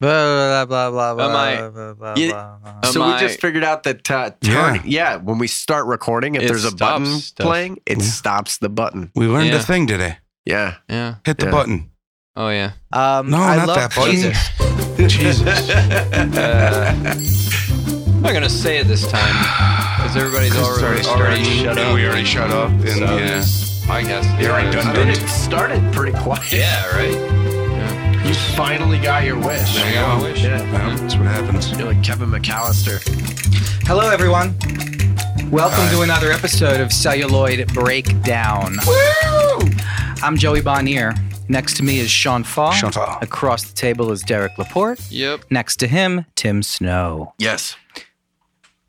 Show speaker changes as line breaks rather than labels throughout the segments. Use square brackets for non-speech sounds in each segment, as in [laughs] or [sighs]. Blah, blah, blah, blah,
Am I-
blah, blah, blah,
you-
blah, blah.
Am
so we
Um, I-
just figured out that uh,
Yeah.
turn, yeah. when we start recording, if
It
there's a button
stops stuff.
playing, it
Yeah.
stops the button.
We learned
Yeah.
a thing today.
Yeah.
Yeah.
Hit the
Yeah.
button.
Oh yeah.
Um,
No,
I
not
love-
that button.
Jesus.
Jesus.
I'm not gonna say it this time because everybody's already, already shut up.
We already shut up. uh, And,
So,
yeah.
I guess.
You're already
Yeah.
done.
I mean, it started pretty quiet.
Yeah. Right.
You finally got your wish.
There you
I
go.
wish.
Yeah, that's what happens.
You're like Kevin McAllister.
Hello, everyone. Welcome to another episode of Celluloid Breakdown. I'm Joey Bonnier. Next to me is Sean Fall.
Sean Fall.
Across the table is Derek Laporte.
Yep.
Next to him, Tim Snow.
Yes.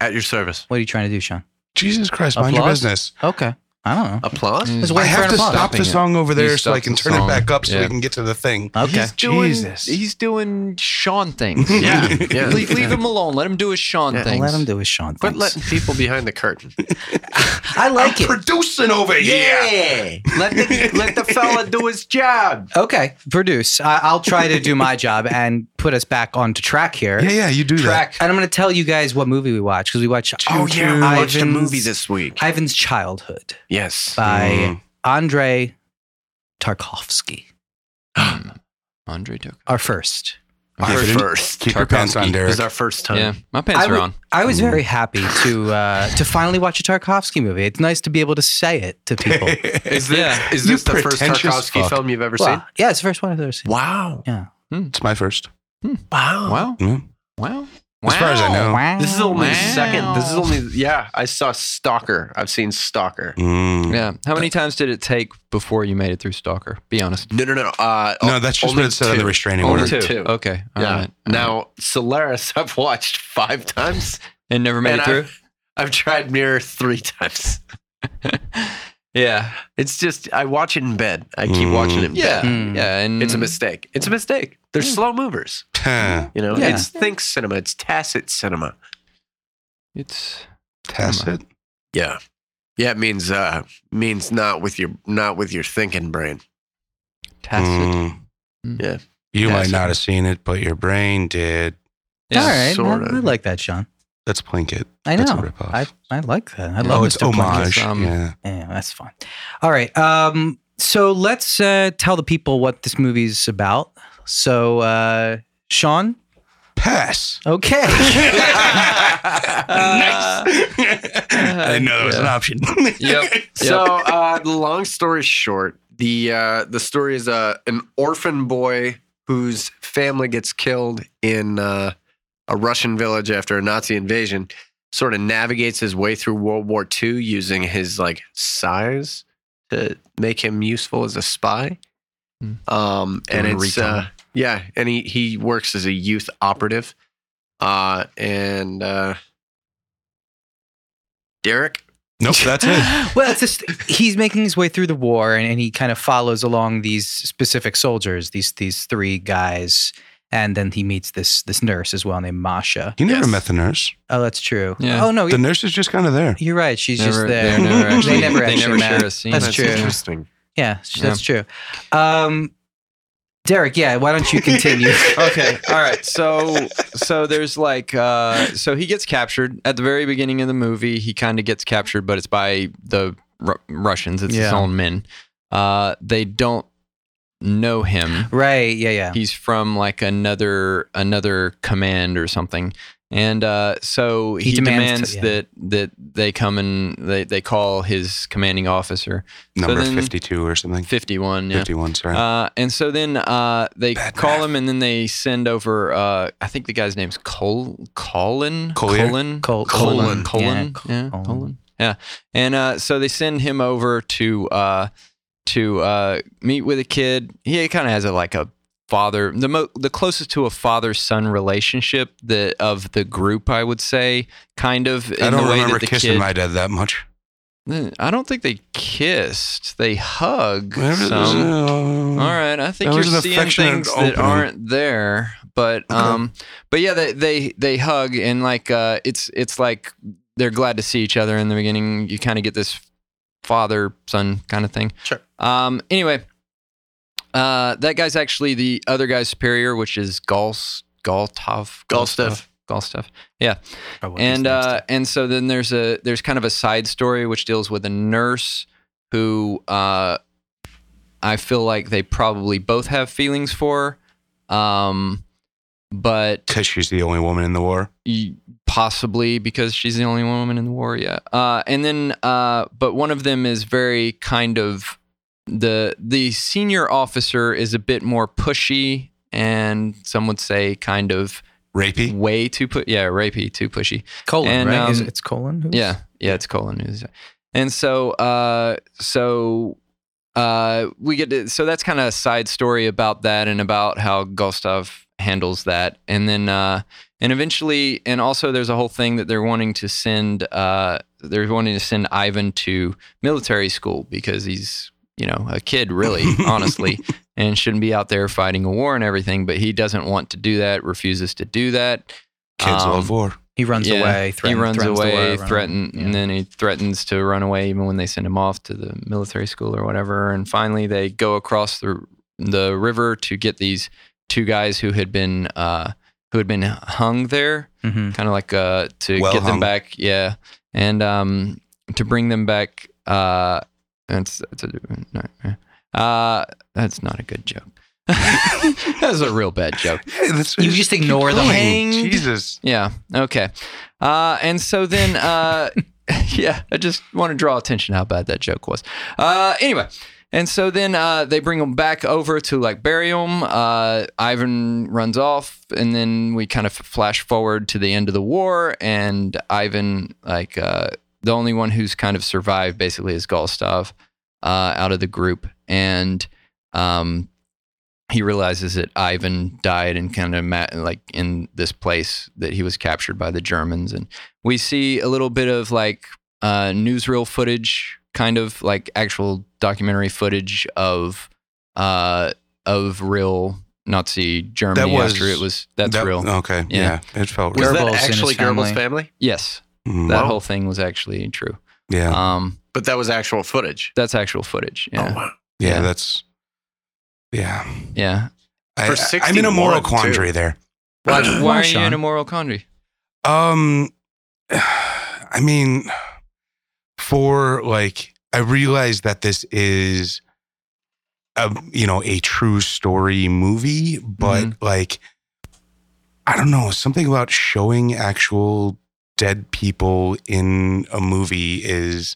At your service.
What are you trying to do, Sean?
Jesus Christ, mind your
Applause?
business.
Okay. I don't know.
[laughs]
Applause?
Mm.
Just
I
waiting for
have
an
to
applause.
stop the
Stopping it.
song over there
You
so I
stop
can
the
turn
song.
it back up so
Yeah.
we can get to the thing.
Okay.
He's doing,
Jesus.
He's doing Sean things.
Yeah. yeah.
leave, leave him alone. Let him do his Sean
Yeah.
things.
Let him do his Sean
Quit
things.
letting people behind the curtain.
I like it.
Producing over
Let the let the fella do his
[laughs]
job.
Okay, produce. I, I'll try to do my [laughs] job and put us back onto track here.
Yeah, yeah, you do
Track. And I'm going to tell you guys what movie we watched because we watched
Oh yeah, we watched a
Ivan's-
movie this week.
Ivan's Childhood
Yes.
by
Mm.
Andre Tarkovsky.
Hmm. [sighs] Andre took.
Our first.
Yeah,
our
but it-
first.
that. Keep your pants on,
This is
Derek.
our first time.
Yeah. My pants
I
are
would-
on.
I was very happy to uh, to finally watch a Tarkovsky movie. It's nice to be able to say it to [laughs]
[laughs]
people.
[laughs]
it's
Is this,
Yeah.
is this
You
the first
pretentious
Tarkovsky
fuck.
film you've ever
Well,
seen?
yeah, it's the first one I've ever seen.
Wow.
my first.
Wow.
Wow.
Yeah.
Wow.
As far as I know.
Oh. This is only the
Wow.
second. This is only yeah. I saw Stalker. I've seen Stalker.
Mm.
Yeah. How many times did it take before you made it through Stalker? Be honest.
No, no, no. Uh,
No, that's just
only
what it said on
two.
the restraining
Only
order.
two.
Okay. all right.
yeah.
All right.
Now Solaris, [laughs] I've watched five times.
and never made
and
it through.
I've, I've tried Mirror three [laughs] times.
yeah.
It's just I watch it in bed. I keep watching it. In
Yeah.
bed.
Mm.
Yeah. And
It's a mistake. It's a mistake. They're
Mm.
slow movers.
Huh.
You know,
Yeah.
it's think cinema. It's tacit cinema.
It's
Tacit.
Yeah. Yeah, it means uh means not with your not with your thinking brain.
tacit.
Mm.
Yeah.
You
Tacit.
might not have seen it, but your brain did.
Yeah.
All right.
sort
I,
of.
I like that, Sean.
Let's plink it.
I
That's a
know.
ripoff.
I, I like that. I love
Oh, it's
Mr. Blank.
homage.
Um,
yeah.
Yeah, that's fine. All right. Um, so let's uh, tell the people what this movie's about. So, uh, Sean,
[laughs]
Pass.
okay. [laughs]
[laughs]
Uh,
nice. I didn't know that was an option.
[laughs] Yep.
So uh long story short, the uh the story is uh an orphan boy whose family gets killed in uh a Russian village after a Nazi invasion, sort of navigates his way through World War II using his like size to make him useful as a spy.
Hmm.
Um, and
Doing
it's
recon.
uh, yeah, and he he works as a youth operative. Uh, and uh, Derek,
[laughs] nope, that's it.
well, it's just he's making his way through the war, and, and he kind of follows along these specific soldiers, these these three guys, and then he meets this this nurse as well named Masha.
You never
Yes.
met the nurse.
Oh, that's true.
Yeah.
Oh no,
The nurse is just kind of there.
you're right. She's
Never-
just
they're
there.
never
they
actually-
never
[laughs] they
actually
never
met.
share a scene.
That's
That's
true.
interesting.
Yeah, sh- that's true. Um, Derek, yeah, why don't
[laughs]
you continue?
okay all right so so there's like uh so he gets captured at the very beginning of the movie he kind of gets captured but it's by the Ru- russians it's his
Yeah.
own men uh they don't know him
right? Yeah, yeah.
he's from like another another command or something and uh, so he,
He
demands,
demands to- yeah.
that that they come and they, they call his commanding officer
Number
then-
52 or something.
51 yeah
51, sorry.
uh, and so then uh, they
Bad
call
math.
him, and then they send over. Uh, I think the guy's name's Col Colin
Collier?
Colin
Col-
Colin
Colin.
Colin
Yeah,
yeah,
Colin.
Colin. yeah. And uh, so they send him over to uh, to uh, meet with a kid. He kind of has a like a father the mo- the closest to a father son relationship that of the group I would say kind of in
I
the
don't
way
remember
that the
kissing
kid,
my dad that much.
I don't think they kissed they hug
Whatever it was,
some
uh,
all right, I think
That
you're
was an
seeing
affectionate
things that
opening.
aren't there, but um, but yeah, they they they hug and like uh, it's it's like they're glad to see each other in the beginning. You kind of get this father son kind of thing.
Sure.
Um. Anyway, uh, that guy's actually the other guy's superior, which is Gauls Goltov,
Golstev.
Golstev.
Probably
and
his
uh, and so then there's a there's kind of a side story which deals with a nurse who uh, I feel like they probably both have feelings for, um, but
Because she's the only woman in the war.
y- possibly because she's the only woman in the war yet. Uh, and then uh, but one of them is very kind of the the senior officer is a bit more pushy and some would say kind of
Rapey.
way too put yeah rapey too pushy
next. colon,
and,
right? Is
um,
it- it's colon. Who's-
yeah, yeah, it's colon news. And so, uh, so uh, we get to, so that's kind of a side story about that and about how Gustav handles that, and then uh, and eventually, and also there's a whole thing that they're wanting to send uh, they're wanting to send Ivan to military school because he's you know a kid really honestly and shouldn't be out there fighting a war and everything but he doesn't want to do that refuses to do that
Kids
Um,
love war.
He runs
yeah,
away. Threaten,
he runs
threatens the
away,
war, run-
threatened,
Yeah.
and then he threatens to run away even when they send him off to the military school or whatever. And finally, they go across the the river to get these two guys who had been uh, who had been hung there,
Mhm.
kind of like uh, to
Well
get them
hung.
back, yeah, and um, to bring them back. Uh, that's that's a no, uh, that's not a good joke. [laughs] that's a real bad joke.
You just ignore the
going.
hanged.
Jesus.
Yeah. Okay. Uh, and so then, uh, yeah, I just want to draw attention how bad that joke was. Uh, anyway, and so then uh, they bring him back over to like bury him. Uh, Ivan runs off, and then we kind of flash forward to the end of the war, and Ivan like uh, the only one who's kind of survived basically is Golstav uh, out of the group, and um, he realizes that Ivan died and kind of ma- like in this place that he was captured by the Germans. And we see a little bit of like uh, newsreel footage, kind of like actual documentary footage of uh, of real Nazi Germany.
That was-
after it was that's
That- uh,
real.
Okay.
Yeah.
Yeah. It felt
Was
real.
Goebbels
that
and his
actually Goebbels'
family.
family?
Yes,
Mm,
that
Wow.
whole thing was actually true.
yeah.
Um,
But that was actual footage.
that's actual footage.
Oh,
Yeah,
wow.
yeah.
yeah.
That's. Yeah.
yeah.
I,
For
I- I'm in a
61
moral
too.
quandary there. [clears throat]
Why,
Why,
why are you
Sean?
in a moral quandary?
Um, [sighs] I mean, for like, I realize that this is a you know a true story movie, but like, I don't know, something about showing actual dead people in a movie is.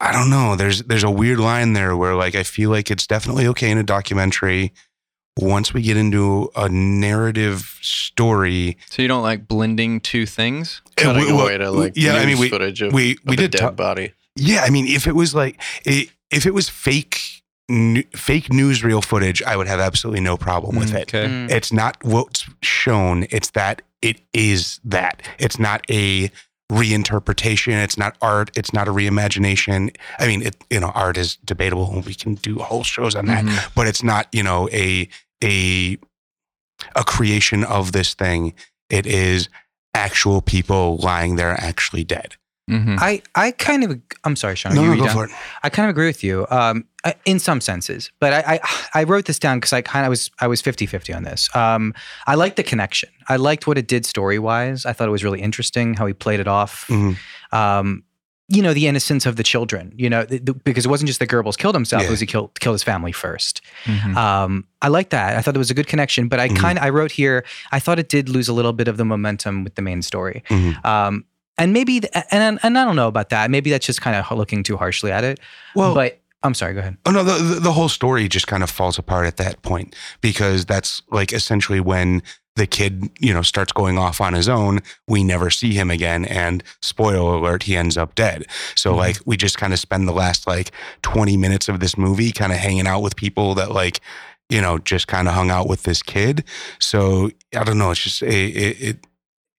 I don't know. There's there's a weird line there where like I feel like it's definitely okay in a documentary. Once we get into a narrative story,
So you don't like blending two things?
Cutting
we- well,
away to like
yeah, I mean,
news
we-
footage of,
we
of
we
a
did
dead
talk,
body.
yeah i mean if it was like i if it was fake nu- fake newsreel footage i would have absolutely no problem with it
Okay.
Mm.
it's not what's shown it's that it is that it's not a reinterpretation it's not art it's not a reimagination i mean it you know art is debatable and we can do whole shows
Mm-hmm.
on that
Mhm.
Mm-hmm.
but it's not you know a a a creation of this thing it is actual people lying there actually dead
Mhm.
I, I kind of, I'm sorry, Sean.
no
you
no
were
go
done?
for it
I kind of agree with you um, I- in some senses, but I, I, I wrote this down because I kind of was I was 50-50 on this. Um, I liked the connection. I liked what it did story wise. I thought it was really interesting how he played it off.
Mhm.
Um, you know the innocence of the children. You know th- th- because it wasn't just that Goebbels killed himself;
Yeah.
it was he killed killed his family first.
Mhm.
Um, I like that. I thought it was a good connection, but I
Mhm.
kind of I wrote here. I thought it did lose a little bit of the momentum with the main story.
Mhm.
Um, and maybe th- and and I don't know about that. Maybe that's just kind of looking too harshly at it.
well
but I'm sorry. Go ahead.
Oh no, the- the the whole story just kind of falls apart at that point because that's like essentially when the kid, you know, starts going off on his own. We never see him again, and spoiler alert, he ends up dead. So
Mhm.
like we just kind of spend the last like twenty minutes of this movie kind of hanging out with people that like you know just kind of hung out with this kid. So I don't know, it's just a it. it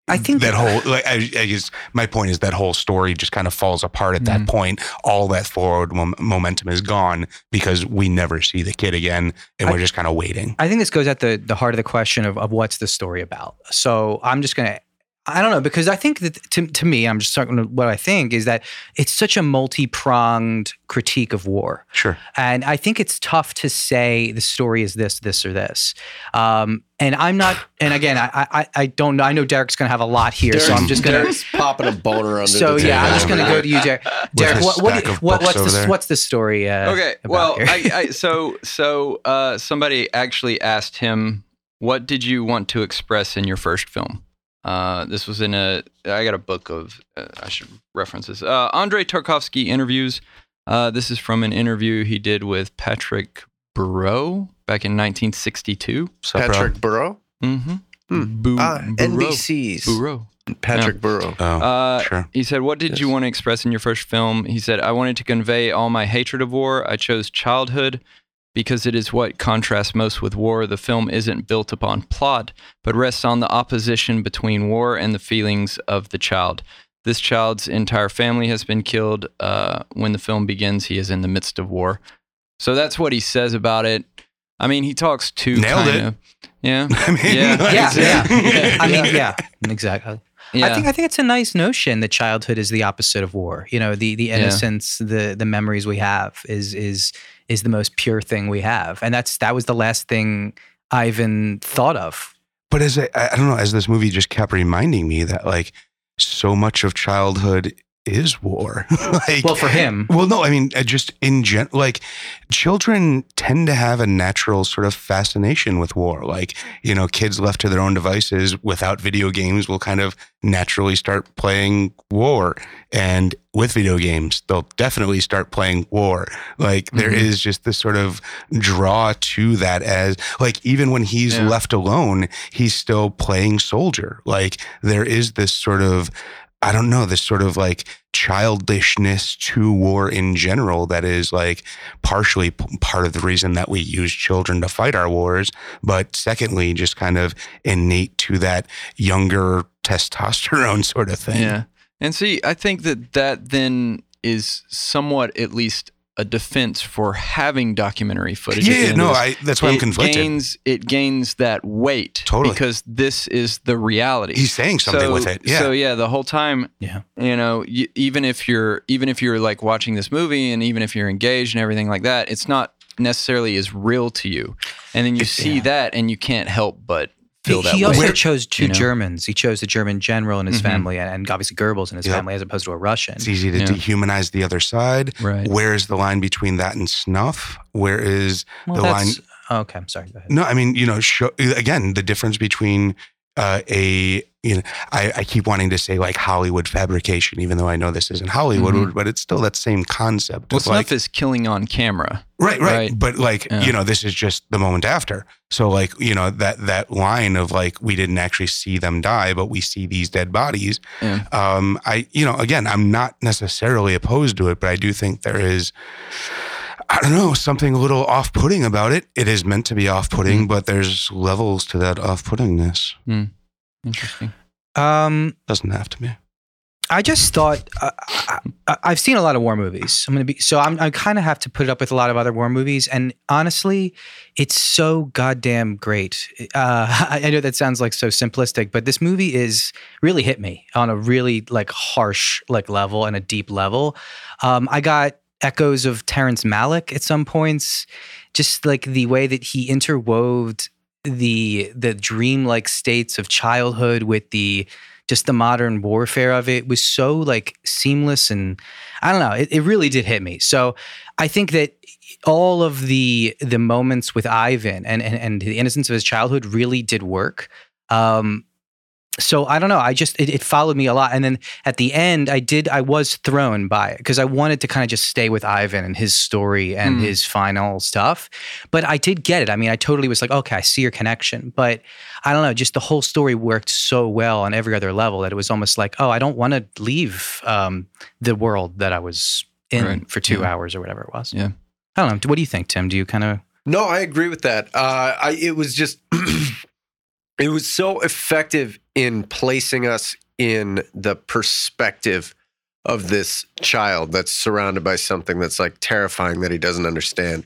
I think
that whole like I, I just my point is that whole story just kind of falls apart at
Mm.
that point. All that forward mom- momentum is gone because we never see the kid again, and
I-
we're just kind of waiting.
I think this goes at the the heart of the question of, of what's the story about. So I'm just gonna I don't know because I think that to, to me, I'm just talking to what I think is that it's such a multi pronged critique of war,
Sure.
and I think it's tough to say the story is this, this, or this. Um, and I'm not, and again, I I, I don't know. I know Derek's going to have a lot here, so I'm just going to.
Derek's popping a boner under
So
the table.
yeah, I'm just going to
table.
go to you, Derek. Derek,
his
what, what,
stack of
what
books
what's
over
the
there.
what's the story? Uh,
okay
about
well
here?
I, I so so uh somebody actually asked him what did you want to express in your first film uh this was in a i got a book of uh, i should reference this uh andre tarkovsky interviews uh this is from an interview he did with patrick burrow back in 1962
Patrick Burrow?
mm-hmm
Hmm.
Bu-
Uh,
Ah,
Burrow.
NBC's
Burrow.
Patrick Burrow.
Oh,
Uh,
sure. [laughs]
He said, What did you
Yes.
want to express in your first film? He said, I wanted to convey all my hatred of war. I chose childhood because it is what contrasts most with war. The film isn't built upon plot, but rests on the opposition between war and the feelings of the child. This child's entire family has been killed. Uh, when the film begins, he is in the midst of war. So that's what he says about it. I mean, he talks to
Nailed
kind
it.
of. Yeah.
I mean,
yeah,
like- [laughs]
yeah,
yeah.
I mean, yeah, exactly.
Yeah.
I think I think it's a nice notion that childhood is the opposite of war. You know, the the
Yeah.
innocence, the the memories we have is is is the most pure thing we have, and that's that was the last thing I even thought of.
But as I, I don't know, as this movie just kept reminding me that like so much of childhood is war. [laughs] like,
Well, for him,
Well, no, I mean, uh, just in gen, like children tend to have a natural sort of fascination with war. Like, you know, kids left to their own devices without video games will kind of naturally start playing war. And with video games, they'll definitely start playing war. Like, there
Mhm.
is just this sort of draw to that as, like, even when he's
Yeah.
left alone, he's still playing soldier. Like, there is this sort of, I don't know, this sort of like childishness to war in general that is like partially p- part of the reason that we use children to fight our wars. But secondly, just kind of innate to that younger testosterone [laughs] sort of thing.
Yeah. And see, I think that that then is somewhat at least a defense for having documentary footage. at the
Yeah,
end
no,
of this.
I, that's why I'm
It
conflicted.
Gains, it gains that weight
Totally.
because this is the reality.
He's saying something
so,
with it. Yeah.
So yeah, the whole time.
Yeah.
You know, y- even if you're even if you're like watching this movie and even if you're engaged and everything like that, it's not necessarily as real to you. And then you
It's-
see
yeah.
that and you can't help but feel
[laughs] he,
that
he
way.
also chose two
you know?
Germans. He chose a German general in his
Mhm.
family, and, and obviously Goebbels in his
Yep.
family, as opposed to a Russian.
it's easy to
Yeah.
dehumanize the other side.
right.
Where is the line between that and snuff? Where is
Well,
the
that's oh, okay. I'm sorry. Go ahead.
No, I mean, you know, show, again, the difference between uh, a, you know, I, I keep wanting to say like Hollywood fabrication, even though I know this isn't Hollywood,
Mhm.
but it's still that same concept.
Well,
of, like,
snuff is killing on camera.
right, right,
right.
But like,
Yeah.
you know, this is just the moment after. So like, you know, that, that line of like, we didn't actually see them die, but we see these dead bodies.
Yeah.
Um, I, you know, again, I'm not necessarily opposed to it, but I do think there is, I don't know, something a little off putting about it. It is meant to be off putting,
Mm-hmm.
but there's levels to that off puttingness.
Interesting.
Um,
Doesn't have to be.
I just thought uh, I, I- I've seen a lot of war movies. I'm gonna be so I'm I kind of have to put up with a lot of other war movies, and honestly, it's so goddamn great. Uh, [laughs] I I know that sounds like so simplistic, but this movie is really hit me on a really like harsh like level and a deep level. Um, I got echoes of Terrence Malick at some points, just like the way that he interwoved the the dreamlike states of childhood with the just the modern warfare of it was so like seamless and I don't know, it, it really did hit me. So I think that all of the the moments with Ivan and and, and the innocence of his childhood really did work. Um so I don't know. I just it, it followed me a lot, and then at the end, I did. I was thrown by it because I wanted to kind of just stay with Ivan and his story and
Hmm.
his final stuff. But I did get it. I mean, I totally was like, okay, I see your connection. But I don't know, just the whole story worked so well on every other level that it was almost like, oh, I don't want to leave um, the world that I was in
Right.
for two
Yeah.
hours or whatever it was.
Yeah.
I don't know. What do you think, Tim? Do you kind of
No, I agree with that. Uh, I it was just [clears throat] it was so effective in placing us in the perspective of this child that's surrounded by something that's like terrifying that he doesn't understand.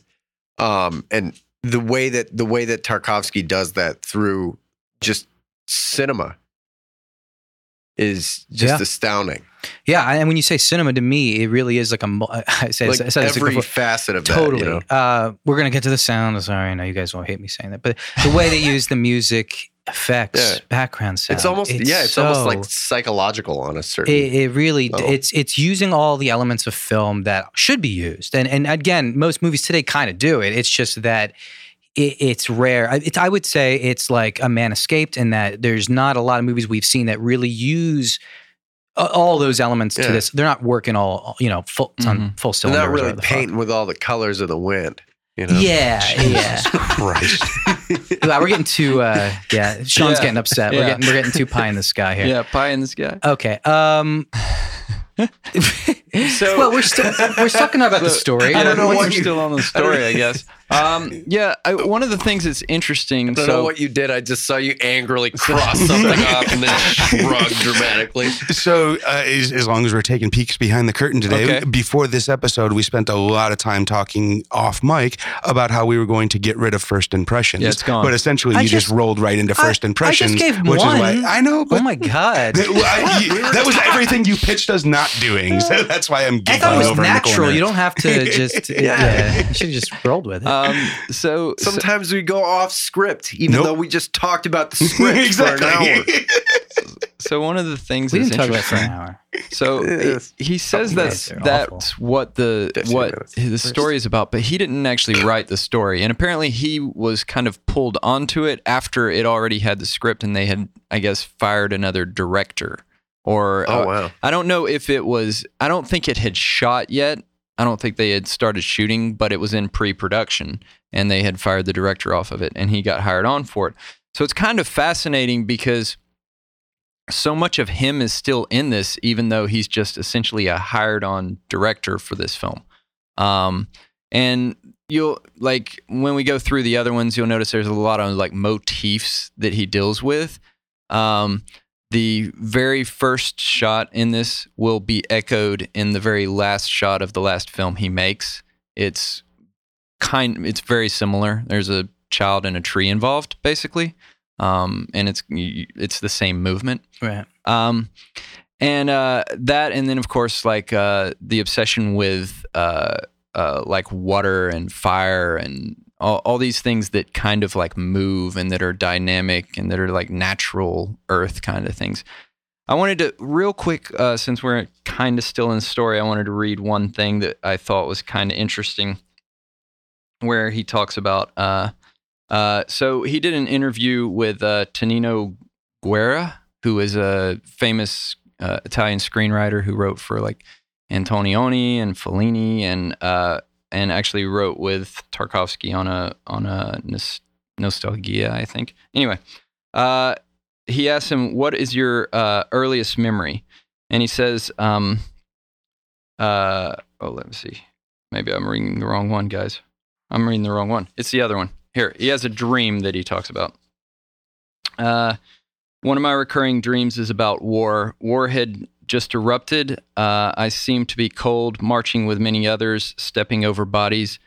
Um, and the way that the way that Tarkovsky does that through just cinema. is just
Yeah.
astounding.
Yeah, and when you say cinema to me, it really is like a. mul- [laughs] I say
Like
I said this
every
before.
facet of
Totally.
that. You know?
uh, we're gonna get to the sound. Sorry, I know you guys won't hate me saying that, but the way they use the music effects,
Yeah.
background sound,
It's almost yeah, it's
so-
almost like psychological on a certain.
It, it really
level.
it's it's using all the elements of film that should be used, and and again, most movies today kind of do it. It's just that. It, it's rare. I- It's, I would say it's like a man escaped in that there's not a lot of movies we've seen that really use a- all those elements
Yeah.
to this. They're not working all you know full on full
They're
cylinders.
not
or
really
whatever the fuck.
painting with all the colors of the wind. You know.
Yeah, yeah.
[laughs]
[laughs] Jesus Christ.
Wow, we're getting too. Uh, yeah, Sean's
Yeah.
getting upset. We're
Yeah.
getting we're getting too pie in the
[laughs]
sky here.
Yeah, pie in this guy.
Okay. Um.
So-
well, we're still we're still talking about the story.
I don't know
Once
why
you-
you're still on
[laughs]
the story. I guess. Um, yeah, I, one of the things that's interesting.
I don't
so
know what you did. I just saw you
[laughs]
angrily cross something off and then shrug dramatically.
So, uh, as, as long as we're taking peeks behind the curtain today,
Okay.
before this episode, we spent a lot of time talking off mic about how we were going to get rid of first impressions.
Yeah, it's gone.
But essentially,
I
you just,
just-
rolled right into
I-
first impressions,
I just gave
which
one.
is why I know. But
oh my god!
[laughs] that, well, I- you- that was everything you pitched us not doing. [laughs] So that's why I'm
I
giggling
thought it was
over in the
natural.
corner.
You don't have to just. yeah. you should have just rolled with it.
Um,
[laughs]
so, so
Sometimes we go off script, even
Nope.
though we just
[laughs]
talked about the
[laughs]
script for
exactly.
an hour.
so one of the things
we
that's
didn't talk about it for
interesting.
an hour.
[laughs]
So
Yes.
he, he says
Something minutes
that's
are awful.
that's what the
Fifteen
what
minutes
the
first.
story is about, but he didn't
[coughs]
actually write the story, and apparently he was kind of pulled onto it after it already had the script, and they had I guess fired another director or
Oh
uh,
wow!
I don't know if it was I don't think it had shot yet. I don't think they had started shooting, but it was in pre-production and they had fired the director off of it and he got hired on for it. So it's kind of fascinating because so much of him is still in this even though he's just essentially a hired on director for this film. Um and you'll like when we go through the other ones you'll notice there's a lot of like motifs that he deals with. Um the very first shot in this will be echoed in the very last shot of the last film he makes. It's kind it's very similar. There's a child and a tree involved basically. Um, and it's it's the same movement.
Right.
Um, and uh, that, and then of course, like uh, the obsession with uh, uh, like water and fire and all, all these things that kind of like move and that are dynamic and that are like natural earth kind of things. I wanted to, real quick, uh, since we're kind of still in the story, I wanted to read one thing that I thought was kind of interesting where he talks about. Uh, uh, so he did an interview with uh, Tonino Guerra, who is a famous uh, Italian screenwriter who wrote for like Antonioni and Fellini, and uh, and actually wrote with Tarkovsky on a on a nos- nostalgia, I think. Anyway, uh, he asked him, "What is your uh, earliest memory?" And he says, um, uh, "Oh, let me see. Maybe I'm reading the wrong one, guys. I'm reading the wrong one. It's the other one. Here, he has a dream that he talks about." Uh, one of my recurring dreams is about war. War had just erupted. Uh, I seemed to be cold, marching with many others, stepping over bodies.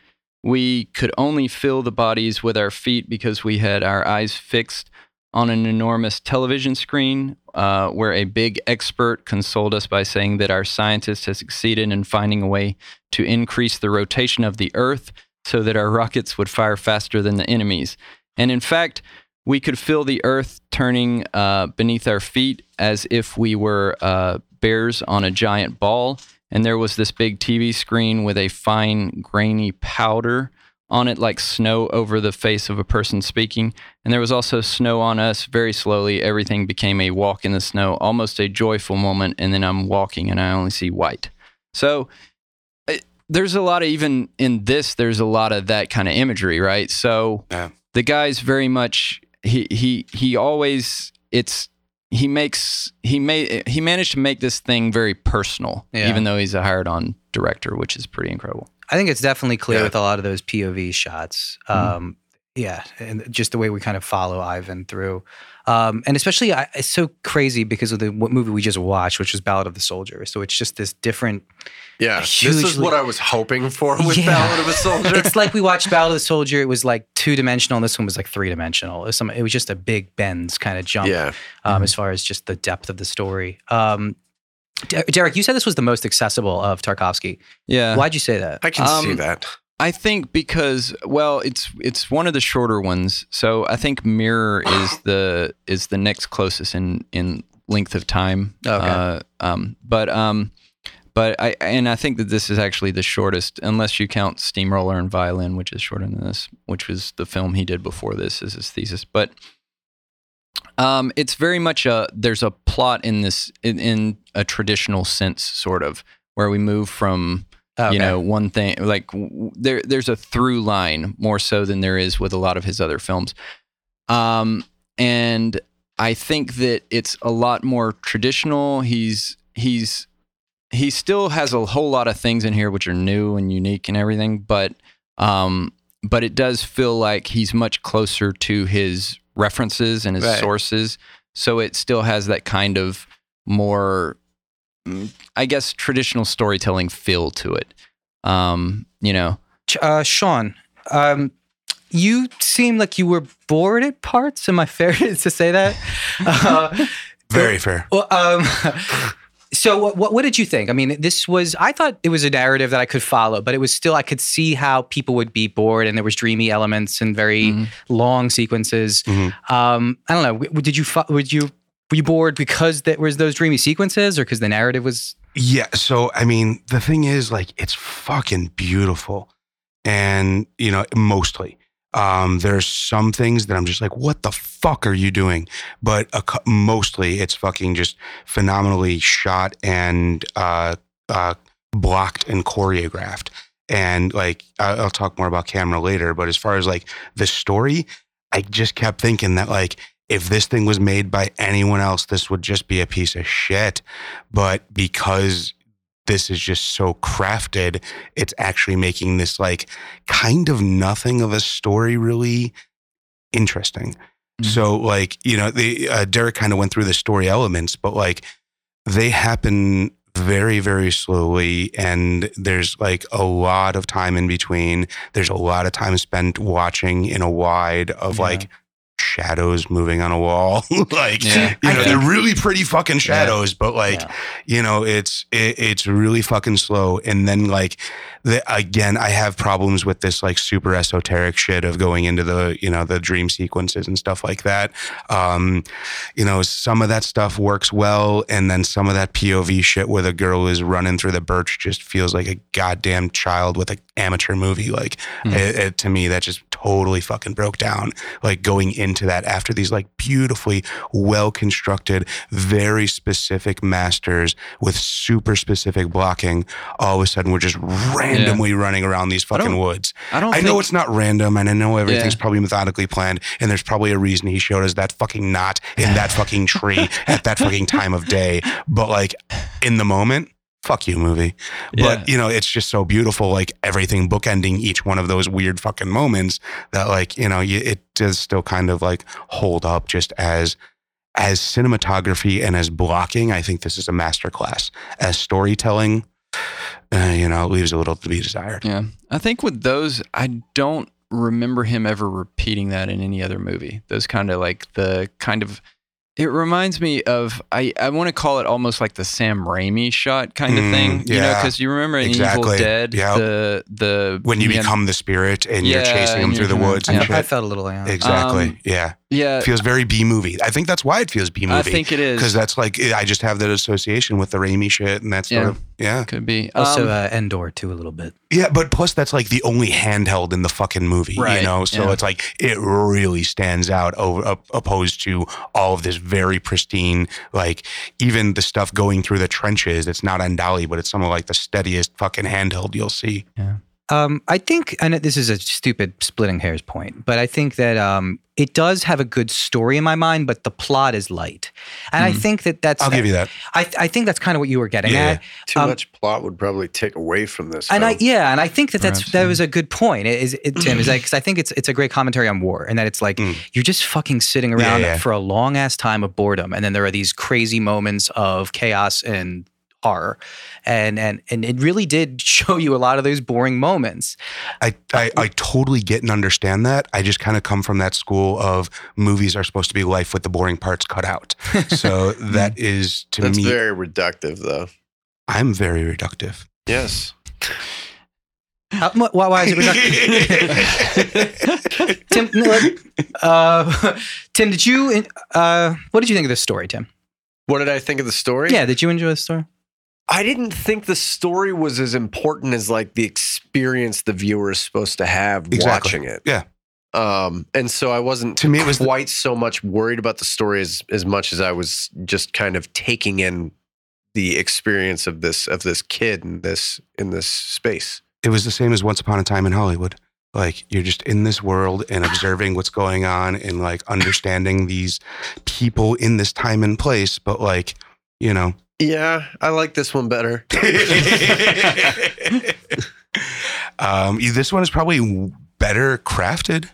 We could only feel the bodies with our feet because we had our eyes fixed on an enormous television screen uh, where a big expert consoled us by saying that our scientist has succeeded in finding a way to increase the rotation of the Earth so that our rockets would fire faster than the enemy's. And in fact, we could feel the earth turning uh, beneath our feet as if we were uh, bears on a giant ball. And there was this big TV screen with a fine, grainy powder on it, like snow over the face of a person speaking. And there was also snow on us very slowly. Everything became a walk in the snow, almost a joyful moment. And then I'm walking and I only see white. So it, there's a lot of, even in this, there's a lot of that kind of imagery, right? So the guy's very much he he he always it's he makes he made he managed to make this thing very personal
Yeah.
even though he's a hired on director which is pretty incredible
I think it's definitely clear
Yeah.
with a lot of those POV shots. Um, yeah, and just the way we kind of follow Ivan through, um, and especially I, it's so crazy because of the what movie we just watched, which was Ballad of the Soldier. So it's just this different.
Yeah, this is
Hugely-
what I was hoping for with
Yeah. [laughs]
Ballad of a Soldier.
It's like we watched Ballad of the Soldier. It was like two dimensional, and this one was like three dimensional. It was some. It was just a big bends kind of jump
yeah,
um,
Mhm.
as far as just the depth of the story. Um, De- Derek, you said this was the most accessible of Tarkovsky.
Yeah.
Why'd you say that?
I can see
Um,
that.
I think because well, it's it's one of the shorter ones. So I think Mirror is the is the next closest in in length of time.
Okay.
Uh, um, but um, but I and I think that this is actually the shortest, unless you count Steamroller and Violin, which is shorter than this, which was the film he did before this as his thesis. But um, it's very much a there's a plot in this in, in a traditional sense, sort of where we move from
Oh, Okay.
you know one thing like w- w- there there's a through line more so than there is with a lot of his other films um and i think that it's a lot more traditional he's he's he still has a whole lot of things in here which are new and unique and everything but um but it does feel like he's much closer to his references and his
Right.
sources so it still has that kind of more mm, i guess traditional storytelling feel to it um you know
Ch- uh, Sean, um, you seem like you were bored at parts. Am I fair [laughs] to say that? Uh,
[laughs] Very fair.
well, um, [laughs] so, what, what, what did you think? I mean, this was, I thought it was a narrative that I could follow, but it was still, I could see how people would be bored and there was dreamy elements and very
Mm-hmm.
Mhm.
long sequences.
Mhm.
Um, I don't know. w- Did you, fo- would you, were you bored because there was those dreamy sequences or because the narrative was,
Yeah. So, I mean, the thing is, like, it's fucking beautiful. And, you know, mostly. Um, there's some things that I'm just like, what the fuck are you doing? But a, cou- mostly it's fucking just phenomenally shot and uh, uh, blocked and choreographed. And like, I- I'll talk more about camera later, but as far as like the story, I just kept thinking that like, if this thing was made by anyone else, this would just be a piece of shit but because this is just so crafted it's actually making this like kind of nothing of a story really interesting
Mhm.
so like you know the uh, derek kind of went through the story elements but like they happen very very slowly and there's like a lot of time in between there's a lot of time spent watching in a wide of
Yeah.
like shadows moving on a wall [laughs] like
Yeah.
you
I
know
think-
they're really pretty fucking shadows but like
Yeah.
you know it's it, it's really fucking slow and then like the, again i have problems with this like super esoteric shit of going into the you know the dream sequences and stuff like that um you know some of that stuff works well and then some of that pov shit where the girl is running through the birch just feels like a goddamn child with an amateur movie like
Hmm.
it, it- to me that just totally fucking broke down like going into that after these like beautifully well constructed very specific masters with super specific blocking all of a sudden we're just randomly running around these fucking
don't
woods
i don't
i
think,
know it's not random and i know everything's
Yeah.
probably methodically planned and there's probably a reason he showed us that fucking knot in
[laughs]
that fucking tree at that fucking time of day but like in the moment fuck you movie
Yeah.
but you know it's just so beautiful like everything bookending each one of those weird fucking moments that like you know you, it does still kind of like hold up just as as cinematography and as blocking i think this is a masterclass as storytelling uh, you know leaves a little to be desired
yeah i think with those i don't remember him ever repeating that in any other movie those kind of like the kind of it reminds me of i i want to call it almost like the sam raimi shot kind of
Mm,
thing you know
yeah.
because you remember in evil
Exactly.
dead
Yep.
the the
when you
yeah,
become the spirit and you're
Yeah,
chasing them
and
through the
you're-
woods
I,
and
I
shit
felt a little, yeah.
exactly
Um,
yeah
yeah
feels very b movie i think that's why it feels b
i
movie
think it is
because that's like i just have that association with the Raimi shit and that sort
Yeah.
of yeah
could be
also,
Um,
uh, Endor too, a little bit.
Yeah, but plus that's like the only handheld in the fucking movie,
Right,
you know. So
yeah.
it's like it really stands out over up, opposed to all of this very pristine, like even the stuff going through the trenches. It's not Andali, but it's some of like the steadiest fucking handheld you'll see.
Um, I think, and this is a stupid splitting hairs point, but I think that um, it does have a good story in my mind, but the plot is light, and I
Mhm.
think that that's.
Hmm. I'll give you that.
I, I think that's kind of what you were getting
Yeah,
at,
Too
Um,
much plot would probably take away from this.
and I
film.
yeah, and I think that that's
Perhaps,
that
yeah.
was a good point. Is it, Tim
[clears throat]
is because I think it's it's a great commentary on war, and that it's like
Mm.
you're just fucking sitting around
yeah.
for a long ass time of boredom, and then there are these crazy moments of chaos and horror, and and and it really did [laughs] show you a lot of those boring moments.
I, I, I totally get and understand that. I just kind of come from that school of movies are supposed to be life with the boring parts cut out. So that is to
That's
me,
very reductive, though.
I'm very reductive.
[laughs]
Yes. [laughs]
How, why, Uh, why is it reductive?
[laughs]
Tim, no, look, uh, [laughs] Tim, did you? Uh, what did you think of this story, Tim?
What did I think of the story?
Yeah, did you enjoy the story?
I didn't think the story was as important as like the experience the viewer is supposed to have
Exactly.
watching it.
Yeah.
Um, and so I wasn't
To me, it was the-
quite so much worried about the story as, as much as I was just kind of taking in the experience of this of this kid in this in this space.
it was the same as Once Upon a Time in Hollywood. Like you're just in this world and observing what's going on and like understanding these people in this time and place, but like, you know.
Yeah, I like this one
[laughs]
better.
um, this one is probably better crafted.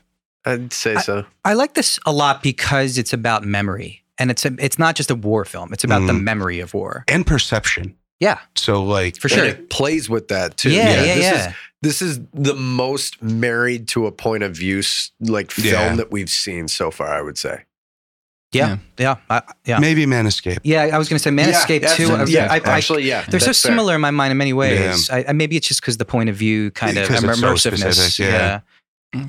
I'd say so.
I like this a lot because it's about memory, and it's a, it's not just a war film; it's about the
Mm-hmm.
Mm.
memory of war.
and perception.
Yeah.
So like
For sure.
And it plays with that too.
yeah, yeah, yeah.
This is this is the most married to a point of view s- like film
Yeah.
that we've seen so far i would say
yeah, yeah, I- yeah.
maybe Manscaped.
Yeah, I was going to say Manscaped
yeah,
too. I-
yeah
I, I,
actually yeah
they're so
that's fair.
similar in my mind in many ways. I, I, maybe it's just because the point of view kind of
Because it's so
immersiveness.
specific, yeah.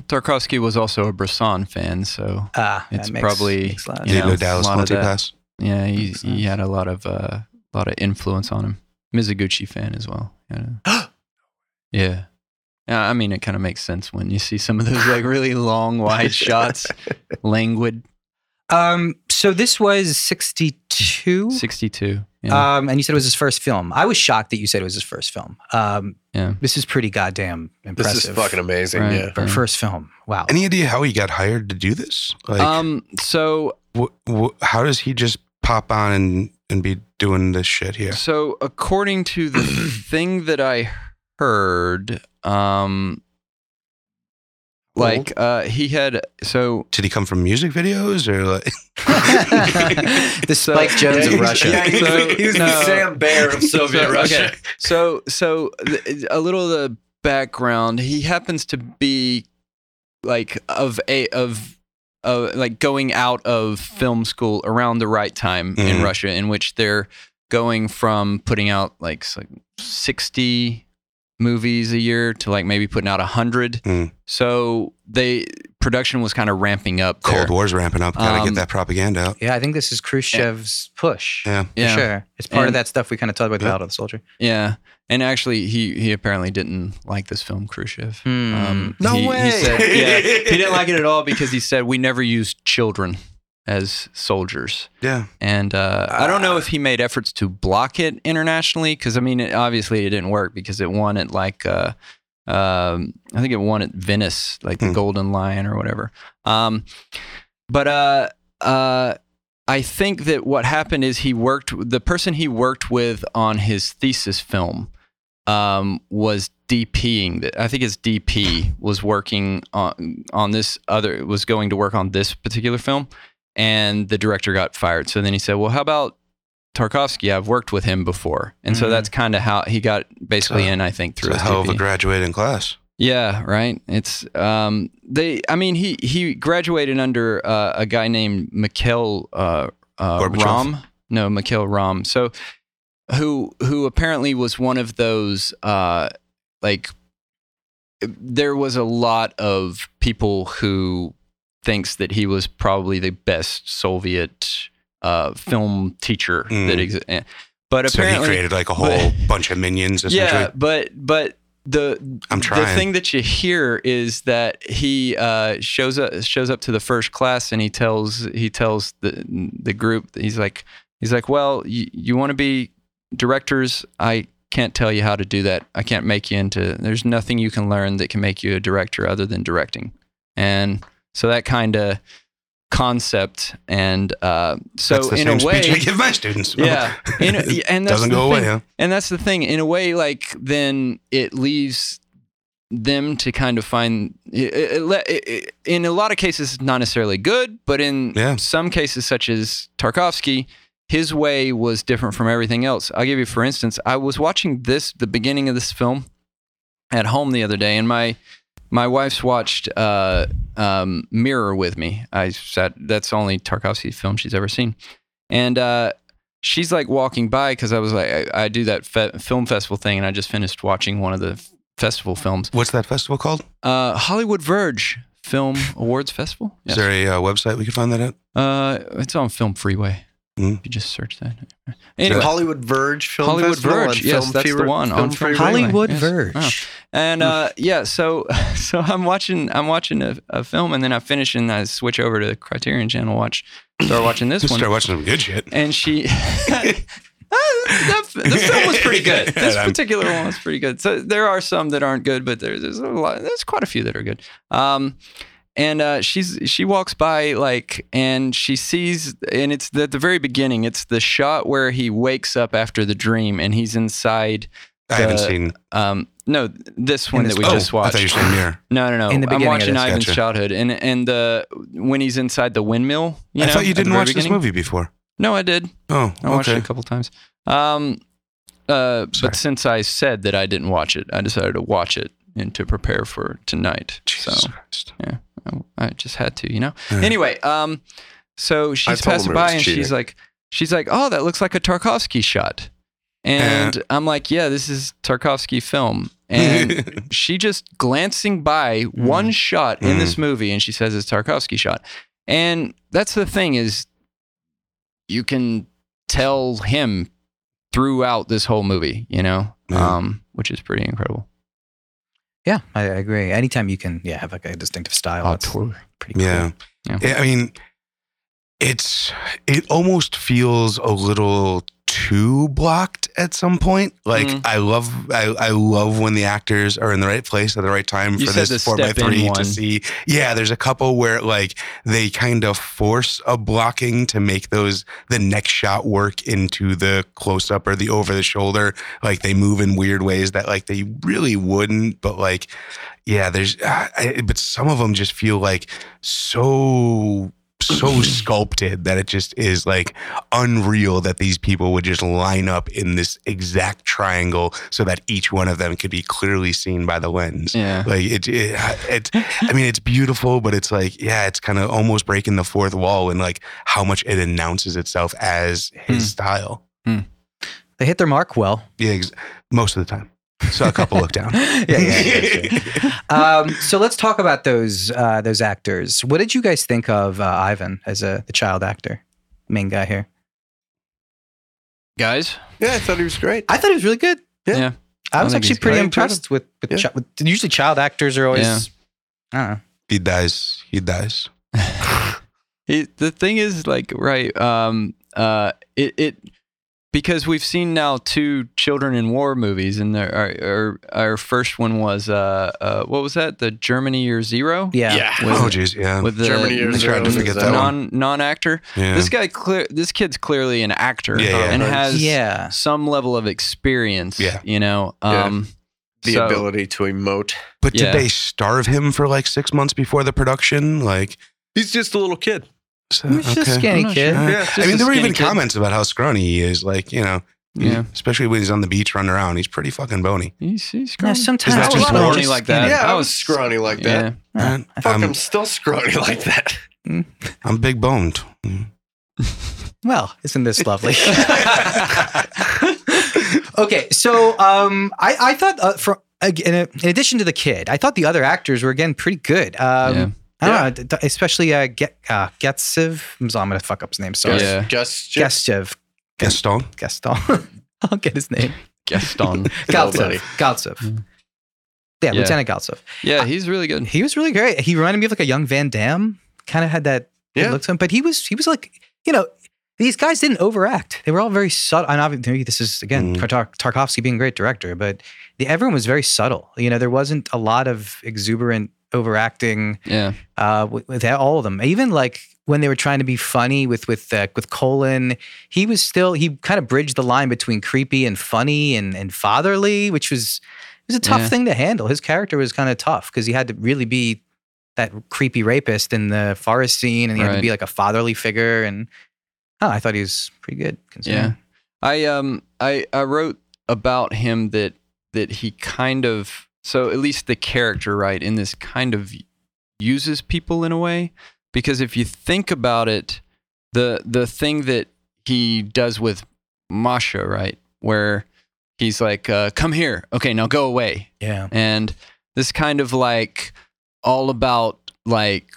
Tarkovsky was also a Brisson fan, so
Ah, that
It's
makes-
probably-
makes a lot of
You
Yeah,
didn't
sense.
know Dallas
a lot of that.
multipass.
yeah, he,
Makes
he
sense.
had a lot of uh, lot of influence on him. Mizuguchi fan as well. Yeah. yeah. Yeah, I mean, it kind of makes sense when you see some of those like really long,
[laughs]
wide shots, languid.
Um, so this was sixty-two.
Sixty-two. Yeah.
Um, and you said it was his first film. I was shocked that you said it was his first film. Um,
Yeah.
This is pretty goddamn
this
impressive.
is fucking amazing
Right.
yeah
For first film. Wow. [laughs]
Any idea how he got hired to do this? Like,
um. So
wh- wh- how does he just pop on and, and be doing this shit here?
So, according to the thing that I heard, um, like uh, he had so
Did he come from music videos or
[laughs]
like?
the
So-
Spike Jones of
Yeah,
Russia.
yeah,
he was,
So,
[laughs] he was
no.
the Sam Bear of Soviet
[laughs] So,
Russia.
okay. so so th- a little of the background. He happens to be like of a of. Uh, like going out of film school around the right time in
Mm-hmm.
Mhm.
Russia, in which they're going from putting out like s- like sixty movies a year to like maybe putting out a hundred.
Mm.
So they production was kind of ramping up. there.
Cold War's ramping up. Gotta
Um,
get that propaganda out.
Yeah, I think this is Khrushchev's push.
Yeah.
For
Yeah.
sure. It's part of
And-
that stuff we kind of talked about, the
Yeah.
Battle of the Soldier.
Yeah, and actually, he he apparently didn't like this film, Khrushchev.
Hmm.
No
Um, he,
way.
He, said, yeah, he didn't like it at all because he said we never used children as soldiers,
Yeah.
and uh, I don't know if he made efforts to block it internationally because I mean, it, obviously, it didn't work because it won at like. Uh, um, I think it won at Venice, like the
Hmm.
Golden Lion or whatever. Um, but uh, uh, I think that what happened is he worked the person he worked with on his thesis film um, was DPing. the- I think his DP was working on on this other was going to work on this particular film, and the director got fired. So then he said, "Well, how about Tarkovsky? I've worked with him before," and so
Mhm.
that's kind of how he got basically
Mm-hmm. So-
in. I think
It's
through
a
his
hell of a
DP.
graduating class.
Yeah, right. It's um they I mean he he graduated under uh, a guy named Mikhail uh, uh
Gorbachev?
Rom. No, Mikhail Rom. So who who apparently was one of those uh like there was a lot of people who thinks that he was probably the best Soviet uh film teacher
Mm.
that exists. But
So he
apparently
created like a whole bunch of minions. Essentially.
[laughs] yeah, but but the
I'm
the
trying.
thing that you hear is that he uh, shows up shows up to the first class and he tells he tells the the group he's like he's like well you, you want to be directors I can't tell you how to do that. I can't make you into. There's nothing you can learn that can make you a director other than directing. And so that kind of concept and uh, so
That's the
in
same
a way
speech I give my students. [laughs]
yeah in a, and that's
doesn't
the
go
thing.
away. Huh?
And that's the thing. In a way, like then it leaves them to kind of find. It, it, le- it- it- in a lot of cases, it's not necessarily good, but in
Yeah.
some cases, such as Tarkovsky, his way was different from everything else. I'll give you, for instance, I was watching this the beginning of this film at home the other day, and my my wife's watched uh, um, Mirror with me. I sat. That's the only Tarkovsky film she's ever seen, and uh, she's like walking by because I was like, I, I do that fe- film festival thing, and I just finished watching one of the f- festival films,
What's that festival called?
uh, Hollywood Verge
[laughs]
Film Awards Festival.
Is there a uh, website we can find that at?
Uh, it's on Film Freeway.
Mm.
If you just search that.
The
Anyway,
Hollywood Verge Film
Hollywood
Festival on
Verge. Yes,
Film
that's
Fever-
the one
Film
on Film
Freeway.
Freeway.
Hmm. Hollywood
Yes.
Verge.
Wow.
hmm?
and uh, yeah, so [laughs] so I'm watching I'm watching a, a film, and then I finish and I switch over to Criterion Channel, watch start watching this
Let's
one,
[laughs] start watching some good shit.
and she. [laughs] Ah, that, the film was pretty
[laughs]
good. This
Yeah, I'm-
particular one was pretty good. So there are some that aren't good, but there, there's a lot. There's quite a few that are good. Um, and uh, she's she walks by like, and she sees, and it's the, the very beginning. It's the shot where he wakes up after the dream, and he's inside.
I haven't
The-
seen. Oh,
Um, no, this one
this
that we
one.
just
I
watched.
thought you were saying mirror.
No, no, no.
In the
I'm
beginning of
watching
this.
Ivan's
Gotcha.
childhood, and and the when he's inside the windmill. You
I
know,
thought you
at the
didn't
very
watch this
beginning.
movie before.
No, I did.
Oh,
I watched
okay.
it a couple times. Um, uh,
Sorry.
but since I said that I didn't watch it, I decided to watch it and to prepare for tonight.
Jesus
So
Christ.
I, I just had to, you know.
Yeah.
Anyway, um, so
I
she's
told
passing
him it was
by and she's
cheating.
like, she's like, oh, that looks like a Tarkovsky shot, and I'm like, yeah, this is Tarkovsky film, and she just glancing by one shot in this movie and she says it's Tarkovsky shot. And that's the thing is you can tell him throughout this whole movie, you know,
Yeah.
um, which is pretty incredible.
Yeah, I, I agree. Anytime you can, yeah, have like a distinctive style, that's pretty cool.
Yeah.
Yeah.
Yeah, I mean, it's it almost feels a little too blocked at some point. Like
Mhm.
I love I, I love when the actors are in the right place at the right time
You
for
said the
this four by
step in
three to
one.
see. Yeah, there's a couple where like they kind of force a blocking to make those the next shot work into the close up or the over the shoulder. Like they move in weird ways that like they really wouldn't, but like yeah, there's, uh, I, but some of them just feel like so,
[clears throat]
so sculpted that it just is like unreal that these people would just line up in this exact triangle so that each one of them could be clearly seen by the lens.
Yeah.
Like it, it, it, I mean, it's beautiful, but it's like, yeah, it's kind of almost breaking the fourth wall and like how much it announces itself as his
Hmm.
style.
They hit their mark well.
Yeah, ex- most of the time. So a couple look down.
[laughs] yeah, yeah, yeah, yeah. um, so let's talk about those uh, those actors. What did you guys think of uh, Ivan as a the child actor, main guy here?
Guys,
Yeah, I thought he was great.
I thought he was really good.
Yeah.
Yeah.
I
I
was
think
actually
he's
pretty
great.
impressed with with,
Yeah.
chi- with usually child actors are always. I don't know.
[laughs] he dies. He dies.
He, the thing is like right um uh it, it because we've seen now two children in war movies and there our, our our first one was uh, uh what was that the germany year zero
Yeah.
With-
oh, geez. Yeah.
with the,
Germany Year
the
Zero
was the other one.
non non actor
yeah.
this guy clear this kid's clearly an actor
Yeah, yeah.
Um, and has
Yeah.
some level of experience
Yeah.
you know
Yeah.
um
the
so-
ability to emote.
But did
Yeah.
they starve him for like six months before the production? Like,
He's just a little kid.
so,
He's just a skinny
I'm not
kid.
sure.
Uh,
Yeah,
just
I
a
mean, there were even
skinny kid.
comments about how scrawny he is. Like, you know,
yeah
especially when he's on the beach running around, he's pretty fucking bony.
he's, he's
No,
scrawny.
sometimes
that
I
I
just
was
wanna
normal?
scrawny like that
skinny.
Yeah,
I
I was scrawny like that.
yeah.
Yeah.
And
I
Fuck, I'm
I'm,
still scrawny [laughs] like that.
I'm big boned. Mm.
Well, isn't this lovely? [laughs] okay, so um, I, I thought uh, for ag- in, in addition to the kid, I thought the other actors were again pretty good. Um,
Yeah.
I don't know, d- d- especially uh, Get uh, Getsev. I'm sorry, I'm gonna fuck up his name. Sorry,
Yeah.
Just, just
Getsev,
Gaston.
Gaston. [laughs] I'll get his name.
[laughs]
Gaston.
Galtsev.
Nobody.
Galtsev. Yeah,
Mm. Yeah.
Lieutenant Galtsev.
Yeah, he's really good.
He was really great. He reminded me of like a young Van Damme. Kind of had that
Yeah.
look to him, but he was he was like you know these guys didn't overact. They were all very subtle. And obviously, maybe this is again
Mm.
Tark- Tarkovsky being a great director, but the, everyone was very subtle. You know, there wasn't a lot of exuberant overacting
Yeah.
uh, with, with all of them. Even like when they were trying to be funny with with uh, with Colin, he was still he kind of bridged the line between creepy and funny and and fatherly, which was it was a tough
Yeah.
thing to handle. His character was kind of tough because he had to really be that creepy rapist in the forest scene, and he had to
Right.
be like a fatherly figure. And oh, I thought he was pretty good.
Yeah.
Considering.
I um I I wrote about him that that he kind of so at least the character right in this kind of uses people in a way because if you think about it the the thing that he does with Masha right where he's like uh, come here okay now go away
yeah,
and this kind of like all about like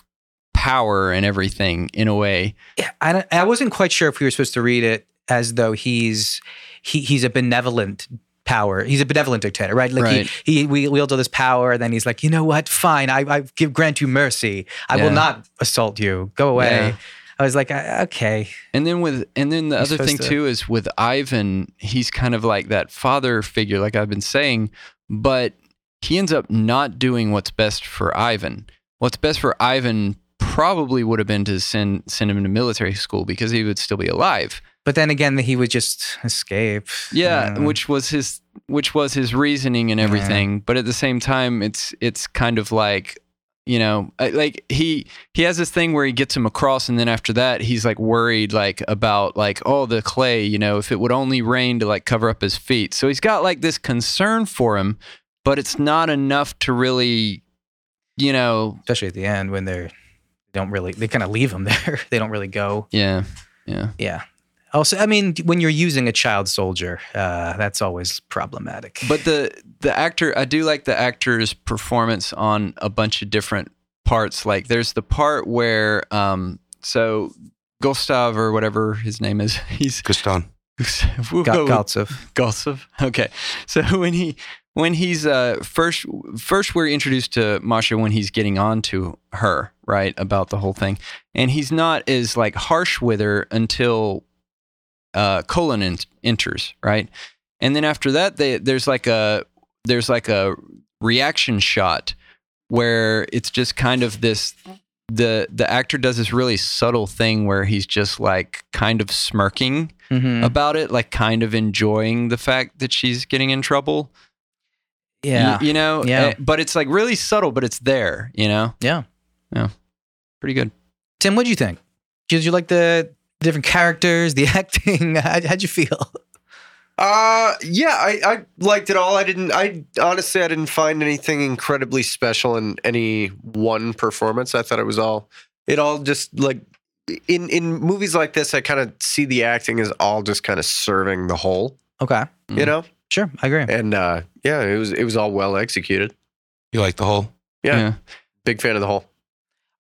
power and everything in a way
yeah. I don't- I wasn't quite sure if we were supposed to read it as though he's he he's a benevolent power. He's a benevolent dictator, right? Like he,
right
he we wields all this power, and then he's like, you know what? Fine, I, I give grant you mercy. I
Yeah.
will not assault you. Go away.
Yeah.
I was like, "Uh, okay,
And then with and then the
He's
other thing
supposed to-
too is with Ivan, he's kind of like that father figure, like I've been saying, but he ends up not doing what's best for Ivan. What's best for Ivan probably would have been to send send him to military school because he would still be alive.
but then again, he would just escape.
Yeah,
Uh,
which was his which was his reasoning and everything. But at the same time, it's it's kind of like you know, I- like he he has this thing where he gets him across, and then after that, he's like worried like about like oh the clay, you know, if it would only rain to like cover up his feet. So he's got like this concern for him, but it's not enough to really, you know,
especially at the end when they're they don't really they kind of leave him [laughs] there. they don't really go.
yeah, yeah,
Yeah. Also, I mean, when you're using a child soldier, uh, that's always problematic.
but the the actor i do like the actor's performance on a bunch of different parts like there's the part where um so gustav or whatever his name is [laughs] he's
Gaston.
Gustav, we'll
Got
[laughs] go with
Galtsev.
Gustav. okay so [laughs] when he when he's uh first first we're introduced to masha when he's getting on to her right about the whole thing and he's not as like harsh with her until uh colon en- enters right and then after that they, there's like a there's like a reaction shot where it's just kind of this the the actor does this really subtle thing where he's just like kind of smirking
Mhm.
about it like kind of enjoying the fact that she's getting in trouble Y-
yeah.
you know
Yeah.
Uh, but it's like really subtle but it's there you know
Yeah.
yeah pretty good
Tim, what'd you think? Did you like the different characters, the [laughs] acting? How'd how'd you feel?
Uh yeah, I, I liked it all. I didn't I honestly I didn't find anything incredibly special in any one performance. I thought it was all it all just like in in movies like this I kind of see the acting as all just kind of serving the whole,
Okay.
you
Mm.
know?
Sure, I agree.
And uh yeah, it was it was all well executed.
You like the whole?
Yeah. Big fan of the whole.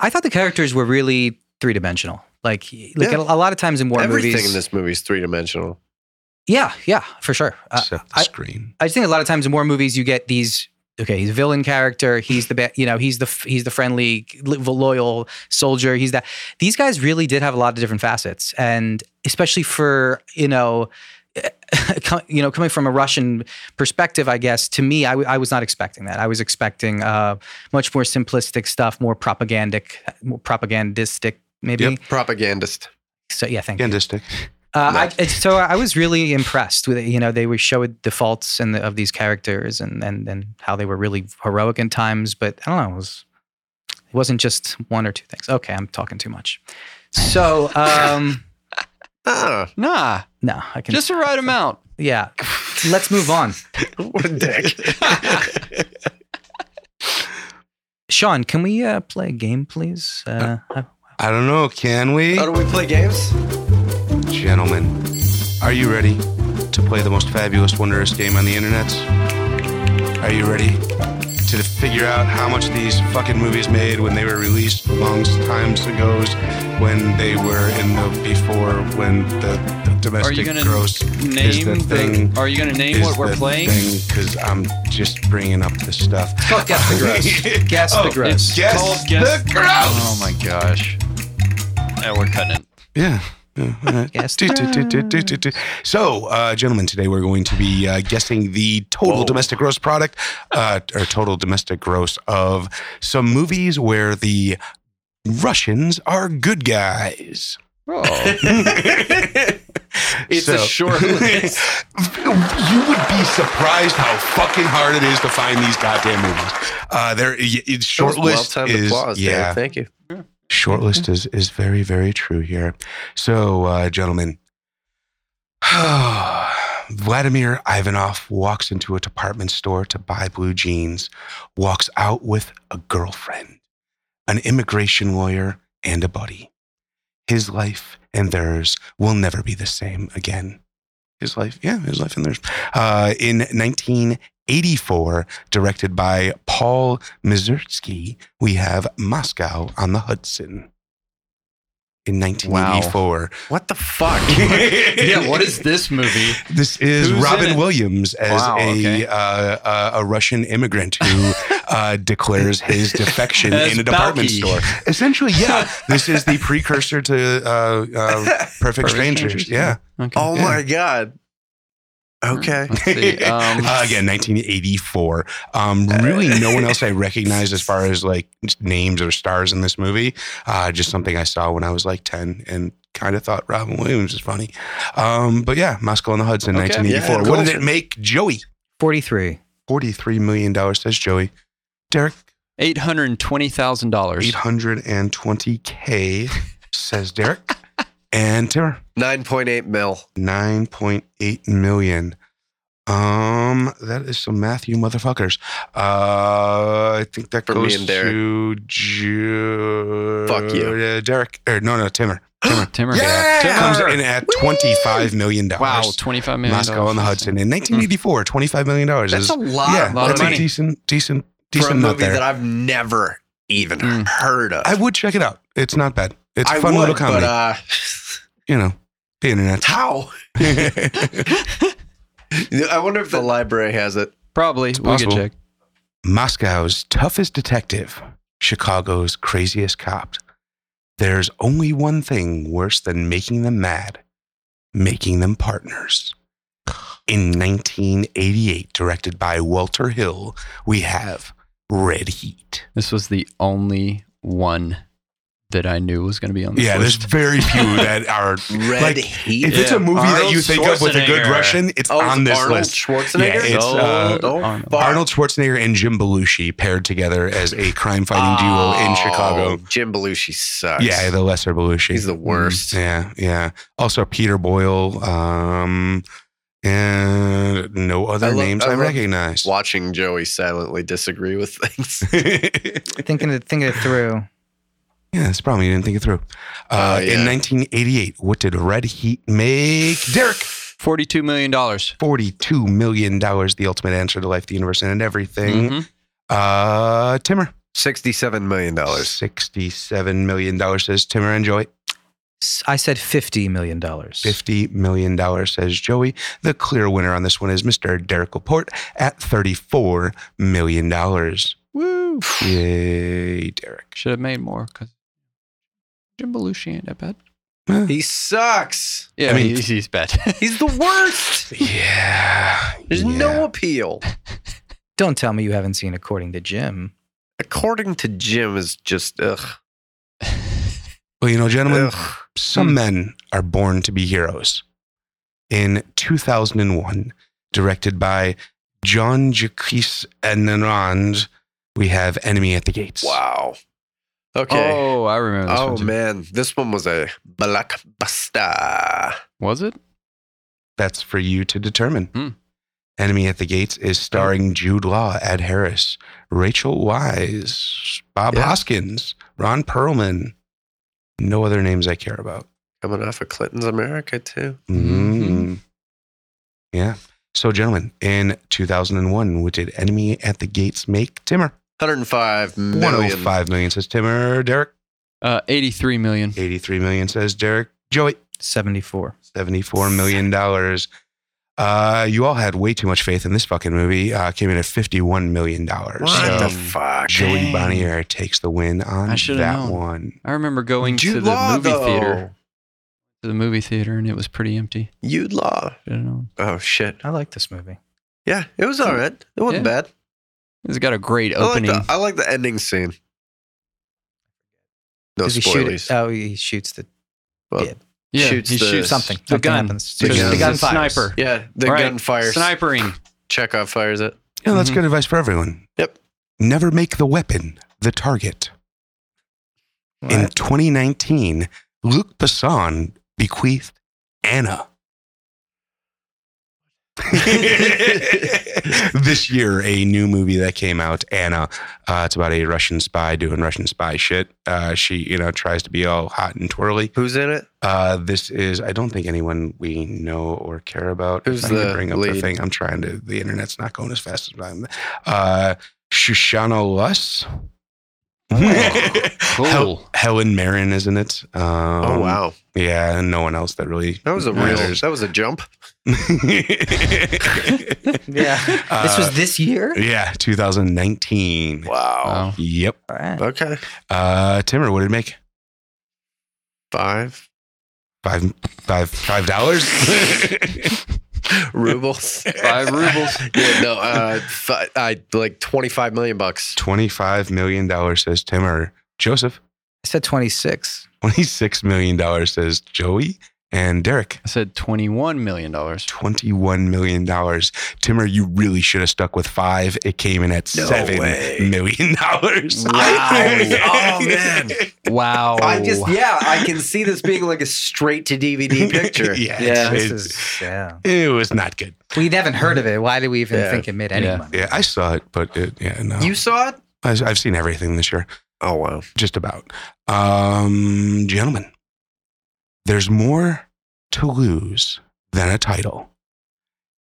I thought the characters were really three dimensional. Like, like
Yeah.
a, a lot of times in war
Everything
movies.
in this movie is three-dimensional.
yeah, yeah, for sure. Uh,
Except the
I-
screen.
I just think a lot of times in war movies you get these. Okay, he's a villain character. He's the ba- you know he's the f- he's the friendly, li- loyal soldier. He's that. These guys really did have a lot of different facets, and especially for you know. [laughs] co- You know, coming from a Russian perspective, I guess to me, I, w- I was not expecting that. I was expecting uh, much more simplistic stuff, more propagandic, more propagandistic, maybe.
Yep.
Propagandist.
So yeah, thank you.
Gandistic.
Uh,
No.
I, it's- so I was really impressed with it. You know, they were showed the faults and the, of these characters and, and and how they were really heroic in times. But I don't know, it was it wasn't just one or two things. Okay, I'm talking too much. So um,
Ah,
nah
no, I can
just the right amount
yeah. Let's move on.
what a dick.
[laughs] Sean, can we uh, play a game, please? Uh,
I don't know. Can we?
How do we play games?
Gentlemen, are you ready to play the most fabulous, wondrous game on the internet? Are you ready to figure out how much these fucking movies made when they were released long times ago, when they were in the before, when the, the
are
domestic
you gonna
gross is
name
the
the,
thing?
are you gonna name
is
what we're
the
playing
thing, Cause I'm just bringing up the stuff. [laughs]
Fuck, guess the gross. Guess the
Oh,
gross.
Guess
Called Guess-
the gross.
oh my gosh yeah we're cutting it
Yeah.
[laughs]
Yes.
Do, do, do, do, do, do, do. So, uh, gentlemen, today we're going to be uh, guessing the total
Whoa.
domestic gross product uh, or total domestic gross of some movies where the Russians are good guys. [laughs]
Oh,
[laughs] It's a
[laughs]
short list.
you would be surprised how fucking hard it is to find these goddamn movies. Uh, there, it's short list
Well-timed
is
applause, Dan.
yeah.
Thank you.
Shortlist is is very very true here. So, uh, gentlemen, [sighs] Vladimir Ivanov walks into a department store to buy blue jeans, walks out with a girlfriend, an immigration lawyer, and a buddy. His life and theirs will never be the same again. His life, yeah, his life and theirs. Uh, in 1984, directed by Paul Mazursky, we have Moscow on the Hudson in 1984.
What the
[laughs]
fuck?
yeah. What is this movie?
This is
Who's in
Robin
it?
Williams as
Wow,
a,
okay.
uh, uh, a Russian immigrant
[laughs]
who uh, declares his defection
As
in a department
Balky.
store. Essentially, yeah, [laughs] this is the precursor to
[laughs]
uh, uh, Perfect, Strangers.
Strangers,
Yeah.
Okay.
[laughs] oh my god. Okay.
Let's see.
[laughs]
Um, Uh,
Uh, again, 1984.
[laughs]
Um, really, no one else I recognized as far as like names or stars in this movie. Uh, just something I saw when I was like 10 and kind of thought Robin Williams was funny. Um, but yeah, Moscow on the Hudson,
Okay.
1984.
Yeah,
What
cool.
did it make Joey?
43.
$43 million, says Joey. Derek,
Eight hundred twenty thousand dollars.
820K, says Derek. and Timur.
9.8 mil.
9.8 million. Um, that is some math, you motherfuckers. Uh, I think that
For me
goes
and Derek.
to Ju-
Fuck you.
uh, Derek. Or no, no, Timmer. [gasps] Timmer.
Timmer.
yeah,
Timmer.
comes in at $25 million.
Wow, twenty-five million.
Moscow on the Hudson in 1984, $25 million.
That's
is,
a lot,
yeah,
of
lot
that's
of money.
a decent, decent,
for a
decent nut
movie
there.
that I've never even
Mm.
heard of.
I would check it out. It's not bad. It's a
I
fun
would,
little comedy.
But, uh,
you know, the internet.
how? uh, [laughs] I wonder if the library has it.
Probably. We can
possible.
check.
Moscow's toughest detective, Chicago's craziest cop. There's only one thing worse than making them mad making them partners. In 1988, directed by Walter Hill, we have Red Heat.
This was the only one that I knew was going to be on. This
Yeah, there's
list.
very few that are.
Red
Like,
Heat.
[laughs] If it's a
Yeah.
movie that you
Arnold
think of with a good
Schwarzenegger.
Russian, it's
Oh,
on
it's
this
Arnold
list.
Schwarzenegger?
Yeah, it's, uh,
oh,
Arnold.
fuck.
Arnold Schwarzenegger and Jim Belushi paired together as a crime-fighting duo in
Oh,
Chicago.
Jim Belushi sucks.
Yeah, the lesser Belushi. Mm,
he's the worst.
Yeah, yeah. Also Peter Boyle, um, and no other
I love-
names
I
I,
love
recognize.
Watching Joey silently disagree with things.
Thinking it, thinking it through.
yeah, that's probably you didn't think it through.
Oh,
Uh,
yeah.
In 1988, what did Red Heat make? [laughs] Derek,
forty-two million dollars.
forty-two million dollars. The ultimate answer to life, the universe, and everything.
Mm-hmm.
Mm-hmm.
Uh, Timmer,
Sixty-seven million dollars.
sixty-seven million dollars says Timmer and Joey.
S- I said $50 million.
$50 million, says Joey. The clear winner on this one is Mr. Derek Laporte at $34 million.
Woo!
Yay, Derek.
Should have made more because Jim Belushi ain't that bad.
He sucks.
Yeah,
I mean-
he's, he's bad. [laughs]
He's the worst.
Yeah.
There's no appeal.
Don't tell me you haven't seen According to Jim.
According to Jim, is just ugh.
Well, you know, gentlemen,
ugh.
some men are born to be heroes. In 2001, directed by John Jacques Anand, we have Enemy at the Gates.
Wow. Okay.
Oh, I remember this
Oh,
one too.
man, this one was a blockbuster.
Was it?
That's for you to determine.
Hmm.
Enemy at the Gates is starring Jude Law, Ed Harris, Rachel Wise, Bob
Yeah.
Hoskins, Ron Perlman. No other names I care about.
Coming off of Clinton's America too. Mm-hmm.
Mm. Yeah. So, gentlemen, in 2001, what did Enemy at the Gates make? Timmer.
105 million.
105 million says Timmer. Derek.
Uh, eighty-three million.
83 million says Derek. Joey.
74.
$74 million. Uh, you all had way too much faith in this fucking movie. Uh, came in at $51 million.
What
So,
the fuck?
Joey
Dang.
Bonnier takes the win on
I should've
that
known.
one.
I remember going to the movie theater. to the movie theater and it was pretty empty.
You'd Law.
Should've known.
Oh shit.
I like this movie.
Yeah, it was
Hmm.
all right. It wasn't bad.
It's got a great
I like
opening.
the I like the ending scene. No
Does he shoot
spoilers.
it? Oh, he shoots the
yeah,
shoots
he
the-
shoots
something.
The
Something
gun.
happens.
The
The gun.
gun
The fires.
sniper.
Yeah, the
Right.
gunfire.
Snipering.
Chekhov
[laughs]
fires it. [laughs]
Yeah, that's
Mhm.
good advice for everyone.
Yep.
Never make the weapon the target. In 2019, Luc Besson bequeathed
[laughs]
Anna. this year, a new movie that came out, Anna. Uh, it's about a Russian spy doing Russian spy shit. Uh, she, you know, tries to be all hot and twirly.
Who's in it?
Uh, this is, I don't think anyone we know or care about.
Who's
If I can
the
bring up the
lead?
thing? I'm trying to. The internet's not going as fast as I'm. Uh, Shoshana Luss. [laughs]
Cool.
Hel- Helen Mirren, isn't it? Um,
oh wow, Oh.
Yeah, and no one else that really.
[laughs] that was a real.
matters.
That was a jump.
[laughs] Yeah. this
Uh,
was this year?
[laughs] yeah, 2019.
Wow.
Wow.
Yep.
All right.
Okay.
Uh, Timmer, what did it make?
Five
Five, five, five dollars. [laughs]
rubles.
Five rubles.
[laughs] yeah. No. Uh. Fi- I like twenty five million bucks.
Twenty-five million dollars says Timmer. Joseph.
I said 26.
$26 million says Joey and Derek.
I said $21 million. No
$21 million. Timmer, you really should have stuck with five. It came in at
No
seven
way.
million dollars.
Wow. Oh, man.
Oh.
Wow.
I just yeah. I can see this being like a straight to [laughs] DVD picture.
yeah.
Yeah.
It,
This is, yeah.
[laughs] it was not good.
We'd haven't heard of it. Why did we even
Yeah.
think it made any
Yeah.
money?
Yeah, I saw it, but it, yeah, no.
You saw it?
I, I've seen everything this year,
Oh wow.
just about. Um, gentlemen, there's more to lose than a title.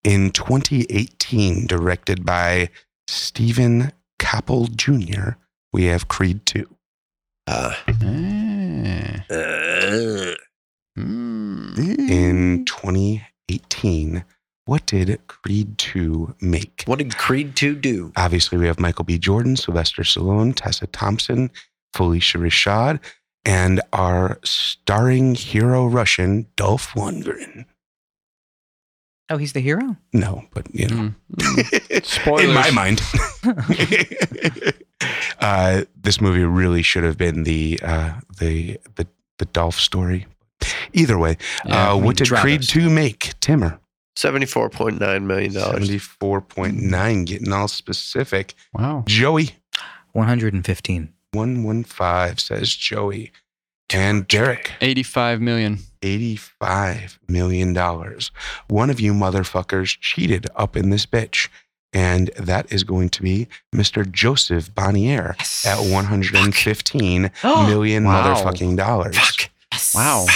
In 2018, directed by Stephen Koppel Jr., we have Creed 2.
Uh,
Eh. Ah.
uh,
Mm.
In 2018, what did Creed 2 make?
what did Creed two do?
Obviously, we have Michael B. Jordan, Sylvester Stallone, Tessa Thompson, Felicia Rashad, and our starring hero Russian, Dolph Lundgren.
Oh, he's the hero? [laughs]
No, but you know.
Mm. Mm. Spoilers.
In my
[laughs]
mind. uh, this movie really should have been the uh, the the the Dolph story. Either way,
Yeah.
uh,
I mean,
what did
Travis.
Creed 2 make? Timmer.
Seventy four point nine million dollars.
74.9, getting all specific.
Hmm. wow.
Joey,
115.
115 says Joey. And Derek,
85 million.
$85 million. One of you motherfuckers cheated up in this bitch. And that is going to be Mr. Joseph Bonnier
Yes.
at
[gasps]
115
Oh,
million
Wow.
motherfucking dollars.
yes.
Wow. Wow.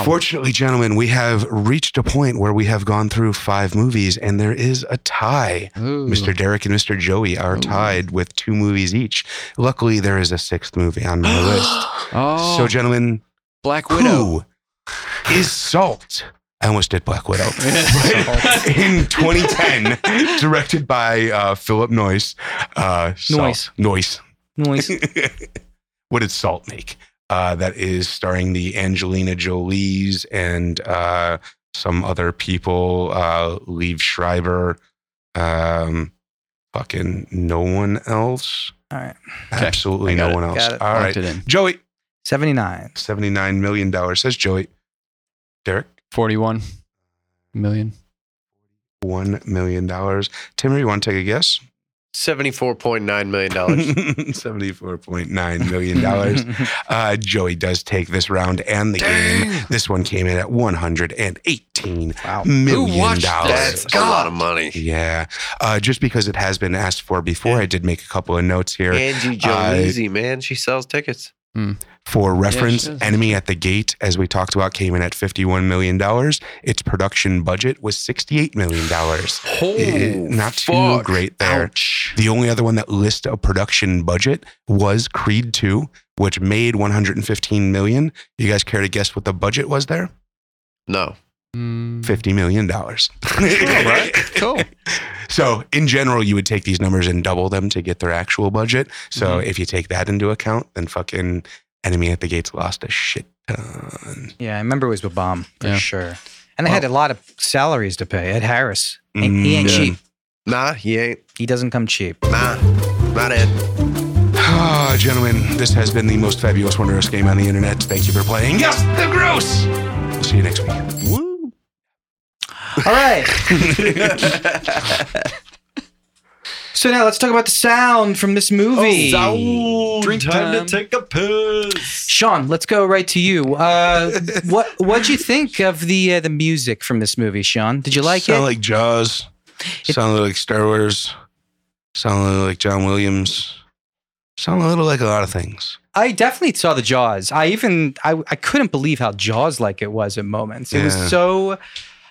Unfortunately, gentlemen, we have reached a point where we have gone through five movies and there is a tie.
Ooh.
Mr. Derek and Mr. Joey are
Ooh.
tied with two movies each. Luckily, there is a sixth movie
[gasps]
on my list.
[gasps]
Oh,
So, gentlemen,
Black Widow.
who is Salt? I almost did Black [laughs] Widow. in 2010, directed by uh, Philip Noyce. Uh, Salt- Noyce. [laughs]
Noise.
What did Salt make? Uh, that is starring the Angelina Jolies and uh, some other people, uh, Liev Schreiber, um, fucking no one else.
All right.
Okay.
Absolutely
I got
no
it.
one else.
Got it.
All right.
Locked it in.
Joey,
79.
$79 million, says Joey. Derek,
41 million.
$1 million. Timmer, you want to take a guess?
Seventy four point nine million
[laughs]
dollars.
$74.9 million. Uh, Joey does take this round and the game. This one came in at one hundred and eighteen
Wow.
Who
million
watched
dollars.
that?
That's a lot of money.
Yeah, uh, just because it has been asked for before, I did make a couple of notes here
Angie
I-
Jolizzi, man, she sells tickets.
for reference.
does.
Enemy at the Gate, as we talked about, came in at fifty-one million dollars. Its production budget was sixty-eight million dollars. Not too
fuck.
great there.
Ouch.
The only other one that lists a production budget was Creed 2, which made 115 million. You guys care to guess what the budget was there?
No.
Mm.
50 million [laughs] dollars.
right. Cool.
So, in general, you would take these numbers and double them to get their Mm-hmm. actual budget. So, if you take that into account, then fucking Enemy at the Gates lost a shit Ton.
[laughs] Yeah, I remember it was a bomb for
Yeah.
sure. And they had a lot of salaries to pay. Ed Harris, he-
Mm,
he ain't
yeah.
cheap.
Nah, he ain't.
He doesn't come cheap.
Nah, not it.
Ah, gentlemen, this has been the most fabulous, wondrous game on the internet. Thank you for playing. Yes, the gross. We'll see you next week.
All
[laughs]
right. so now let's talk about the sound from this movie.
Oh,
Drink time.
take a piss.
Sean, let's go right to you. Uh, what what'd you think of the uh, the music from this movie, Sean? Did you like
Sound
it?
like Jaws.
It-
Sound like Star Wars. Sound like John Williams. Sound a little like a lot of things.
I definitely saw the Jaws. I even I, I couldn't believe how Jaws like it was at moments. It
Yeah.
was so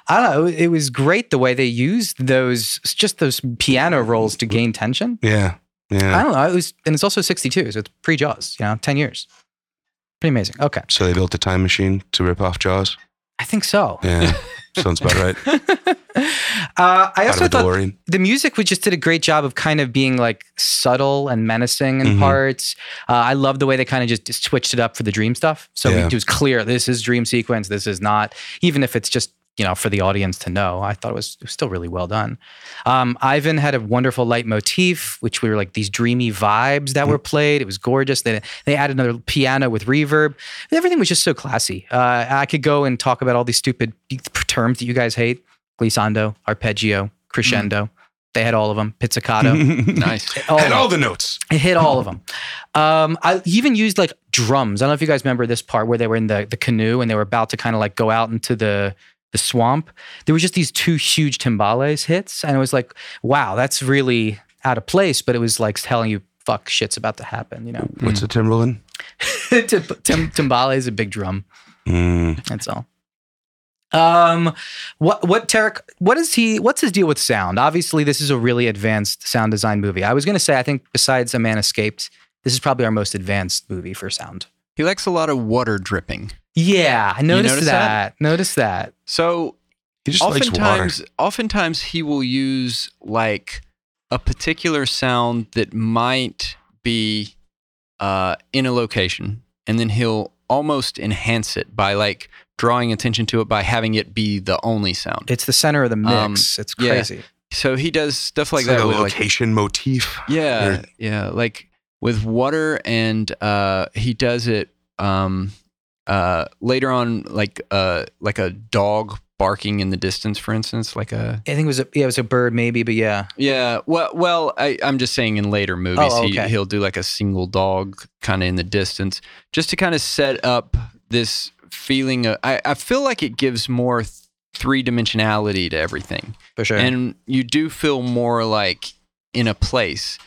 I don't know. It was great the way they used those just those piano rolls to gain tension.
Yeah.
I
Yeah.
don't know. It was and it's also sixty two, so it's pre Jaws. You know, ten years. Pretty amazing. Okay,
So they built a time machine to rip off Jaws.
I think so. [laughs]
Yeah. Sounds about right.
uh, I
Out
also
of a
thought
DeLorean.
the music was just did a great job of kind of being like subtle and menacing in
Mhm.
parts. Uh, I love the way they kind of just switched it up for the dream stuff. So
Yeah.
it was clear this is dream sequence, this is not, even if it's just you know for the audience to know. I thought it was, it was still really well done. Um, Ivan had a wonderful light motif, which we were like these dreamy vibes that
Mm.
were played. It was gorgeous. They they added another piano with reverb. Everything was just so classy. Uh, I could go and talk about all these stupid terms that you guys hate: glissando, arpeggio, crescendo. They had all of them.
[laughs]
Pizzicato.
Nice.
all of
Had
them.
all the notes.
It hit all of them. Um, I he even used like drums. I don't know if you guys remember this part where they were in the, the canoe and they were about to kind of like go out into the the swamp. There was just these two huge timbales hits, and it was like, wow, that's really out of place. But it was like telling you, fuck, shit's about to happen. You know,
What's the Timberland?
[laughs] Tim, tim- timbale is a big drum.
Mm.
That's all. Um, what what Tarek? What is he? What's his deal with sound? Obviously, this is a really advanced sound design movie. I was gonna say, I think besides A Man Escaped, this is probably our most advanced movie for sound.
He likes a lot of water dripping.
Yeah, I noticed
notice
that. Notice that.
So
He just likes water.
oftentimes, oftentimes he will use like a particular sound that might be uh, in a location, and then he'll almost enhance it by like drawing attention to it by having it be the only sound.
It's the center of the mix.
Um,
it's
yeah.
crazy.
so he does stuff like
It's
that
a
with like
location motif.
yeah,
Or-
yeah, like with water, and uh, he does it um, uh, later on, like uh, like a dog barking in the distance, for instance, like a
I think it was a, yeah, it was a bird maybe, but yeah,
yeah. Well, well, I, I'm just saying in later movies,
Oh,
he,
okay.
he'll do like a single dog kind of in the distance, just to kind of set up this feeling. Of, I, I feel like it gives more three dimensionality to everything
for sure.
and you do feel more like in a place.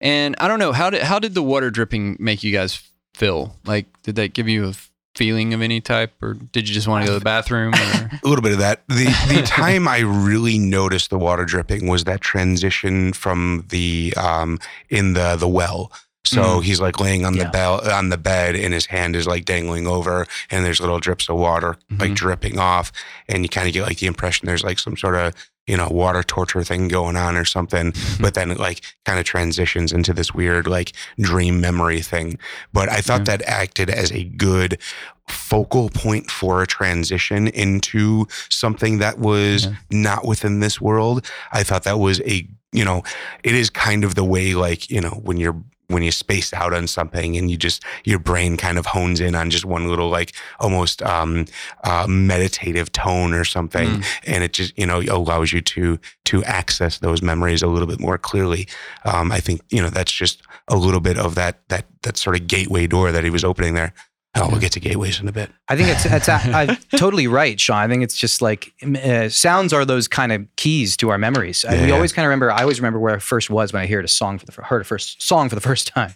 And I don't know how did how did the water dripping make you guys feel? Like, did that give you a feeling of any type, or did you just want to
[laughs]
go to the bathroom? Or?
A little bit of that. The the time I really noticed the water dripping was that transition from the um in the the well. So
Mhm.
he's like laying on
Yeah.
the bell on the bed and his hand is like dangling over and there's little drips of water like
Mhm.
dripping off and you kind of get like the impression there's like some sort of you know water torture thing going on or something but then it like kind of transitions into this weird like dream memory thing but i thought that acted as a good focal point for a transition into something that was
Yeah.
not within this world i thought that was a you know it is kind of the way like you know when you're when you space out on something and you just your brain kind of hones in on just one little like almost um uh meditative tone or something
Mm.
and it just you know allows you to to access those memories a little bit more clearly um i think you know that's just a little bit of that that that sort of gateway door that he was opening there oh we'll get to gateways in a bit
I think it's it's a,
[laughs]
I'm totally right, Sean. I think it's just like m- uh, sounds are those kind of keys to our memories. And we
Yeah.
always kind of remember. I always remember where I first was when I heard a song for the fir- heard a first song for the first time.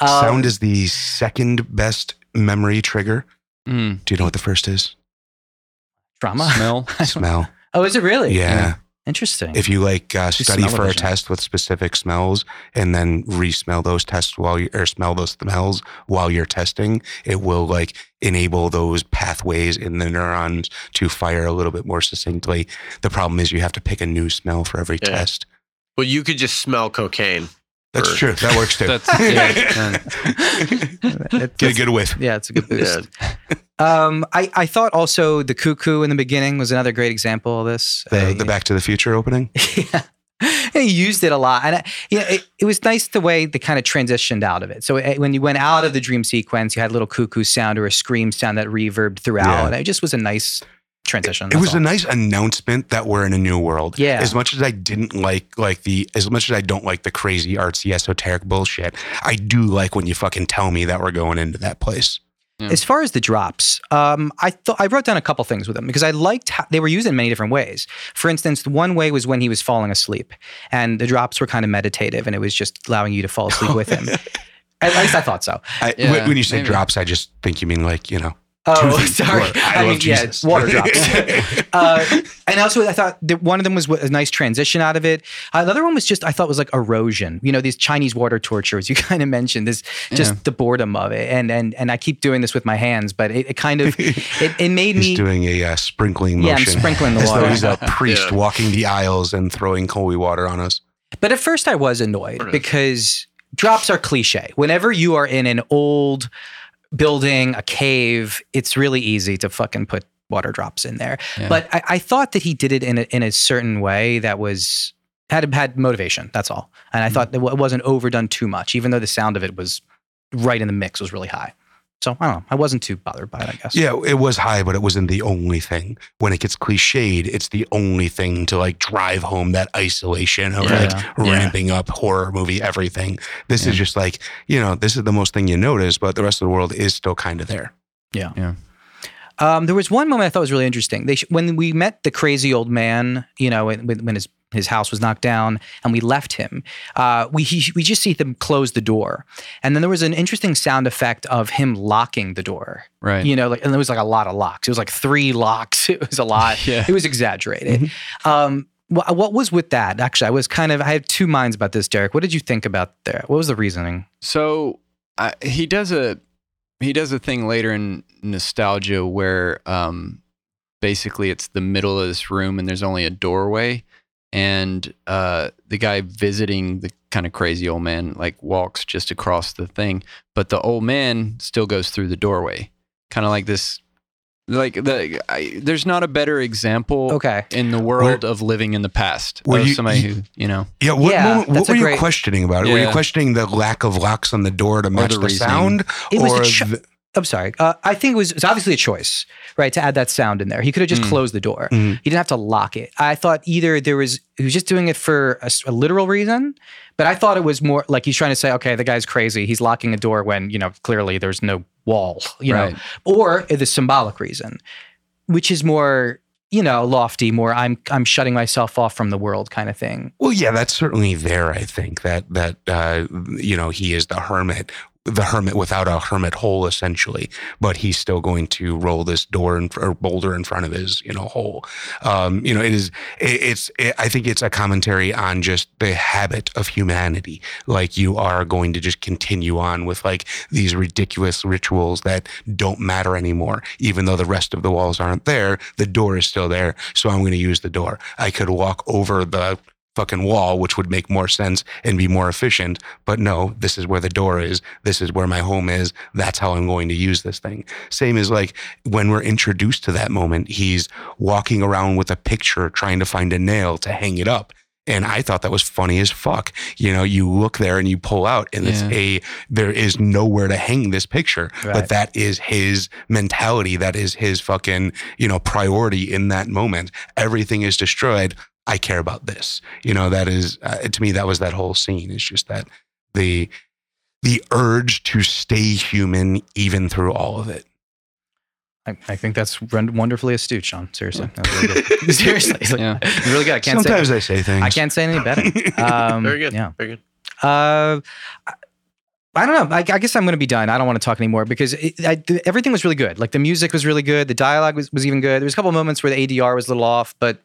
Um,
sound is the second best memory trigger
Mm.
do you know what the first
[laughs]
is
drama.
Smell.
smell
[laughs] Oh, is it really?
yeah
Interesting. [laughs]
if you like uh,
You
study
smell
for a
it, yeah.
test with specific smells and then re-smell those tests while you or smell those smells while you're testing it will like enable those pathways in the neurons to fire a little bit more succinctly the problem is you have to pick a new smell for every
Yeah.
test
Well, you could just smell [laughs] cocaine.
that's
Or-
true that works too
That's yeah.
It's-
[laughs] get a good whiff [laughs]
yeah, it's a good boost. Um, I, I thought also the cuckoo in the beginning was another great example of this. Uh,
The,
They-
Uh, the Back to the Future opening.
[laughs] yeah. He used it a lot. And I, yeah, it, it was nice the way they kind of transitioned out of it. So it, when you went out of the dream sequence, you had a little cuckoo sound or a scream sound that reverbed throughout.
Yeah.
And it just was a nice transition.
it
that's
was
all.
a nice announcement that we're in a new world.
Yeah.
As much as I didn't like like the as much as I don't like the crazy artsy esoteric bullshit, I do like when you fucking tell me that we're going into that place.
As far as the drops, um, I thought I wrote down a couple things with them because I liked how they were used in many different ways. For instance, one way was when he was falling asleep, and the drops were kind of meditative, and it was just allowing you to fall asleep with
[laughs]
him. At least I thought so.
I,
Yeah,
when- when you say
maybe.
drops, I just think you mean like, you know,
Oh,
Two feet
sorry.
were, I, love
yeah,
Jesus. [laughs]
water drops. [laughs] uh, and also, I thought that one of them was a nice transition out of it. Uh, the other one was just I thought was like erosion. You know, these Chinese water tortures [laughs] you kind of mentioned. This just
Yeah.
the boredom of it, and and and I keep doing this with my hands, but it, it kind
[laughs]
of it, it made
he's
me.
doing a uh, sprinkling
Yeah, I'm
motion.
sprinkling the
as though
water. [laughs]
he's a priest
Yeah.
walking the aisles and throwing holy water on us.
But at first, I was annoyed
Sort of.
because drops are cliche. Whenever you are in an old building, a cave, it's really easy to fucking put water drops in there.
Yeah.
But I, I thought that he did it in a, in a certain way that was had had motivation. That's all. And I thought that it wasn't overdone too much, even though the sound of it was right in the mix was really high. So I don't know. I wasn't too bothered by it. I guess.
Yeah, it was high, but it wasn't the only thing. When it gets cliched, it's the only thing to like drive home that isolation of
Yeah.
like
Yeah.
ramping up horror movie everything. This is
Yeah.
just like, you know, this is the most thing you notice, but the rest of the world is still kind of there.
Um, there was one moment I thought was really interesting. They sh- when we met the crazy old man, you know, when, when when his his house was knocked down and we left him, uh, we he, we just see them close the door, and then there was an interesting sound effect of him locking the door.
Right.
You know, like and there was like a lot of locks. It was like three locks. [laughs] It was a lot.
[laughs] Yeah. Mm-hmm.
It was exaggerated. Um, wh- what was with that? Actually, I was kind of I had two minds about this, Derek. What did you think about there? What was the reasoning?
So I, he does a he does a thing later in nostalgia where um, basically it's the middle of this room and there's only a doorway and uh, the guy visiting the kind of crazy old man like walks just across the thing but the old man still goes through the doorway kind of like this like the I, there's not a better example
Okay.
in the world of living in the past
Were
of
you-
somebody who you know
Yeah, what
Yeah,
moment, what
that's a
were you
great-
questioning about? Were you
Yeah.
questioning the lack of locks on the door to match
the
the,
reasoning.
sound?
It was a
or
cho-
the-
I'm sorry. Uh, I think it was, it was obviously a choice, right, to add that sound in there. He could have just
Mm.
closed the door.
Mm.
He didn't have to lock it. I thought either there was he was just doing it for a, s- a literal reason, but I thought it was more like he's trying to say, okay, the guy's crazy. He's locking a door when you know clearly there's no wall, [laughs] you
right
know, or the symbolic reason, which is more you know lofty, more I'm I'm shutting myself off from the world kind of thing.
Well, yeah, that's certainly there. I think that that uh, you know he is the hermit, the hermit without a hermit hole, essentially. But he's still going to roll this door in, or boulder in front of his you know hole. Um, you know, it is. It, it's. It, I think it's a commentary on just the habit of humanity. Like you are going to just continue on with like these ridiculous rituals that don't matter anymore, even though the rest of the walls aren't there. The door is still there, so I'm going to use the door. I could walk over the fucking wall, which would make more sense and be more efficient. But no, this is where the door is. This is where my home is. That's how I'm going to use this thing. Same as like when we're introduced to that moment, he's walking around with a picture trying to find a nail to hang it up. And I thought that was funny as fuck. You know, you look there and you pull out, and it's
Yeah.
a there is nowhere to hang this picture.
Right.
But that is his mentality. That is his fucking you know priority in that moment. Everything is destroyed. I care about this. You know, that is uh, to me that was that whole scene. It's just that the the urge to stay human even through all of it.
I, I think that's run- wonderfully astute, Sean. Seriously, That was really good. [laughs] [laughs] seriously, it's like,
Yeah.
it's really good. I can't say
Sometimes I say things.
I can't say any
[laughs]
better.
[laughs]
Um,
Very good.
Yeah.
Very good.
Uh, I- I don't know. I, I guess I'm going to be done. I don't want to talk anymore because it, I, th- everything was really good. Like the music was really good. The dialogue was, was even good. There was a couple moments where the ADR was a little off, but I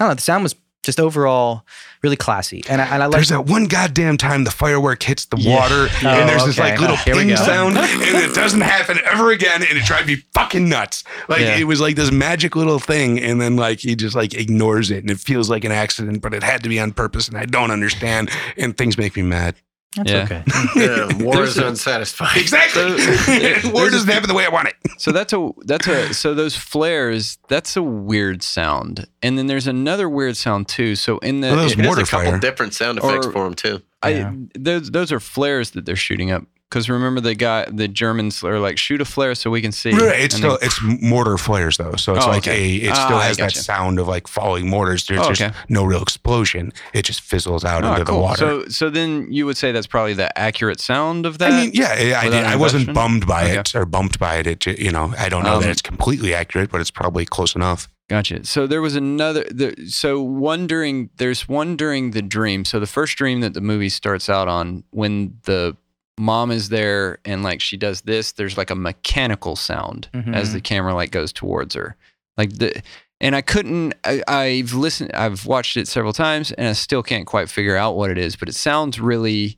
don't know. The sound was just overall really classy. And I, and I like
There's that one goddamn time the firework hits the
Yeah.
water,
Oh,
and there's this
okay.
like little
Oh, here we
ping
go.
[laughs]
sound, and it doesn't happen ever again, and it drives me fucking nuts. Like
Yeah.
it was like this magic little thing, and then like he just like ignores it, and it feels like an accident, but it had to be on purpose, and I don't understand, and things make me mad.
That's
Yeah. [laughs]
okay.
Yeah, war
There's
is
a-
unsatisfying. [laughs]
[laughs] Exactly.
There's-
War
there's a-
doesn't happen the way I want it.
So that's a that's a so those flares that's a weird sound, and then there's another weird sound too. So in the
Well, that was
it-
There's
Mortar
a couple
fire.
different sound effects
Or-
for him too.
Yeah.
I, those those are flares that they're shooting up. Because remember the guy the Germans are like shoot a flare so we can see.
Right, it's
And
still
then-
it's mortar flares though, so it's
Oh,
like
okay.
a it still
Ah, I
has that
gotcha.
sound of like falling mortars. There's
Oh,
just
okay.
no real explosion. It just fizzles out
Ah,
into the
cool.
water.
So so then you would say that's probably the accurate sound of that.
I mean, yeah, I- I,
without
did, I wasn't
interruption?
bummed by
Okay.
it or bumped by it. it. ju- You know, I don't know
Um,
that it's completely accurate, but it's probably close enough.
Gotcha. So there was another. There, so one during there's one during the dream. So the first dream that the movie starts out on, when the mom is there and like she does this, there's like a mechanical sound
Mhm.
as the camera like goes towards her, like the. And I couldn't. I, I've listened. I've watched it several times, and I still can't quite figure out what it is. But it sounds really,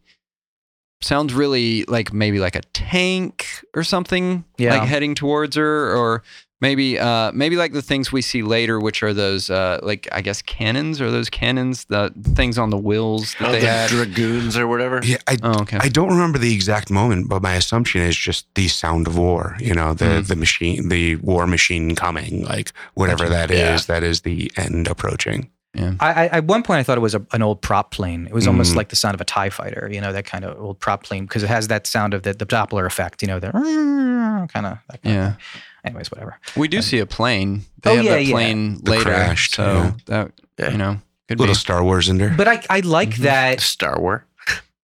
sounds really like maybe like a tank or something.
Yeah.
Like heading towards her, or Maybe, uh, maybe like the things we see later, which are those, uh, like I guess cannons or those cannons, the things on the wheels that
Oh,
they
the
had.
dragoons or whatever.
Yeah, I
Oh, okay.
I don't remember the exact moment, but my assumption is just the sound of war. You know, the
Mhm.
the machine, the war machine coming, like whatever that is,
Yeah.
that is the end approaching.
I, I at one point I thought it was a, an old prop plane. It was almost
Mm.
like the sound of a Tie Fighter, you know, that kind of old prop plane because it has that sound of the, the Doppler effect, you know, the kind of. That kind
Yeah.
Of. Anyways, whatever.
We do
Um,
see a plane. They
Oh,
have
yeah,
that
yeah.
plane
The
later.
crashed,
so
yeah.
that,
Yeah.
you know, could
Little
be.
Star Wars in there.
But I I like
Mhm.
that.
Star Wars.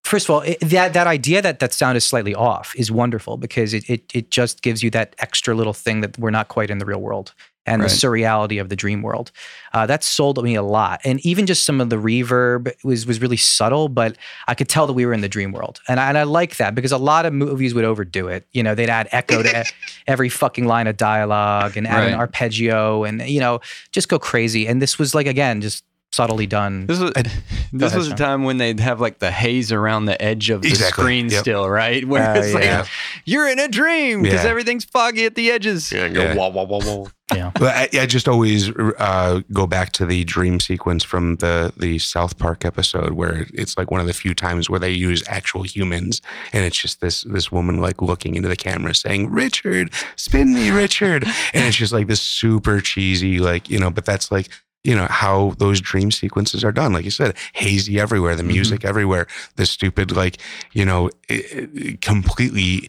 First of all, it, that that idea that that sound is slightly off is wonderful because it it it just gives you that extra little thing that we're not quite in the real world and
Right.
the surreality of the dream world. Uh, that sold me a lot, and even just some of the reverb was was really subtle, but I could tell that we were in the dream world, and I, and I like that because a lot of movies would overdo it. You know, they'd add echo to
[laughs]
e- every fucking line of dialogue and add an
Right.
arpeggio, and you know, just go crazy. And this was like again just subtly done.
This was,
I-
this
ahead,
was a
Sean.
time when they'd have like the haze around the edge of the
Exactly.
screen
Yep. Ah,
still, right? [laughs] Where
Oh,
it's like,
yeah.
you're in a dream because
Yeah.
everything's foggy at the edges.
Yeah, go
Yeah.
wah wah wah wah.
But I, I just always uh, go back to the dream sequence from the the South Park episode where it's like one of the few times where they use actual humans, and it's just this this woman like looking into the camera saying, "Richard, spin me, Richard," and it's just like this super cheesy, like you know. But that's like you know how those dream sequences are done. Like you said, hazy everywhere, the
Mhm.
music everywhere, the stupid like you know it, it- completely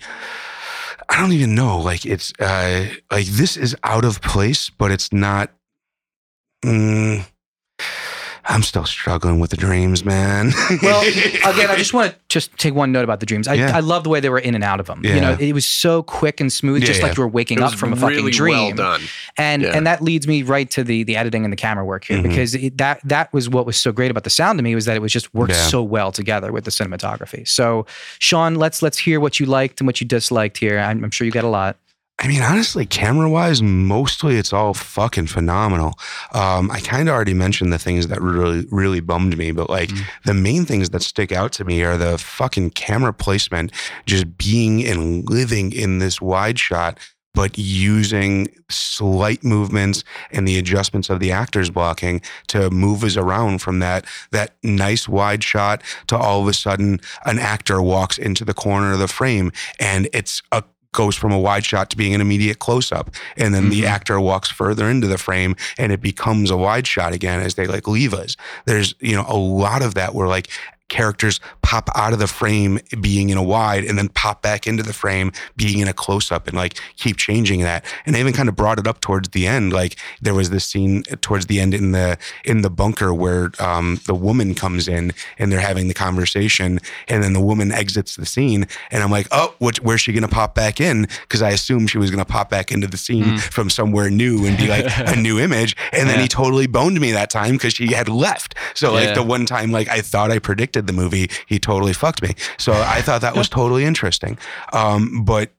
i don't even know like it's uh like this is out of place but it's not mm, i'm still struggling with the dreams man [laughs]
well, again, I just want to just take one note about the dreams. I,
Yeah.
I love the way they were in and out of them. You know,
Yeah.
it was so quick and smooth,
Yeah,
just like
yeah.
you were waking
It
up
was
from a fucking
really
dream.
Well done.
And
Yeah.
and that leads me right to the the editing and the camera work here
Mhm.
because it, that that was what was so great about the sound to me was that it was just worked
Yeah.
so well together with the cinematography. So, Sean, let's let's hear what you liked and what you disliked here. I'm, I'm sure you got a lot.
I mean, honestly, camera wise, mostly it's all fucking phenomenal. Um, I kind of already mentioned the things that really, really bummed me, but like
Mm.
the main things that stick out to me are the fucking camera placement, just being and living in this wide shot, but using slight movements and the adjustments of the actors blocking to move us around from that that nice wide shot to all of a sudden an actor walks into the corner of the frame and it's a goes from a wide shot to being an immediate close up and then the
Mhm.
actor walks further into the frame and it becomes a wide shot again as they like leave us there's you know a lot of that where like characters pop out of the frame being in a wide and then pop back into the frame being in a close up and like keep changing that and they even kind of brought it up towards the end like there was this scene towards the end in the in the bunker where um, the woman comes in and they're having the conversation and then the woman exits the scene and i'm like oh what, where's she going to pop back in because i assumed she was going to pop back into the scene
Mm.
from somewhere new and be like a new image and then
Yeah.
he totally boned me that time because she had left so like
Yeah.
the one time like i thought i predicted the movie he totally fucked me so i thought
[laughs]
that was totally interesting um, but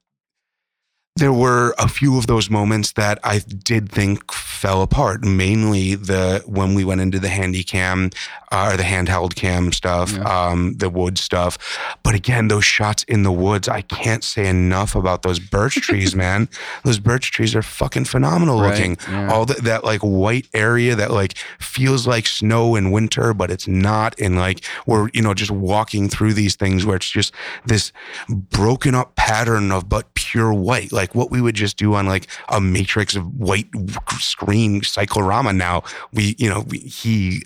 there were a few of those moments that I did think fell apart. Mainly the when we went into the handy cam uh, or the handheld cam stuff,
Yeah.
um, the wood stuff. But again, those shots in the woods, I can't say enough about those
[laughs]
birch trees, man. Those birch trees are fucking phenomenal
Right,
looking.
yeah.
All that that like white area that like feels like snow in winter, but it's not. And like we're you know just walking through these things where it's just this broken up pattern of but pure white, like what we would just do on like a matrix of white screen cyclorama. Now we you know we, he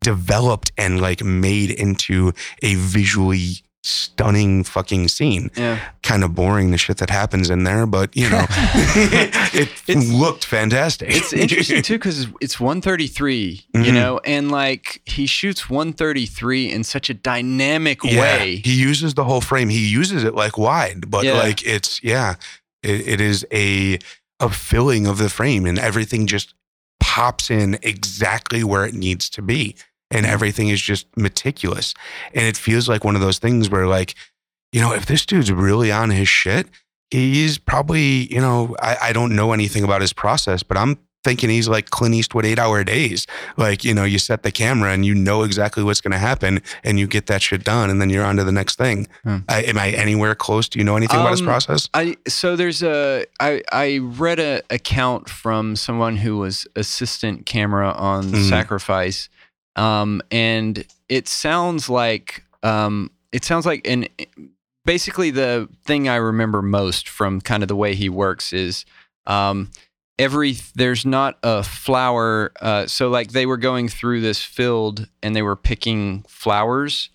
developed and like made into a visually stunning fucking scene
yeah.
kind of boring the shit that happens in there, but you
[laughs]
know, [laughs] it
It's-
looked fantastic. [laughs]
It's interesting too because it's 133, you
Mhm.
know, and like he shoots 133 in such a dynamic
[laughs] Yeah,
way.
He uses the whole frame. He uses it like wide, but
Yeah.
like it's yeah, it, it is a a filling of the frame, and everything just pops in exactly where it needs to be, and everything is just meticulous, and it feels like one of those things where like, you know, if this dude's really on his shit, he's probably you know I, I don't know anything about his process, but I'm. Thinking he's like Clint Eastwood eight hour days. Like, you know, you set the camera and you know exactly what's going to happen and you get that shit done, and then you're on to the next thing.
Hmm.
I, am I anywhere close? Do you know anything about his
Um,
process?
I so there's a I I read a account from someone who was assistant camera on
Mhm.
Sacrifice, um, and it sounds like um, it sounds like and basically the thing I remember most from kind of the way he works is um, every there's not a flower. Uh, so like they were going through this field and they were picking flowers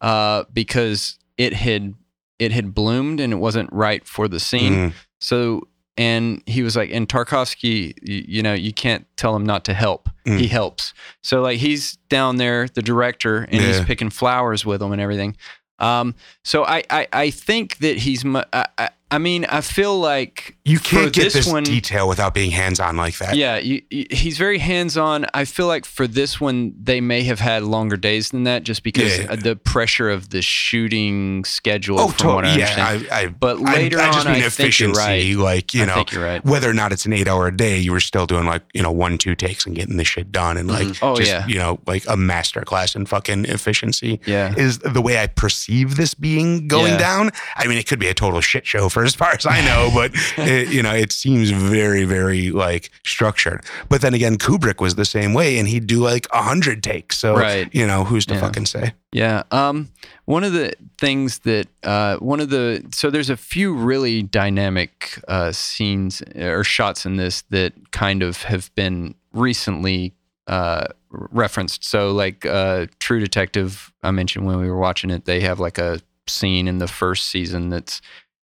uh, because it had it had bloomed and it wasn't right for the scene.
Mm,
So, and he was like, and Tarkovsky, you, you know, you can't tell him not to help.
Mm.
He helps. So, like, he's down there, the director, and he's
Yeah.
picking flowers with him and everything. Um, so I, I, I think that he's, mu- I, I, I mean, I feel like,
you
for
can't get
this
this,
one-
detail without being hands on like that.
yeah, you, you- he's very hands on. I feel like for this one, they may have had longer days than that just because
Yeah.
of the pressure of the shooting schedule,
Oh,
from what I
totally.
understand.
Yeah, I, I,
but
I-
later
I, just
on,
mean
I think you're
efficiency.
right.
Like you
I
know,
think you're right.
whether or not it's an eight hour day, you were still doing like you know one two takes and getting the shit done, and like
Mhm.
Oh,
just
yeah.
you know like a master class in
[laughs]
fucking efficiency.
Yeah.
Is the way I perceive this being going
Yeah.
down. I mean, it could be a total shit show for as far as I know,
[laughs]
but it, you know, it seems very, very like structured. But then again, Kubrick was the same way, and he'd do like a hundred takes. So
Right.
you know, who's to
Yeah.
fucking say?
Yeah. Um, one of the things that uh, one of the so there's a few really dynamic uh, scenes or shots in this that kind of have been recently uh, referenced. So like uh, True Detective, I mentioned when we were watching it, they have like a scene in the first season that's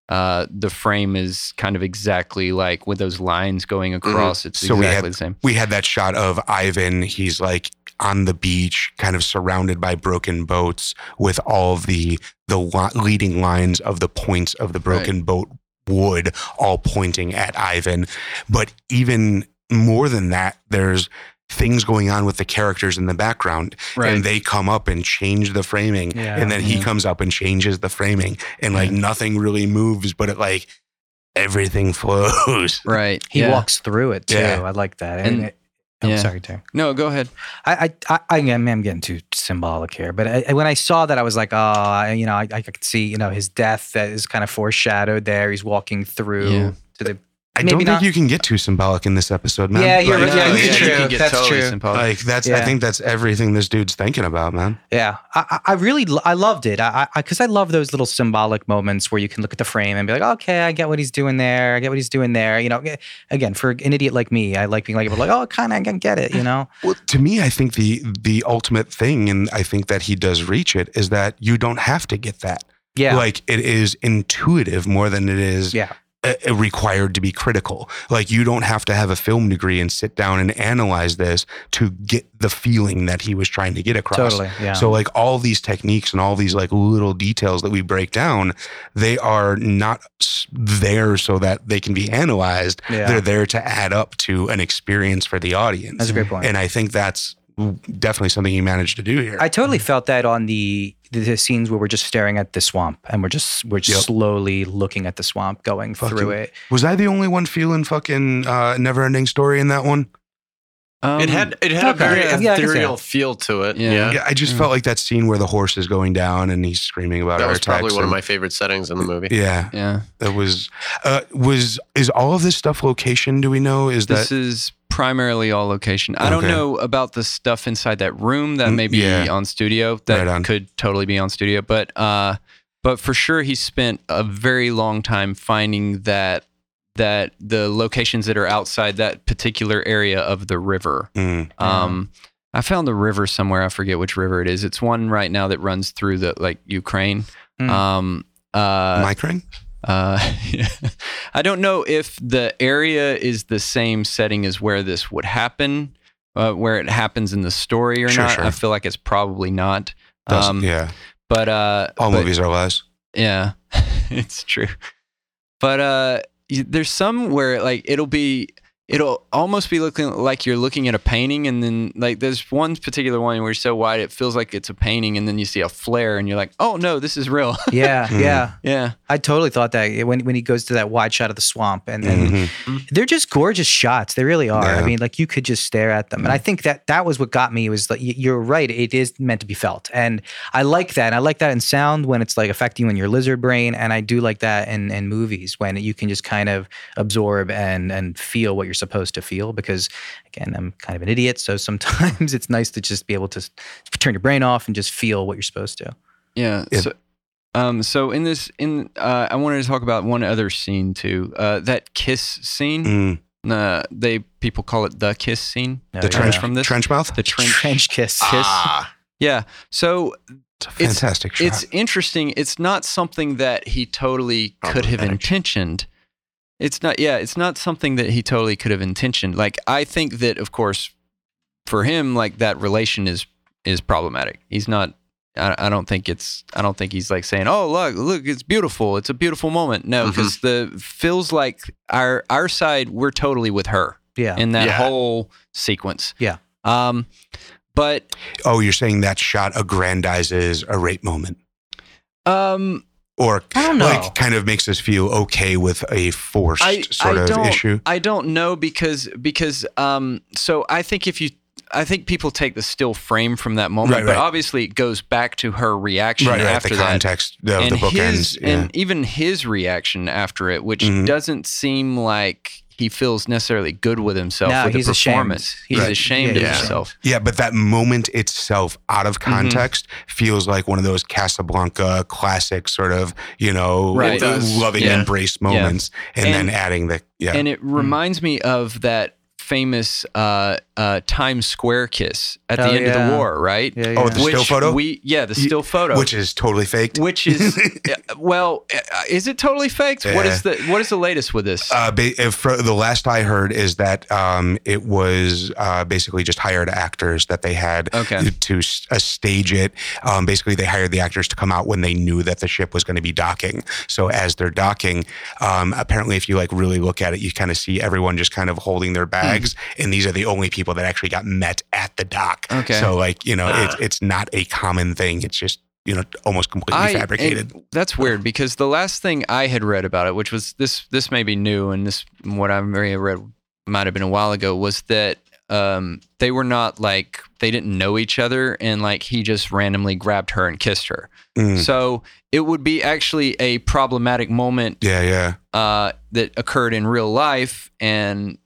uh, the frame is kind of exactly like with those lines going across. It's
Mm-hmm. So we
exactly
had-
the same.
We had that shot of Ivan. He's like on the beach, kind of surrounded by broken boats, with all of the the lo- leading lines of the points of the broken boat wood all pointing at Ivan. But even more than that, there's things going on with the characters in the background. and they come up and change the framing
Yeah.
and then he
Yeah.
comes up and changes the framing and like nothing really moves but it like everything [laughs] flows
right.
He
yeah.
walks through it too.
Yeah.
I like that.
And-
And, it- I'm
yeah.
sorry, Terry.
No, go ahead.
I, I, I, I am I'm getting too symbolic here, but I, I- when I saw that, I was like, oh, I- you know, I, I could see, you know, his death that is kind of foreshadowed there. He's walking through
Yeah.
to the.
i
Maybe
don't think
not-
you can get too symbolic in this episode man
Yeah, you're
like,
right. Yeah,
like,
you
it's-
true.
can get
That's
totally
true.
symbolic.
like that's i
Yeah.
think that's everything this dude's thinking about man
Yeah, I, I I really, lo- I loved it. I, I, because I love those little symbolic moments where you can look at the frame and be like, okay, I get what he's doing there. I get what he's doing there. You know, eh, again, for an idiot like me, I like being like, like, oh, kind of, I can get it. You know,
Well, to me, I think the the ultimate thing, and I think that he does reach it, is that you don't have to get that.
yeah,
Like it is intuitive more than it is
Yeah.
uh, uh, required to be critical. Like you don't have to have a film degree and sit down and analyze this to get the feeling that he was trying to get across.
totally. Yeah.
So like all these techniques and all these like little details that we break down, they are not s- there so that they can be analyzed.
yeah.
They're there to add up to an experience for the audience.
That's a great point.
And I think that's definitely something you managed to do here.
I totally felt that on the, the the scenes where we're just staring at the swamp and we're just we're just
Yep.
slowly looking at the swamp, going
Fucking-
through it.
was I the only one feeling fucking uh, never ending story in that one?
Um,
it had it had
okay.
a very
Yeah, yeah, I can see
ethereal
that.
feel to it.
Yeah.
Yeah,
Yeah, I just
Mm.
felt like that scene where the horse is going down and he's screaming about
that
our
was probably
text
one of
and-
my favorite settings in the movie.
Yeah,
Yeah.
that was uh, was is all of this stuff location? Do we know? Is
This
that
is primarily all location. I don't
Okay.
know about the stuff inside that room that
Mm,
may be
yeah.
on studio. That
Right on.
could totally be on studio, but uh, but for sure he spent a very long time finding that that the locations that are outside that particular area of the river.
Mm,
Yeah.
Um, I found the river somewhere. I forget which river it is. It's one right now that runs through the like Ukraine.
Hmm.
Mm.
Um, uh,
mic ring?
uh, [laughs] I don't know if the area is the same setting as where this would happen, uh, where it happens in the story or
Sure,
not.
sure.
I feel like it's probably not.
Doesn't-
Um,
yeah,
But uh,
all
but-
movies are lies.
yeah, [laughs] it's true. But uh, y- there's some where like it'll be, it'll almost be looking like you're looking at a painting, and then like there's one particular one where it's so wide it feels like it's a painting, and then you see a flare, and you're like, oh no, this is real. [laughs]
yeah,
Mm.
yeah.
yeah,
I totally thought that when when he goes to that wide shot of the swamp, and, and
Mhm.
they're just gorgeous shots. They really are. I
Yeah. Mm.
mean, like you could just stare at them, and I think that that was what got me. Was like y- you're right. It is meant to be felt, and I like that. And I like that in sound when it's like affecting you in your lizard brain, and I do like that in in movies when you can just kind of absorb and and feel what you're supposed to feel. Because again, I'm kind of an idiot, so sometimes [laughs] it's nice to just be able to s- turn your brain off and just feel what you're supposed to.
Yeah.
Yeah.
So, um, so in this, in uh, I wanted to talk about one other scene too. Uh, that kiss scene.
Mm.
Uh, they people call it the kiss scene.
No,
The
yeah.
trench
from this?
trench mouth.
The trench.
trench kiss.
Ah,
Yeah. So
It's a
it's-
fantastic shot.
it's interesting. It's not something that he totally could have
Problematic.
intentioned. It's not. Yeah. It's not something that he totally could have intentioned. Like I think that, of course, for him, like that relation is is problematic. He's not. I, I don't think it's. I don't think he's like saying, "Oh, look, look, it's beautiful. It's a beautiful moment." No,
Mm-hmm.
because the feels like our our side, we're totally with her
Yeah.
in that
Yeah.
whole sequence.
Yeah.
Um, but
oh, you're saying that shot aggrandizes a rape moment,
um,
or
I don't know.
like kind of makes us feel okay with a forced
I-
sort
I
of
don't-
issue.
I don't know because because um so I think if you I think people take the still frame from that moment,
Right,
but
right.
obviously it goes back to her reaction
Right, right.
after
The
that.
context of the book
his,
ends. Yeah.
and even his reaction after it, which
Mhm.
doesn't seem like he feels necessarily good with himself
No,
with
he's
the
ashamed.
performance. He's
Right.
ashamed
Yeah,
of
he's
himself.
Yeah, but that moment itself, out of context, feels like one of those Casablanca classic sort of, you know,
Right. It
does.
loving
Yeah.
embrace moments, And,
And-
then adding the yeah, Mm-hmm.
And it reminds me of that famous uh, uh, Times Square kiss at
Oh,
the end of
yeah.
the war, right?
yeah,
Oh,
yeah.
The still
Which
photo?
We, yeah, the still photo.
which is totally faked.
which is
[laughs]
uh, well uh, is it totally faked what is the what is the latest with this
Uh, ba- if, fro- the last I heard is that um, it was uh, basically just hired actors that they had
okay
to s- uh, stage it. Um, basically, they hired the actors to come out when they knew that the ship was going to be docking. So as they're docking, um, apparently, if you like really look at it, you kind of see everyone just kind of holding
Hmm.
their bags, and these are the only people that actually got met at the dock.
Okay.
So like you know,
Ah.
it's it's not a common thing. It's just you know almost completely
I-
fabricated.
and that's weird because the last thing I had read about it, which was this this may be new and this what I may have read might have been a while ago, was that um, they were not like they didn't know each other and like he just randomly grabbed her and kissed her.
Mm.
So it would be actually a problematic moment
Yeah, yeah.
uh, that occurred in real life and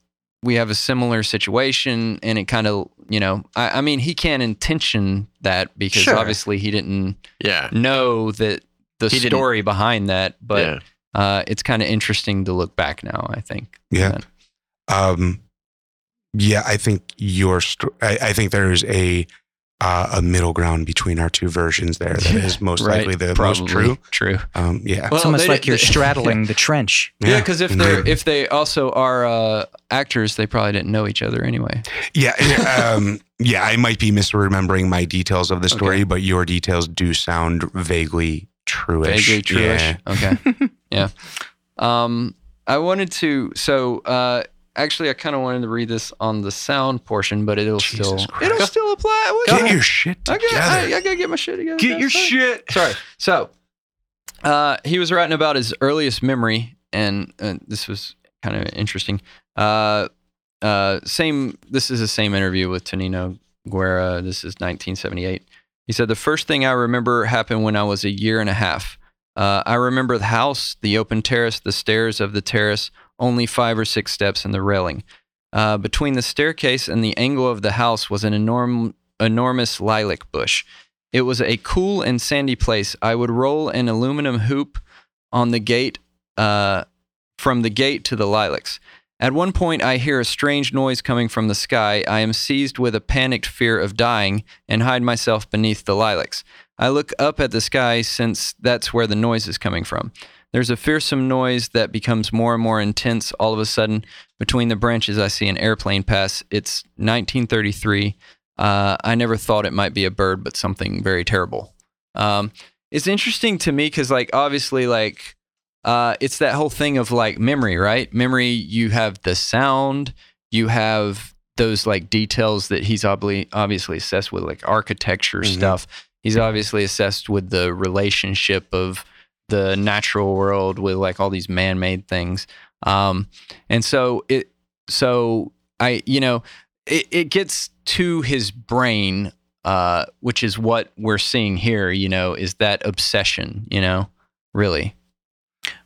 we have a similar situation and it kind of you know I, I mean he can't intention that because
Sure.
obviously he didn't
yeah,
know that the
He didn't-
story behind that but
yeah.
uh, it's kind of interesting to look back now i think
Yeah.
But-
um, yeah, I think your st- I, I think there's a uh, a middle ground between our two versions there that is most
Right,
likely the
probably
most true.
true
Um, [laughs] yeah.
it's almost like you're straddling the trench.
yeah because if
indeed.
they're if they also are uh, actors they probably didn't know each other anyway
yeah, yeah, um, yeah, I might be misremembering my details of the story, but your details do sound vaguely truish.
Vaguely truish.
Yeah. [laughs]
Okay. yeah. Um, I wanted to. So uh, actually, I kind of wanted to read this on the sound portion, but it'll
Jesus
still
Christ.
it'll still apply. What the-
Get your shit
I, got, I,
together.
I gotta get my shit together.
Get your
Sorry.
shit.
Sorry. So uh, he was writing about his earliest memory, and uh, this was kind of interesting. Uh, uh, same. This is the same interview with Tonino Guerra. This is 1978. He said the first thing I remember happened when I was a year and a half. Uh, I remember the house, the open terrace, the stairs of the terrace, only five or six steps, and the railing. Uh, between the staircase and the angle of the house was an enorm- enormous lilac bush. It was a cool and sandy place. I would roll an aluminum hoop on the gate uh, from the gate to the lilacs. At one point, I hear a strange noise coming from the sky. I am seized with a panicked fear of dying and hide myself beneath the lilacs. I look up at the sky since that's where the noise is coming from. There's a fearsome noise that becomes more and more intense. All of a sudden, between the branches, I see an airplane pass. It's 1933. Uh, I never thought it might be a bird, but something very terrible. Um, it's interesting to me because, like, obviously, like, uh, it's that whole thing of like memory, right? Memory, you have the sound, you have those like details that he's obli- obviously obsessed with, like architecture
Mhm.
stuff. He's obviously obsessed with the relationship of the natural world with like all these man made things. Um, and so it, so I, you know, it, it gets to his brain, uh, which is what we're seeing here, you know, is that obsession, you know, really.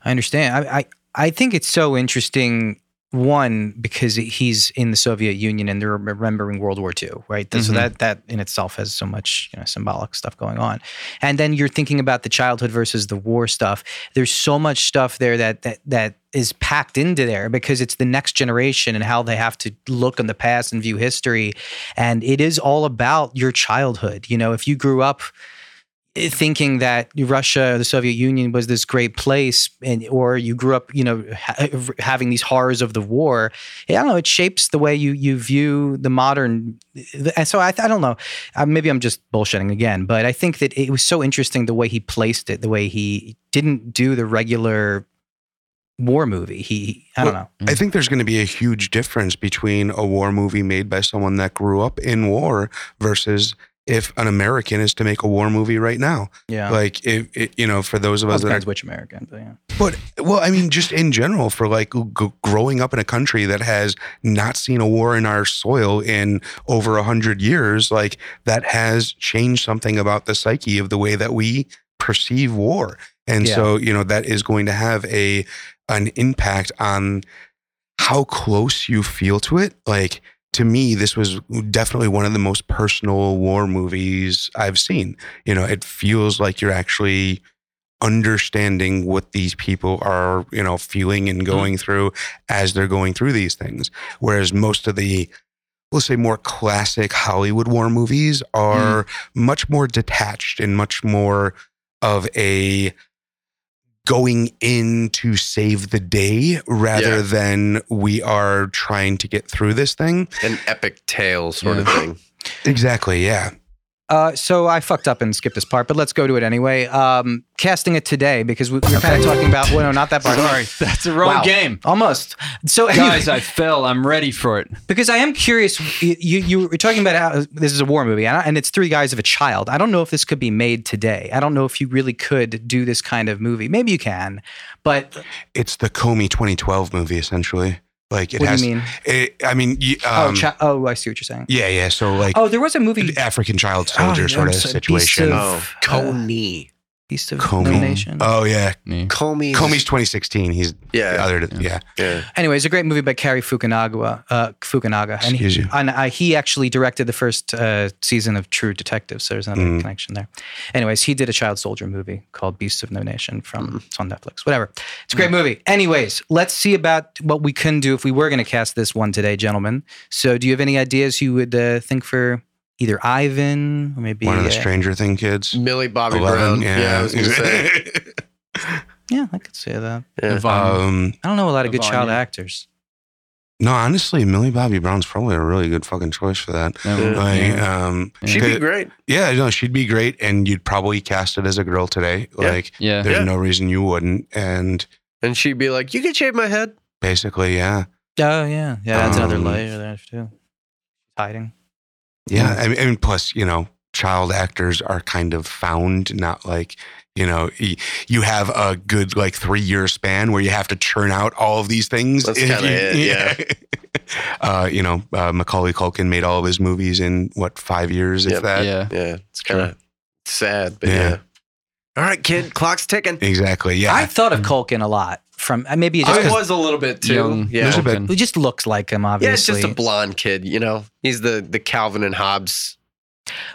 I understand. I, I I think it's so interesting. One because he's in the Soviet Union and they're remembering World War II, right? So
Mhm.
that that in itself has so much you know, symbolic stuff going on, and then you're thinking about the childhood versus the war stuff. There's so much stuff there that that that is packed into there because it's the next generation and how they have to look in the past and view history, and it is all about your childhood. You know, if you grew up eh, thinking that Russia or the Soviet Union was this great place, and or you grew up, you know, ha- having these horrors of the war. I don't know. It shapes the way you you view the modern. And so I, I don't know. Uh, Maybe I'm just bullshitting again, but I think that it was so interesting the way he placed it, the way he didn't do the regular war movie. He I don't know.
I think there's going to be a huge difference between a war movie made by someone that grew up in war versus if an American is to make a war movie right now.
Yeah.
Like, if, it, you know, for those of
well,
us
it
that are
depends which American, but yeah.
But well, I mean, just in general, for like g- growing up in a country that has not seen a war in our soil in over a hundred years, like that has changed something about the psyche of the way that we perceive war, and
Yeah.
so you know that is going to have a an impact on how close you feel to it, like. To me, this was definitely one of the most personal war movies I've seen. You know, it feels like you're actually understanding what these people are, you know, feeling
Mm-hmm.
and going through as they're going through these things. Whereas most of the, let's say, more classic Hollywood war movies
Mm.
are much more detached and much more of a going in to save the day rather
Yeah.
than we are trying to get through this thing.
An epic tale sort of
Yeah.
thing.
Exactly. Yeah.
Uh, so I fucked up and skipped this part, but let's go to it anyway. Um, casting it today because we, we were kind of talking about well, no, not that part.
Sorry, [laughs] that's the wrong
Wow.
game.
Almost. So,
[laughs] Guys, I fell. I'm ready for it.
because I am curious, you, you you were talking about how this is a war movie, and, I, and it's three guys of a child. I don't know if this could be made today. I don't know if you really could do this kind of movie. Maybe you can, but
It's the Comey 2012 movie, essentially. Like it
what
has,
do you mean?
It, I mean, you-
oh,
um,
chi- oh, I see what you're saying.
yeah, yeah. So like,
Oh, there was a movie.
African child soldier
Oh,
sort of
it's a
situation.
Beast
Oh,
of, uh,
Comey.
Beast of
Comey. Oh,
No Nation.
yeah,
Comey.
Comey's 2016. He's the
Yeah.
other. Yeah,
yeah.
Anyway, it's a great movie by Cary Fukunaga. Uh, Fukunaga, and
Excuse
he,
you.
and, uh, he actually directed the first uh, season of True Detective, so there's another
Mm.
connection there. Anyways, he did a child soldier movie called Beasts of No Nation from
Mm-hmm.
it's on Netflix. Whatever, it's a great
Mm.
movie. Anyways, let's see about what we can do if we were going to cast this one today, gentlemen. So, do you have any ideas you would uh, think for either Ivan or maybe
one of the
uh,
Stranger Thing kids.
Millie Bobby
Eleven.
Brown.
Yeah,
Yeah. I was gonna say.
Yeah, I could say that.
[laughs] Yeah.
[laughs] um,
I don't know a lot of good child
Vanya.
actors.
no, honestly, Millie Bobby Brown's probably a really good fucking choice for that. Like,
yeah.
um,
She'd
Yeah.
be great.
yeah, no, she'd be great, and you'd probably cast it as a girl today.
Yeah.
Like,
Yeah.
there's
Yeah.
no reason you wouldn't. And
And she'd be like, You can shave my head.
basically, yeah,
Oh yeah, yeah, that's another
Um,
layer there too. Hiding.
yeah. I, mean, I mean, plus, you know, child actors are kind of found, not like, you know, y- you have a good like three year span where you have to churn out all of these things. [laughs]
That's kinda it, yeah.
uh, you know, uh, Macaulay Culkin made all of his movies in what, five years, if
Yep.
that?
yeah.
Yeah, it's kind of sad, but
Yeah.
yeah. All right, kid, clock's ticking.
Exactly. Yeah.
I thought of Culkin a lot from uh, maybe it's just
I
because
was a little bit too.
Young
yeah.
There's a bit-
Culkin.
he just looks like him,
Mm-hmm. Yeah, it's
obviously.
just a blonde kid, you know. He's the the Calvin and Hobbes.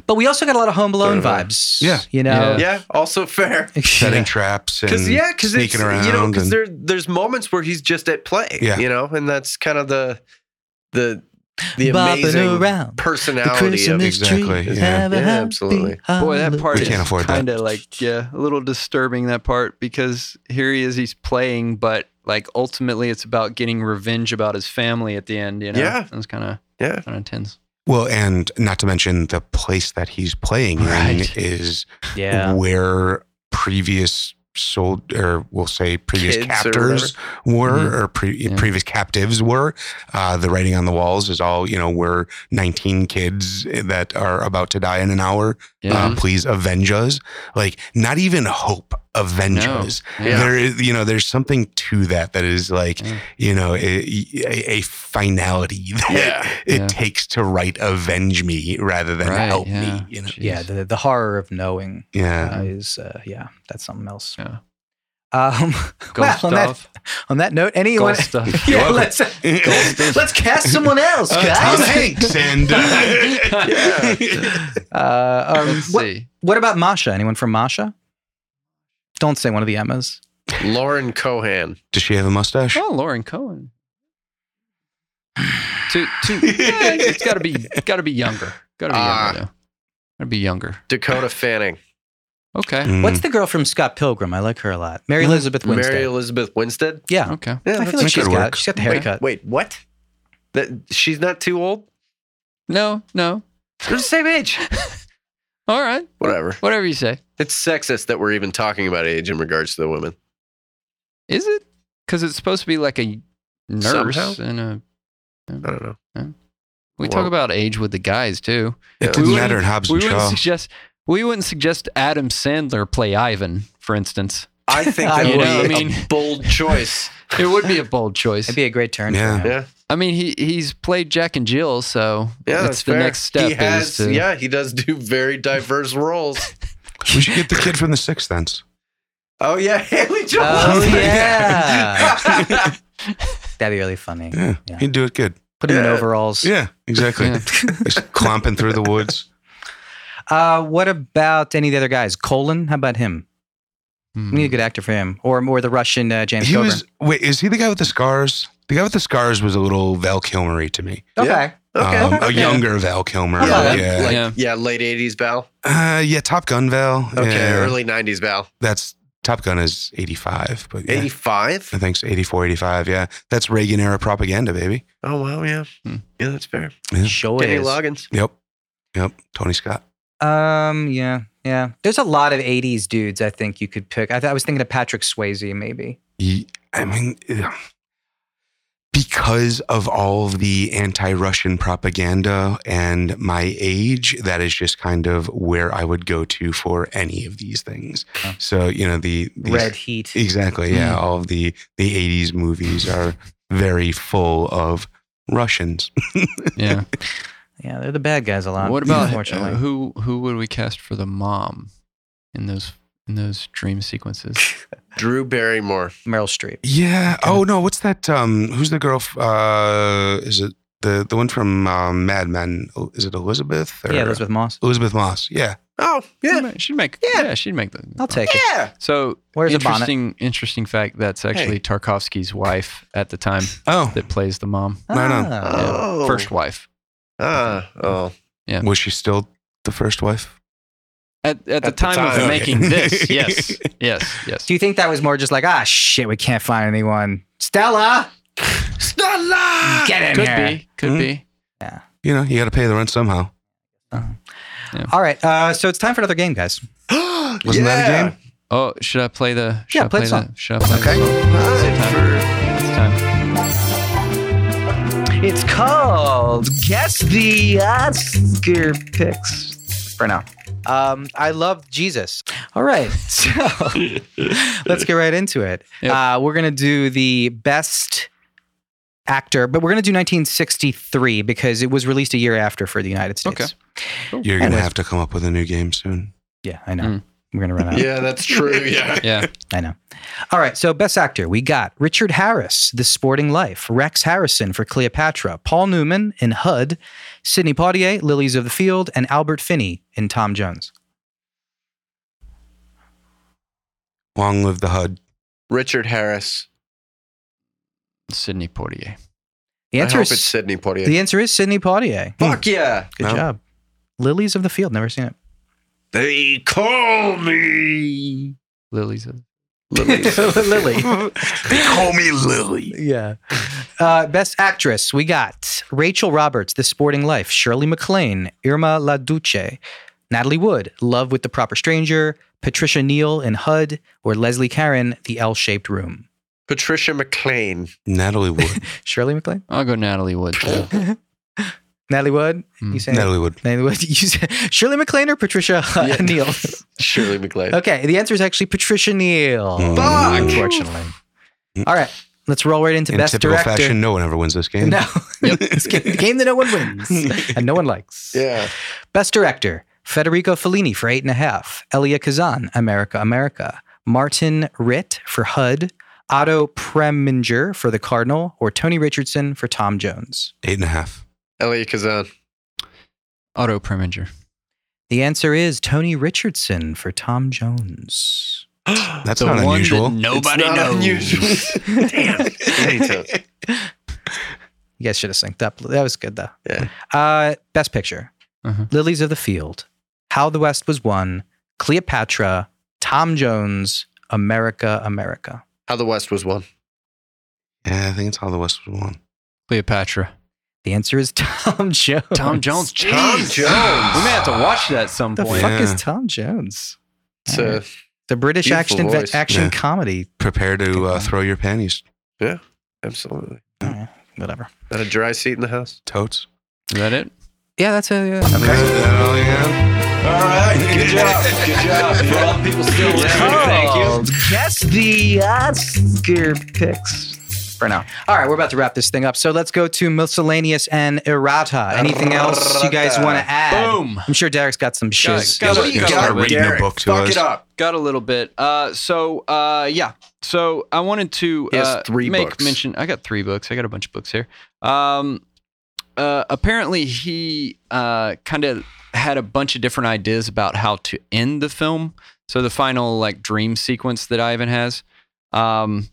but we also got a lot of Home Alone
Sort of a-
vibes.
Yeah.
you know.
Yeah, also fair.
[laughs]
setting traps and
Because yeah, because
sneaking around.
you know, because
and-
there there's moments where he's just at play.
Yeah.
you know, and that's kind of the the the
Bopping
amazing
around the
personality of
Christmas
Exactly,
tree.
yeah.
Have a
Yeah,
happy
absolutely.
Boy, that part
We
is
can't afford that.
kind of like yeah, a little disturbing that part because here he is, he's playing, but like ultimately it's about getting revenge about his family at the end. You know,
Yeah.
it's kind of
Yeah.
kind of tense.
well, and not to mention the place that he's playing
Right.
in is
[laughs] Yeah.
where previous sold or we'll say previous
Kids or
captors were or pre-
Mm-hmm. Yeah.
previous captives were. Uh, the writing on the walls is all you know. We're 19 kids that are about to die in an hour.
Yeah,
Uh, please avenge us. Like not even hope. Avenge
No.
us.
yeah.
There is, you know, there's something to that that is like,
Yeah.
you know, a, a- a finality [laughs] that it
Yeah.
takes to write "Avenge Me" rather than
Right,
"Help
yeah.
Me." You know,
Jeez.
Yeah, the, the horror of knowing
yeah.
uh, is uh, yeah, that's something else.
Yeah.
Um, [laughs]
Ghost
well, on that,
stuff.
on that note, anyone?
Ghost
[laughs]
[laughs]
stuff.
Yeah,
welcome.
let's
Uh,
[laughs] let's cast
[laughs]
someone else,
Uh,
guys. [laughs]
Tom Hanks and uh,
Uh, um,
Let's
what,
see.
what about Masha? Anyone from Masha? Don't say one of the Emmas.
Lauren Cohan.
[laughs] does she have a mustache?
Oh, Lauren Cohen. to
[laughs]
to yeah, it's got to be got to be younger. Got to be
Ah.
younger though. Got to be younger.
Dakota Fanning,
Okay.
Mm.
What's the girl from Scott Pilgrim? I like her a lot. Mary
Hmm.
Elizabeth [laughs] Winstead.
Mary Elizabeth Winstead.
yeah.
Okay.
Yeah,
I feel
that's-
like
that
she's
could
got
work.
she's got the
Wait,
haircut.
Wait, what? That she's not too old.
No, no.
They're the same age.
All right.
Whatever.
Whatever you say.
It's sexist that we're even talking about age in regards to the women.
Is it? Because it's supposed to be like a nurse
Somehow.
and a.
I don't know.
We
Well-
talk about age with the guys too. We
It didn't
wouldn't-
matter in Hobbs
We
and
wouldn't
Shaw.
suggest. We wouldn't suggest Adam Sandler play Ivan, for instance.
I think
I
that would
know,
be
I [laughs]
mean-
a bold choice.
It would be a bold choice.
It'd be a great turn. For
Yeah.
him.
Yeah,
I mean, he he's played Jack and Jill, so
yeah,
that's, the
fair.
next step.
He has,
is to,
yeah, he does do very diverse roles.
We should get the kid from the Sixth Sense.
Oh yeah, [laughs] Haley Joel.
[laughs]
Oh
Yeah.
yeah. That'd be really funny.
Yeah,
Yeah.
he'd do it good.
Put him in
Yeah.
overalls.
Yeah, exactly.
Yeah.
[laughs] Just clomping through the woods.
Uh, what about any of the other guys? Colin, how about him?
Hmm.
We need a good actor for him, or more the Russian uh, James.
He
Coburn.
was. Wait, is he the guy with the scars? The guy with the scars was a little Val Kilmery to me.
okay.
Yeah. okay.
Um,
okay.
a younger Val Kilmer.
Yeah,
Yeah,
like-
yeah.
Like,
Yeah.
yeah. late '80s Val.
Uh, yeah, Top Gun Val.
Okay,
Yeah.
early '90s Val.
That's Top Gun is 85, but yeah. I
'85.
think it's 84, 85. Yeah. That's Reagan era propaganda, baby.
Oh wow, yeah,
Hmm.
yeah, that's fair.
Yeah.
Sure
Kenny
is.
Loggins.
Yep. Yep. Tony Scott.
Um. Yeah. Yeah. There's a lot of '80s dudes. I think you could pick. I, th- I was thinking of Patrick Swayze, maybe.
Ye- I mean, ugh. because of all of the anti Russian propaganda and my age, that is just kind of where I would go to for any of these things.
Oh.
So, you know, the, the
Red Heat.
Exactly. Yeah.
Mm.
All of the, the 80s movies are very full of Russians.
yeah.
Yeah, they're the bad guys a [laughs] lot.
what about
unfortunately?
uh, who? Who would we cast for the mom in those in those dream
[laughs]
sequences?
Drew Barrymore.
Meryl Streep?
Yeah. Oh no, what's that? Um, who's the girl? f- Uh, is it the the one from um, Mad Men? Is it Elizabeth? Or
Yeah, Elizabeth Moss.
Elizabeth Moss. Yeah.
Oh
She'd
yeah,
make- she'd make.
Yeah.
Yeah, she'd make the.
I'll take it.
yeah.
So
Where's the bonnet?
interesting, interesting fact. That's actually Tarkovsky's wife at the time
Oh,
that plays the mom.
Right on.
Ah.
Yeah.
[laughs] Oh.
First wife
Ah, oh,
was she still the first wife?
at at, the,
the
time, of
time.
making
[laughs]
Okay.
this. Yes, yes, yes.
Do you think that was more just like, ah, shit, we can't find anyone? Stella,
Stella.
[gasps]
get in Hmm?
Could
here.
be, could
Mhm.
be.
You know, you got to pay the rent somehow.
All right, uh, so it's time for another game, guys.
Wasn't that a game?
Oh, should I play the? Should
Yeah,
I
play
play,
the
the?
song.
Should I play
Okay.
The song?
that
It's time.
It's called Guess the Oscar Picks. for now. Um, I love Jesus. All right, [laughs] so let's get right into it.
Yep.
Uh, we're gonna do the best actor, but we're gonna do 1963 because it was released a year after for the United States.
Okay.
You're gonna
Anyway.
have to come up with a new game soon.
Yeah, I know.
Mm.
We're gonna run out.
Yeah, that's true. Yeah. [laughs]
Yeah.
I know. All right, so best actor, we got Richard Harris, The Sporting Life, Rex Harrison for Cleopatra, Paul Newman in HUD, Sidney Poitier, Lilies of the Field, and Albert Finney in Tom Jones.
Long live the HUD.
Richard Harris.
Sydney Portier.
The
I
answer
hope it's
is
Sydney Poitier.
the answer is Sidney Poitier.
Fuck yeah.
Good
No.
job. Lilies of the Field, never seen it.
They call me
Lilies of
Lily.
[laughs] Lily.
[laughs] they call me Lily.
Yeah. Uh, best actress, we got Rachel Roberts, The Sporting Life, Shirley MacLaine, Irma La Duce, Natalie Wood, Love with the Proper Stranger, Patricia Neal in HUD, or Leslie Caron, The L Shaped Room.
Patricia McLean.
[laughs]
Natalie Wood.
Shirley MacLaine?
I'll go Natalie Wood. too.
Natalie Wood? You
Mm.
saying?
Natalie Wood.
Natalie Wood. [laughs] You say, Shirley MacLaine or Patricia uh,
Yeah.
Neal?
[laughs] Shirley McLean.
Okay, the answer is actually Patricia Neal.
Fuck!
Unfortunately. All right, let's roll right into
In
Best
typical
Director.
fashion, no one ever wins this game.
[laughs] No,
[laughs]
It's game, the game that no one wins and no one likes.
Yeah.
Best Director Federico Fellini for Eight and a Half, Elia Kazan, America, America, Martin Ritt for HUD, Otto Preminger for The Cardinal, or Tony Richardson for Tom Jones.
Eight and a half.
Elia Kazan.
Otto Preminger.
The answer is Tony Richardson for Tom Jones.
That's not unusual.
nobody
It's not
knows.
unusual. [laughs] Damn. Anytime.
You guys should have synced up. That was good though.
Yeah.
Uh, best picture:
Uh-huh.
Lilies of the Field, How the West Was Won, Cleopatra, Tom Jones, America, America.
How the West was won.
yeah, I think it's how the West was won.
Cleopatra.
The answer is [laughs] Tom Jones. [laughs]
Tom Jones.
Tom
Jeez.
Jones.
We may have to watch that at some
The
point.
fuck
Yeah.
is Tom Jones?
It's
All right.
a
The British
beautiful
action
voice.
action
Yeah.
comedy.
Prepare to uh,
one.
throw your panties,
absolutely
All right, whatever.
not a dry seat in the house.
totes.
Is that it?
Yeah, that's a.
Is that all you have?
All right, good job, good job. For all the people still listening, thank you.
Guess the Oscar picks for now. All right, we're about to wrap this thing up. So let's go to miscellaneous and errata. Anything else you guys want to add?
Boom.
I'm sure Derek's got some shiz.
Guys,
Gotta-
you
gotta
got,
start reading
Derek?
a book to
Fuck
us.
it up.
got a little bit. Uh, so uh, yeah. So I wanted to
He has
uh,
three
make
books.
mention. I got three books. I got a bunch of books here. Um, uh, apparently he uh, kind of had a bunch of different ideas about how to end the film. So the final like dream sequence that Ivan has. Um,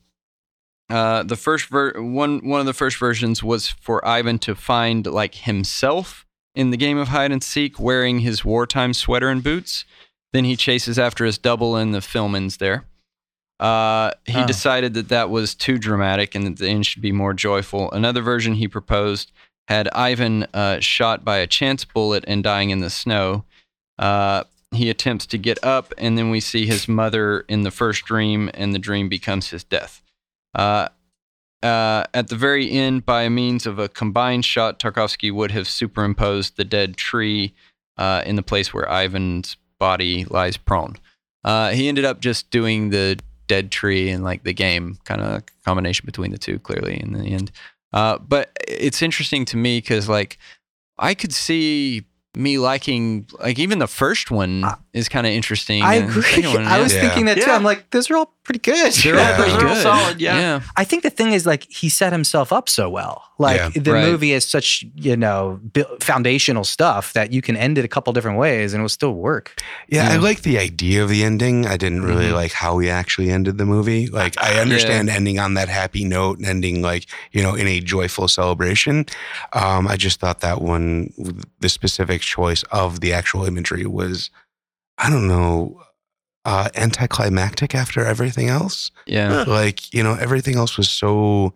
uh, the first ver- one one of the first versions was for Ivan to find like himself in the game of hide and seek wearing his wartime sweater and boots. Then he chases after his double, and the film ends there. Uh, he
Oh.
decided that that was too dramatic and that the end should be more joyful. Another version he proposed had Ivan uh, shot by a chance bullet and dying in the snow. Uh, he attempts to get up, and then we see his mother in the first dream, and the dream becomes his death. Uh, uh, at the very end, by means of a combined shot, Tarkovsky would have superimposed the dead tree uh, in the place where Ivan's body lies prone. Uh, he ended up just doing the dead tree and like the game kind of combination between the two, clearly in the end. Uh, but it's interesting to me because like I could see me liking like even the first one
I-
is kind of interesting.
I
and the
agree.
second one,
[laughs] I
yeah.
was
[laughs]
Yeah.
thinking that too.
Yeah.
I'm like, those are all pretty good.
They're all
Yeah.
pretty
They're
all
good.
solid, yeah.
yeah.
I think the thing is like he set himself up so well. Like
Yeah.
the
Right.
movie is such you know bu- foundational stuff that you can end it a couple different ways and it will still work.
Yeah, I
Yeah.
like the idea of the ending. I didn't really
Mhm.
like how we actually ended the movie. Like, I understand ending on that happy note and ending like you know in a joyful celebration. Um, I just thought that one, the specific choice of the actual imagery was, I don't know, uh, anticlimactic after everything else.
Yeah.
[laughs] Like, you know, everything else was so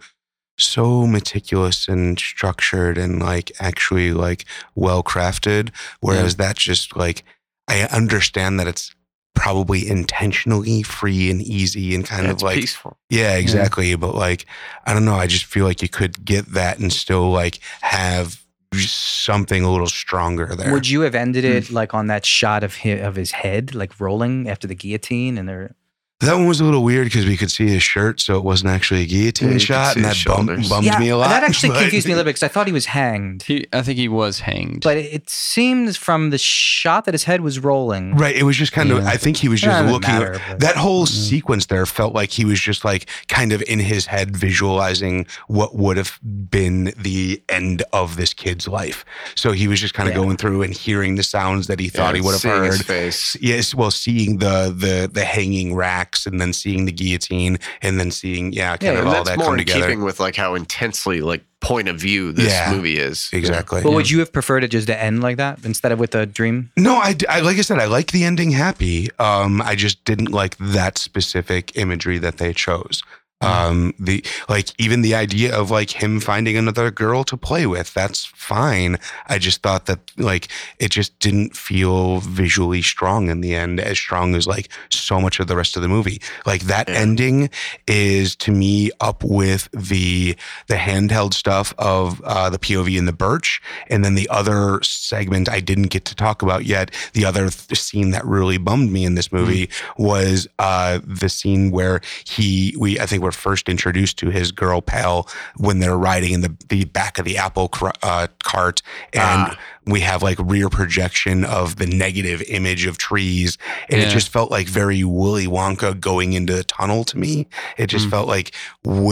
so meticulous and structured and like actually like well crafted whereas that just like i understand that it's probably intentionally free and easy and kind
Yeah,
of
it's
like
peaceful.
yeah exactly but like i don't know i just feel like you could get that and still like have something a little stronger there.
Would you have ended it like on that shot of his, of his head, like rolling after the guillotine, and there?
that one was a little weird because we could see his shirt, so it wasn't actually a guillotine
Yeah, Mm, you could
shot,
see
and that
his
bum-
shoulders.
bummed me a lot.
That actually
[laughs] but-
confused me a little bit because I thought he was hanged,
He, I think he was hanged.
but it seems from the shot that his head was rolling.
Right, it was just kind of.
Yeah.
I think he was
Yeah,
just
it doesn't
looking.
matter, but-
that whole
Mhm.
Mm-hmm.
sequence there felt like he was just like kind of in his head visualizing what would have been the end of this kid's life. So he was just kind of
Yeah.
going through and hearing the sounds that he thought he would have
Seeing
heard.
His face.
Yes, well, seeing the the the hanging racks, and then seeing the guillotine, and then seeing yeah, kind
Yeah,
of
And
all
that's
that
more
come
in
together.
keeping with like how intensely like point of view this
Yeah.
movie is.
Exactly.
But would you have preferred it just to end like that instead of with a dream?
No, I, d- I- like I said, I like the ending happy. Um, I just didn't like that specific imagery that they chose. Um, the like even the idea of like him finding another girl to play with, that's fine. I just thought that like it just didn't feel visually strong in the end, as strong as like so much of the rest of the movie. Like that
Yeah.
ending is to me up with the the handheld stuff of uh, the POV in the birch, and then the other segment I didn't get to talk about yet. The other th- scene that really bummed me in this
Mm-hmm.
movie was uh, the scene where he we I think we're first introduced to his girl pal when they're riding in the the back of the apple cr- uh, cart and
Ah.
we have like rear projection of the negative image of trees and it
Yeah.
just felt like very Willy Wonka going into the tunnel to me. It just
Mm.
felt like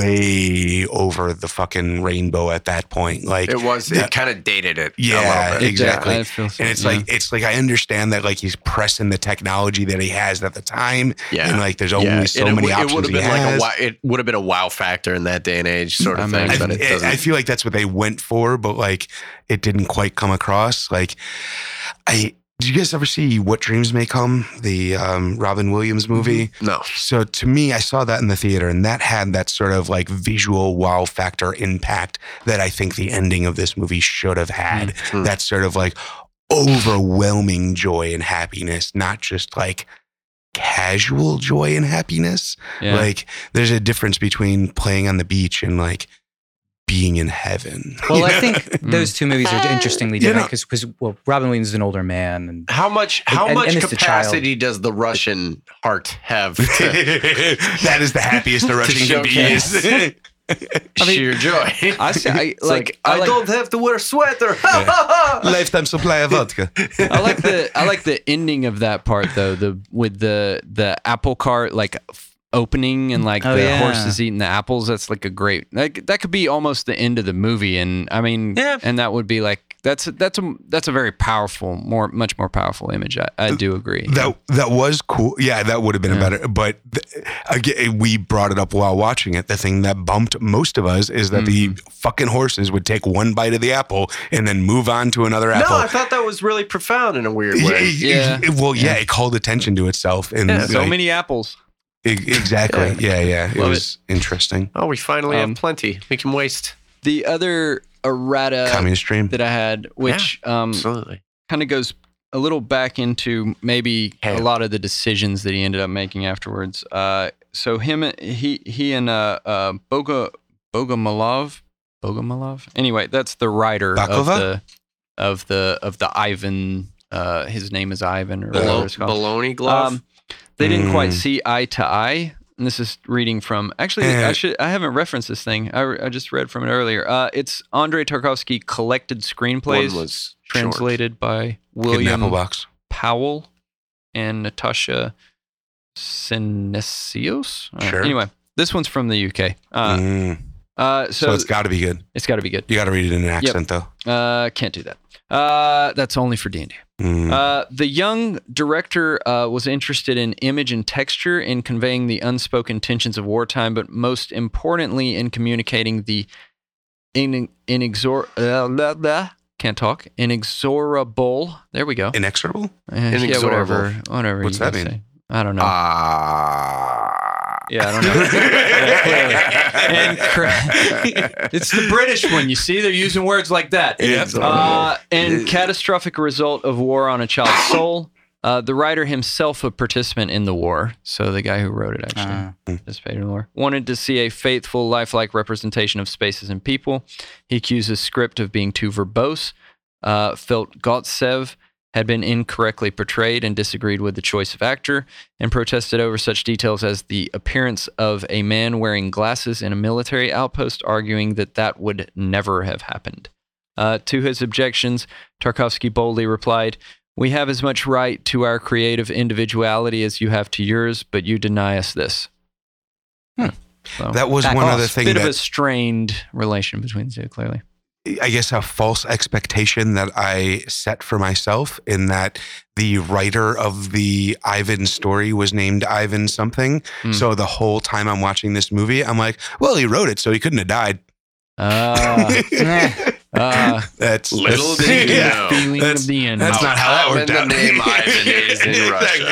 way over the fucking rainbow at that point. Like
It was.
Yeah.
It kind of dated it. a
Yeah,
little bit.
Uh, exactly.
I feel so-
and it's
yeah.
like it's like I understand that like he's pressing the technology that he has at the time,
Yeah.
and like there's only
Yeah,
so
and it
many
would-
options
It would
he
have been like a
has.
wow, it would have been a wow factor in that day and age sort
I
of thing,
mean-
but it
I,
doesn't.
I feel like that's what they went for, but like it didn't quite come across. Like, I did you guys ever see What Dreams May Come, the um, Robin Williams movie?
no,
So to me, I saw that in the theater, and that had that sort of like visual wow factor impact that I think the ending of this movie should have had.
Mm.
That sort of like overwhelming joy and happiness, not just like casual joy and happiness.
Yeah.
Like there's a difference between playing on the beach and like being in heaven. [laughs]
Well, I
Yeah. Mm.
think those two movies are interestingly
You
different
know-
because well, Robin Williams is an older man, and
how much how
and-
much
and it's a child.
capacity does the Russian heart have to
[laughs] that is the happiest the Russian can be.
showcase.
is-
[laughs]
I mean-
sheer joy?
[laughs] I, say, I
It's
like, I, like
have to wear a sweater. [laughs]
Lifetime supply of vodka.
I like the I like the ending of that part though the with the the apple cart like f- opening and like
Oh,
the
yeah.
horses eating the apples that's like a great like that could be almost the end of the movie and I mean
Yeah.
and that would be like that's that's a that's a very powerful more much more powerful image I, I do agree
That that was cool. Yeah, that would have been a
Yeah.
better. But th- again, we brought it up while watching it. The thing that bumped most of us is that the
Mm-hmm.
fucking horses would take one bite of the apple and then move on to another
no,
apple.
I thought that was really profound in a
[laughs]
weird
Yeah,
way.
Yeah.
it- well, yeah,
Yeah.
it called attention to itself, and
Yeah,
so
like,
many apples
e- exactly, yeah, yeah, it
Love
was interesting.
Oh, we finally
Um,
have plenty. We can waste.
the other errata
Communist dream.
that I had which um
Absolutely.
kind of goes a little back into maybe a
Yeah.
lot of the decisions that he ended up making afterwards. Uh, so him, he, he, and uh, uh, Boga Bogomalov, Bogomalov. Anyway, that's the writer of
Baklava?
the of the of the Ivan. Uh, his name is Ivan or whatever
Bolo-
it's called.
Bologna glove.
Um, they didn't quite
Mm.
see eye to eye. And this is reading from actually I
Eh.
should I haven't referenced this thing. I, I just read from it earlier. Uh, it's Andre Tarkovsky collected screenplays
One was short.
translated by
Hidden apple
William
box.
Powell and Natasha Senesios. All right.
Sure.
Anyway, this one's from the UK. Uh,
Mm.
uh,
So,
so,
it's got to be good.
it's got to be good.
You got to read it in an accent,
Uh, can't do that. Uh, that's only for D and D.
though. Mm.
Uh, the young director uh, was interested in image and texture in conveying the unspoken tensions of wartime, but most importantly in communicating the in, inexor uh, blah, blah, can't talk inexorable. There we go.
Inexorable.
Uh, yeah,
inexorable.
whatever. Whatever.
What's
you
that
guys
mean?
say. I don't know.
Ah.
yeah, I don't know. [laughs]
[laughs]
And cra- [laughs] it's the British one. You see, they're using words like that.
Yeah.
Uh, and catastrophic result of war on a child's soul. Uh, the writer himself a participant in the war, so the guy who wrote it actually
Uh,
participated in the war. Wanted to see a faithful, lifelike representation of spaces and people. He accused the script of being too verbose, uh, felt Gotsev had been incorrectly portrayed and disagreed with the choice of actor, and protested over such details as the appearance of a man wearing glasses in a military outpost, arguing that that would never have happened. Uh, to his objections, Tarkovsky boldly replied, We have as much right to our creative individuality as you have to yours, but you deny us this.
Hmm.
So-
That was
Back
one
off.
other thing
bit
that
of a strained relation between the two,
[laughs]
clearly.
I guess a false expectation that I set for myself in that the writer of the Ivan story was named Ivan something.
Hmm.
So the whole time I'm watching this movie, I'm like, well, he wrote it, so he couldn't have died.
Ah,
eh.
ah,
that's
Little
that's,
did you
[laughs] yeah.
know.
feeling
that's-
of the end.
That's
How
not how that
common
worked
the
out.
name
[laughs]
Ivan is in Russia.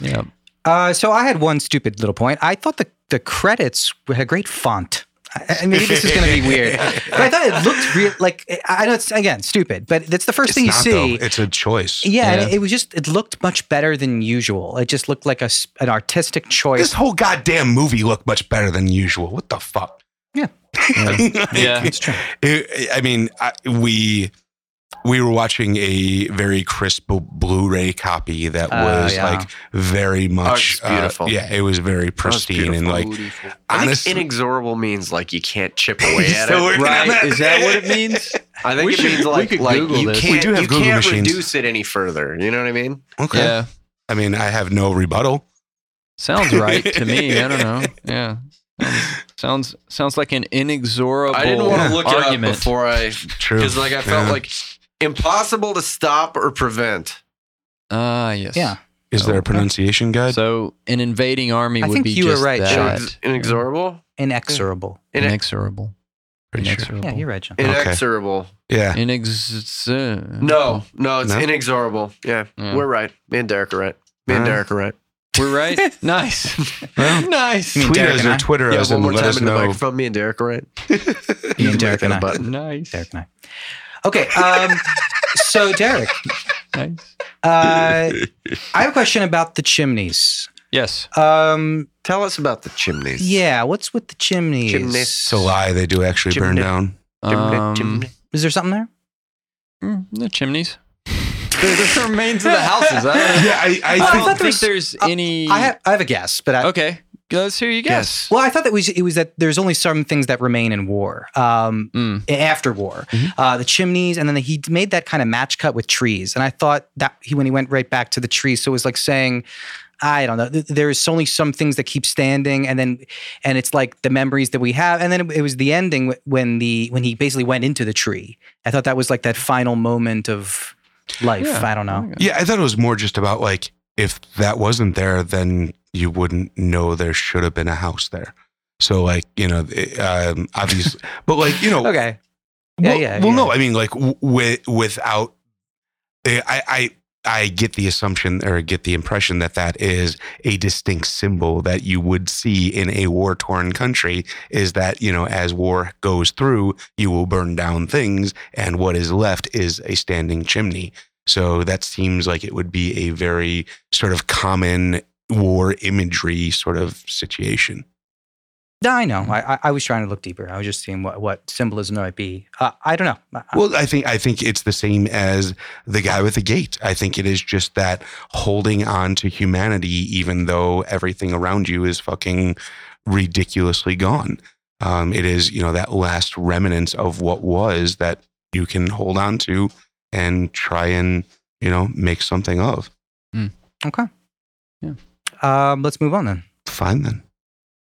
yeah.
Uh, so I had one stupid little point. I thought the, the credits had a great font. I, I- maybe this is
[laughs]
going to be weird, but I thought it looked real. Like eh, I I know it's again stupid, but it's the first
It's
thing you
not,
see.
though. It's a choice.
yeah, and
Yeah.
it was just it looked much better than usual. It just looked like a s an artistic
This
choice.
whole goddamn movie looked much better than usual. What the fuck? [laughs]
Yeah.
Yeah.
It's true.
It, I mean, I, we we were watching a very crisp bl- Blu-ray copy that
Oh,
was
yeah.
like very much
Oh, it's beautiful.
uh, yeah, it was very pristine and like honestly,
I think inexorable means like you can't chip away at
So
it.
we're-
Right. Is that what it
[laughs]
means?
I
[laughs]
think
We
it
should-
means
we
like
could
like
Google
you
this.
can't
We do have
you
Google
can't
machines.
reduce it any further. You know what I mean?
okay.
Yeah.
I mean, I have no rebuttal.
Sounds right to me. I don't know.
[laughs]
Yeah. Sounds sounds, sounds like an inexorable
I didn't want to look it up
argument.
before I
True.
because like I felt
Yeah.
like impossible to stop or prevent.
Ah, yes.
Yeah.
is there a pronunciation guide?
So an invading army
I
would
think
be
you were
just
right,
that.
Inex- inexorable.
Inexorable.
Ine-
Inexorable.
Pretty sure.
Inexorable.
Yeah, you're right, John.
Okay.
Inexorable.
yeah.
Inex.
No, no, it's
No?
inexorable. Yeah,
Yeah.
we're right. Me and Derek are right. Me and
Huh?
Derek are right.
We're right.
[laughs]
nice.
Well,
nice.
mean
tweet
Derek
us
and
or
I-
Twitter
Yeah,
us
one
and
more
let
time
us
into the
know.
microphone. Me and Derek are right.
[laughs]
Me and Derek
Hit
and
the
I.
button.
[laughs] Nice.
Derek and I. Okay. Um, so Derek,
Nice.
uh, I have a question about the chimneys.
Yes.
Um,
Tell us about the chimneys.
yeah, what's with the chimneys?
Chimneys.
It's a lie. They do actually burn
Chimney.
down.
Chimney,
Um,
chimney.
Is there something there?
mm, the chimneys. the remains of the houses. I [laughs] don't know.
Yeah, I,
I, don't
Oh, thought there
think
was-
there's any.
I have, I have a guess, but I,
okay, let's hear you guess.
well, I thought that was it was that there's only some things that remain in war, um,
Mm.
after war,
Mhm.
Mm-hmm.
uh, the chimneys, and then he made that kind of match cut with trees, and I thought that he when he went right back to the trees, so it was like saying. I don't know. th- There's only some things that keep standing, and then, and it's like the memories that we have, and then it, it was the ending wh- when the when he basically went into the tree. I thought that was like that final moment of life.
Yeah.
I don't know.
Yeah, I thought it was more just about like if that wasn't there, then you wouldn't know there should have been a house there. So like you know, it, um, obviously, but like you know,
Okay. Yeah,
well,
yeah,
well
yeah.
no, I mean like w- wi- without, eh, I I I get the assumption or get the impression that that is a distinct symbol that you would see in a war torn country. Is that you know as war goes through, you will burn down things, and what is left is a standing chimney. So that seems like it would be a very sort of common war imagery sort of situation.
No, I know. I, I, I was trying to look deeper. I was just seeing what, what symbolism there might be. Uh, I don't know. I-
Well, I think I think it's the same as the guy with the gate. I think it is just that holding on to humanity, even though everything around you is fucking ridiculously gone. Um, it is you know that last remnants of what was that you can hold on to and try and you know make something of.
Um, let's move on then.
Fine then.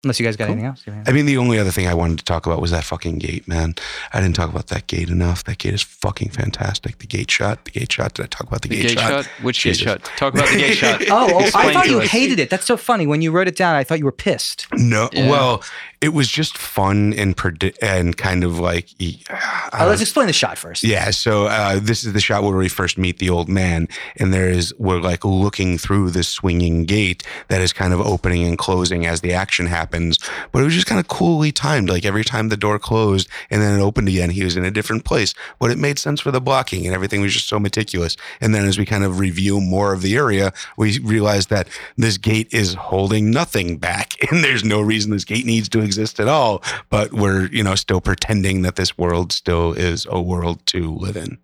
Unless you guys got
Cool.
anything else. You have
I mean, the only other thing I wanted to talk about was that fucking gate, man. I didn't talk about that gate enough. That gate is fucking fantastic. The gate shot. The gate shot. Did I talk about the,
The gate, shot. Which
Jesus.
gate shot? Talk about the gate shot.
Oh, oh I
Explain
thought
to
you
us.
hated it. That's so funny. When you wrote it down, I thought you were pissed.
No,
Yeah.
well, it was just fun and predi- and kind of like. e-
Uh,
I
let's
don't-
explain the shot first.
yeah, so uh, this is the shot where we first meet the old man, and there is we're like looking through this swinging gate that is kind of opening and closing as the action happens. happens. But it was just kind of coolly timed. Like every time the door closed and then it opened again, he was in a different place. But it made sense for the blocking and everything was just so meticulous. And then as we kind of review more of the area, we realized that this gate is holding nothing back. [laughs] And there's no reason this gate needs to exist at all. But we're, you know, still pretending that this world still is a world to live in.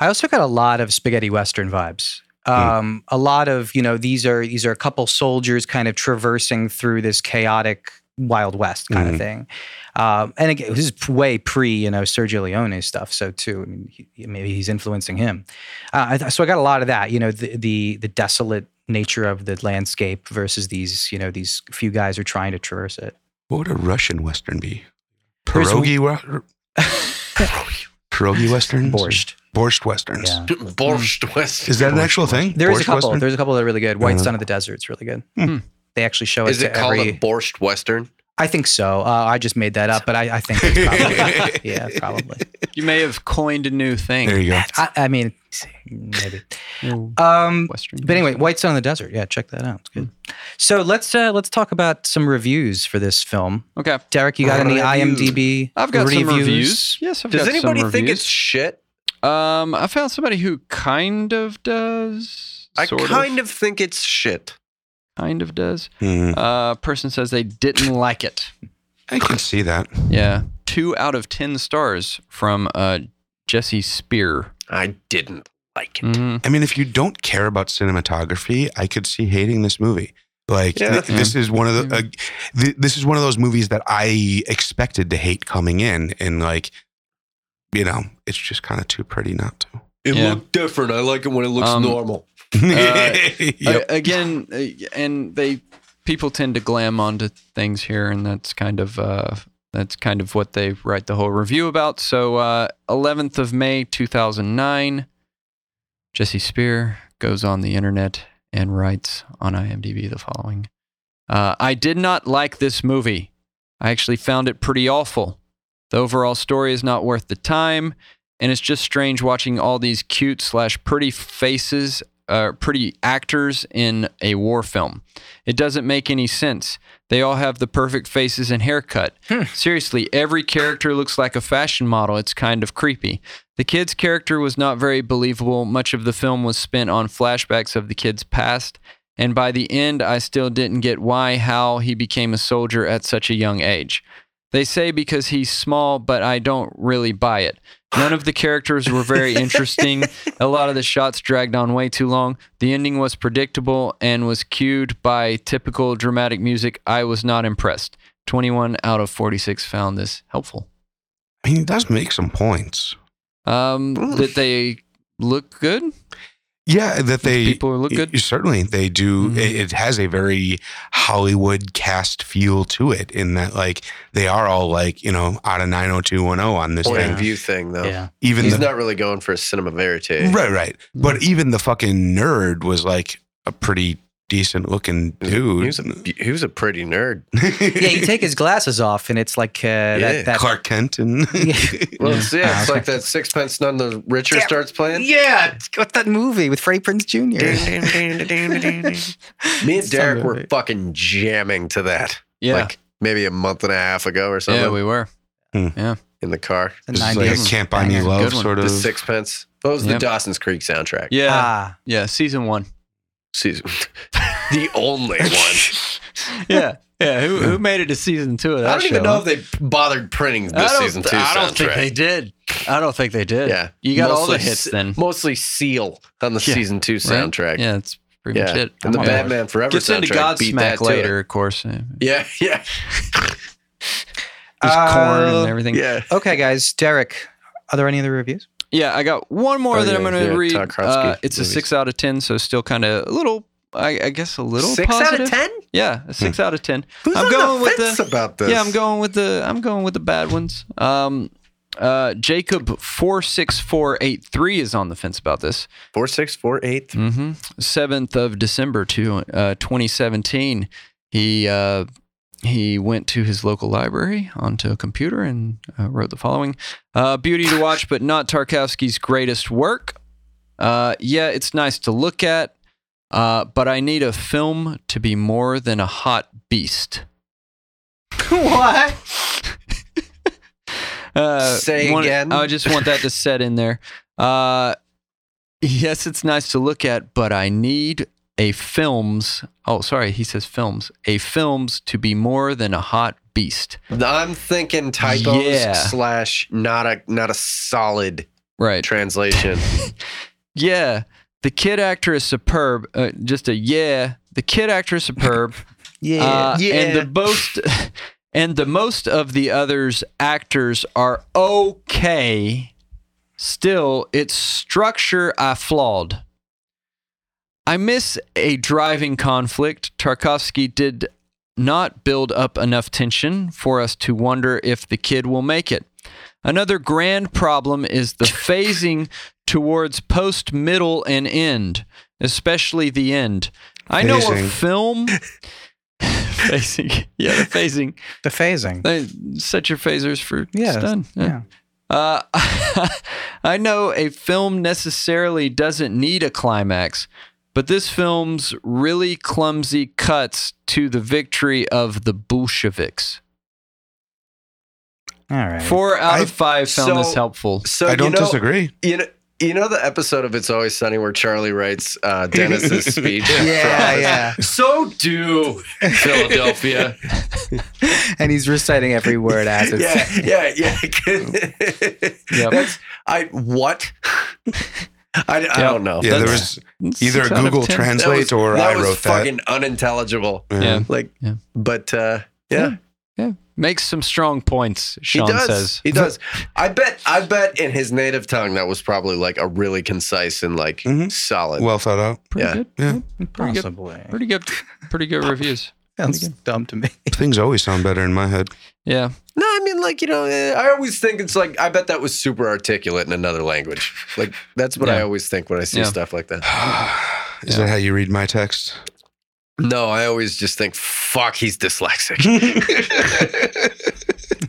I also got a lot of spaghetti western vibes.
Hmm.
Um, A lot of you know these are these are a couple soldiers kind of traversing through this chaotic Wild West kind
Mhm.
of thing. Um, and again, this is way pre you know Sergio Leone stuff. So too, I mean, he, maybe he's influencing him. Uh, I th- so I got a lot of that. You know, the the, the desolate nature of the landscape versus these you know these few guys who are trying to traverse it.
What would a Russian Western be?
There's a-
Pierogi, wa- pierogi Westerns?
Borscht.
Borscht Westerns.
Yeah.
Borscht West.
Is that an actual thing?
There's a
Borscht
couple.
Western?
There's a couple that are really good. White
Uh-huh.
Son of the Desert's really good.
Hmm.
They actually show it
Is
to
it called
every.
a Borscht Western?
I think so. Uh, I just made that up, but I, I think it's probably,
[laughs]
yeah, probably.
You may have coined a new thing.
There you go.
I, I mean, maybe. Um,
Western.
but anyway, White Sun in the Desert. Yeah, check that out. It's good. So let's uh, let's talk about some reviews for this film.
okay.
Derek, you got any IMDb?
Oh, I've got some reviews. Yes, I've
Does
got
anybody
some
think
reviews.
it's shit?
Um, I found somebody who kind of does.
I
sort
kind of think it's shit.
kind of does.
Hmm.
Uh, person says they didn't like it.
I can see that.
Yeah, two out of ten stars from uh, Jesse Spear.
I didn't like it.
Mhm.
I mean, if you don't care about cinematography, I could see hating this movie. Like
Yeah.
th- this is one of the uh, th- this is one of those movies that I expected to hate coming in, and like, you know, it's just kind of too pretty not to.
It
Yeah.
looked different. I like it when it looks
Um,
normal.
Uh, [laughs] Yep.
A- again, uh, and they people tend to glam onto things here, and that's kind of uh, that's kind of what they write the whole review about. So, uh, 11th of May, 2009, Jesse Spear goes on the internet and writes on IMDb the following: uh, "I did not like this movie. I actually found it pretty awful. The overall story is not worth the time." And it's just strange watching all these cute slash pretty faces uh, pretty actors in a war film. It doesn't make any sense. They all have the perfect faces and haircut.
Hmm.
Seriously, every character looks like a fashion model. It's kind of creepy. The kid's character was not very believable. Much of the film was spent on flashbacks of the kid's past. And by the end, I still didn't get why, how he became a soldier at such a young age. They say because he's small, but I don't really buy it. None of the characters were very interesting. A lot of the shots dragged on way too long. The ending was predictable and was cued by typical dramatic music. I was not impressed. 21 out of 46 found this helpful.
I mean, it does make some points.
Um,
Oof.
that they look good.
Yeah, that they
People look
Y-
good.
Certainly, they do.
Mhm.
It, it has a very Hollywood cast feel to it, in that like they are all like you know out of nine hundred two one zero on this
Point
thing.
of view thing, though.
Yeah.
Even
He's
the,
not really going for a Mm-hmm. cinema verite.
right, right. But even the fucking nerd was like a pretty decent looking
He
dude.
was a he was a
[laughs]
pretty nerd.
Yeah, you take his glasses off, and it's like uh,
Yeah.
that. that
Clark Kent and
[laughs] Yeah.
Well, it's, yeah,
Ah,
it's
okay.
like that sixpence none the richer
Yeah.
starts playing.
yeah, what's that movie with Freddie Prince Jr.?
[laughs]
Me and Derek were fucking jamming to that.
Yeah.
Like maybe a month and a half ago or something
yeah, we were.
in the car.
The
[laughs] It's like a
90s.
Can't Buy Me
Banger.
Love
Good one.
sort
The
of.
sixpence. That was the
Yep.
Dawson's Creek soundtrack.
Yeah.
Ah,
yeah. Season
[laughs]
one.
Season. [laughs] the
[laughs]
only one.
yeah. Yeah. Who,
[laughs]
who made it to season two of that
I don't even
show,
know
huh?
if they bothered printing
I
this
don't-
season two
I don't think
soundtrack.
they did. I don't think they did.
Yeah.
You got all the
Mostly
hits
s-
then.
Mostly Seal on the
Yeah.
season two soundtrack.
Yeah, that's pretty
Yeah.
much it.
And the
Yeah.
Batman Forever
Gets
soundtrack
into
beat that
Godsmack
to it.
later, of course. Uh, There's
[laughs] Yeah, yeah,
corn
Uh,
and everything. Yeah,
yeah.
Okay, guys. Derek, are there any other reviews?
I got one more
Oh,
that I'm
yeah,
going to
yeah,
read.
Todd Kronsky
Uh, it's a
movies.
six out of ten, so still kind of a little, I, I guess, a little
Six
positive.
out of ten. Hmm.
Yeah, a six out of ten.
Who's
I'm
on
going
the
with
fence about this?
Yeah, I'm going with the I'm going with the bad ones. Um, uh, Jacob four six four eight three is on the fence about this.
four six four eight.
hmm 7th of December to, uh, 2017, he, uh, he went to his local library onto a computer and uh, wrote the following uh, Beauty to watch, but not Tarkovsky's greatest work. Uh, yeah, it's nice to
[laughs]
look at, uh, but I need a film to be more than a hot beast. what? [laughs] uh,
Say
wanted-
again?
I just want that
[laughs]
to set in there. Uh, yes, it's nice to look at, but I need a films. Oh, sorry, he says films. A films to be more than a hot beast.
I'm thinking typos
Yeah.
slash not a not a solid
Right.
translation.
Yeah, the kid actor is superb. Uh, just a yeah. The kid actor is superb.
Yeah.
Uh,
Yeah.
And the most [laughs] and the most of the others actors are okay. Still, its structure I flawed. I miss a driving conflict. Tarkovsky did not build up enough tension for us to wonder if the kid will make it. Another grand problem is the phasing towards post, middle, and end, especially the end. I know a
Phasing.
film [laughs] phasing. Yeah, the phasing.
the phasing.
They set your phasers for
Yeah,
stun.
yeah.
Uh, [laughs] I know a film necessarily doesn't need a climax, but this film's really clumsy cuts to the victory of the Bolsheviks.
All right.
Four out of
I-
five found
so-
this
[laughs]
helpful.
So
I don't
you know,
disagree.
You know, you know the episode of It's Always Sunny where Charlie writes uh, Dennis's speech.
[laughs]
yeah, yeah.
So do Philadelphia.
And he's reciting every word as it's. [laughs]
yeah, yeah, yeah. [laughs] That's I what? [laughs] I, I don't know.
Yeah, there
That's-
was either
Six out of
Google
ten.
That
Translate
was-
or
that
I
was
wrote that.
fucking unintelligible.
Yeah.
Like,
Yeah.
but uh, yeah.
Makes some strong points,
He
Sean
does.
says.
He does. I bet. I bet in his native tongue that was probably like a really concise and like
Mhm.
solid.
Well thought out.
Pretty
Yeah.
good.
Yeah.
Pretty good.
Possibly.
Pretty good. Pretty good reviews.
Sounds dumb to me.
Things always sound better in my [sighs] head.
[laughs]
Yeah.
no, I mean like you know, eh, I always think it's like I bet that was super articulate in another language. Like that's what I
Yeah.
always think when I see
Yeah.
stuff like that.
Is that how you read my text?
No, I always just think, fuck, he's dyslexic.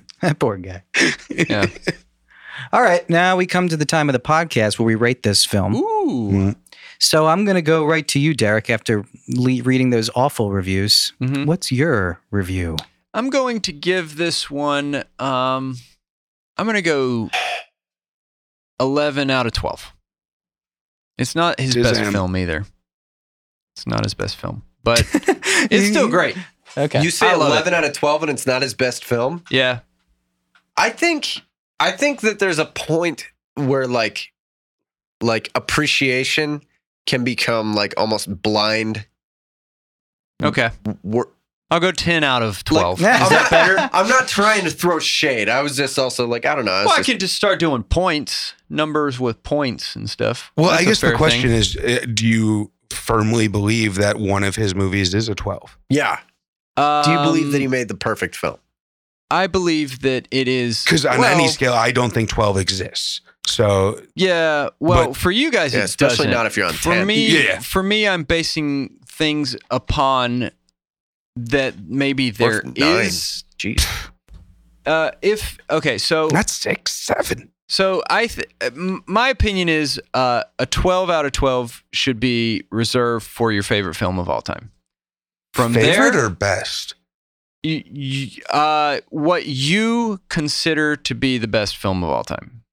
[laughs]
[laughs]
[laughs]
That poor guy.
Yeah.
All right, now we come to the time of the podcast where we rate this film.
Ooh.
So I'm going to go right to you, Derek, after le- reading those awful reviews.
Mhm.
What's your review?
I'm going to give this one. Um, I'm going to go 11 out of 12. It's not his
Shazam.
best film either. It's not his best film,
[laughs]
but [laughs] it's still great.
Okay.
You say
I love
eleven out of twelve, and it's not his best film.
Yeah.
I think I think that there's a point where like like appreciation can become like almost blind. Mm.
Okay.
Wor-
I'll go 10 out of 12.
Like-
Is that better?
[laughs] I'm not trying to throw shade. I was just also like I don't know. I was
Well, I
just-
can just start doing points, numbers with points and stuff.
Well,
That's
I
a
guess the
fair
question
thing.
is uh, do you firmly believe that one of his movies is a 12?
yeah. Do you believe that he
Um,
made the perfect film?
I believe that it is.
Because on
well,
any scale, I don't think 12 exists. So,
Yeah. Well,
But-
for you guys,
Yeah,
it
especially
doesn't.
not if you're on
for
10.
me
Yeah.
for me i'm basing things upon that maybe there
Worth nine.
is
Jeez.
[sighs] uh if okay so
not six, seven.
so i th- m- my opinion is uh a 12 out of 12 should be reserved for your favorite film of all time from
Favorite
there
or best?
you, you, uh what you consider to be the best film of all time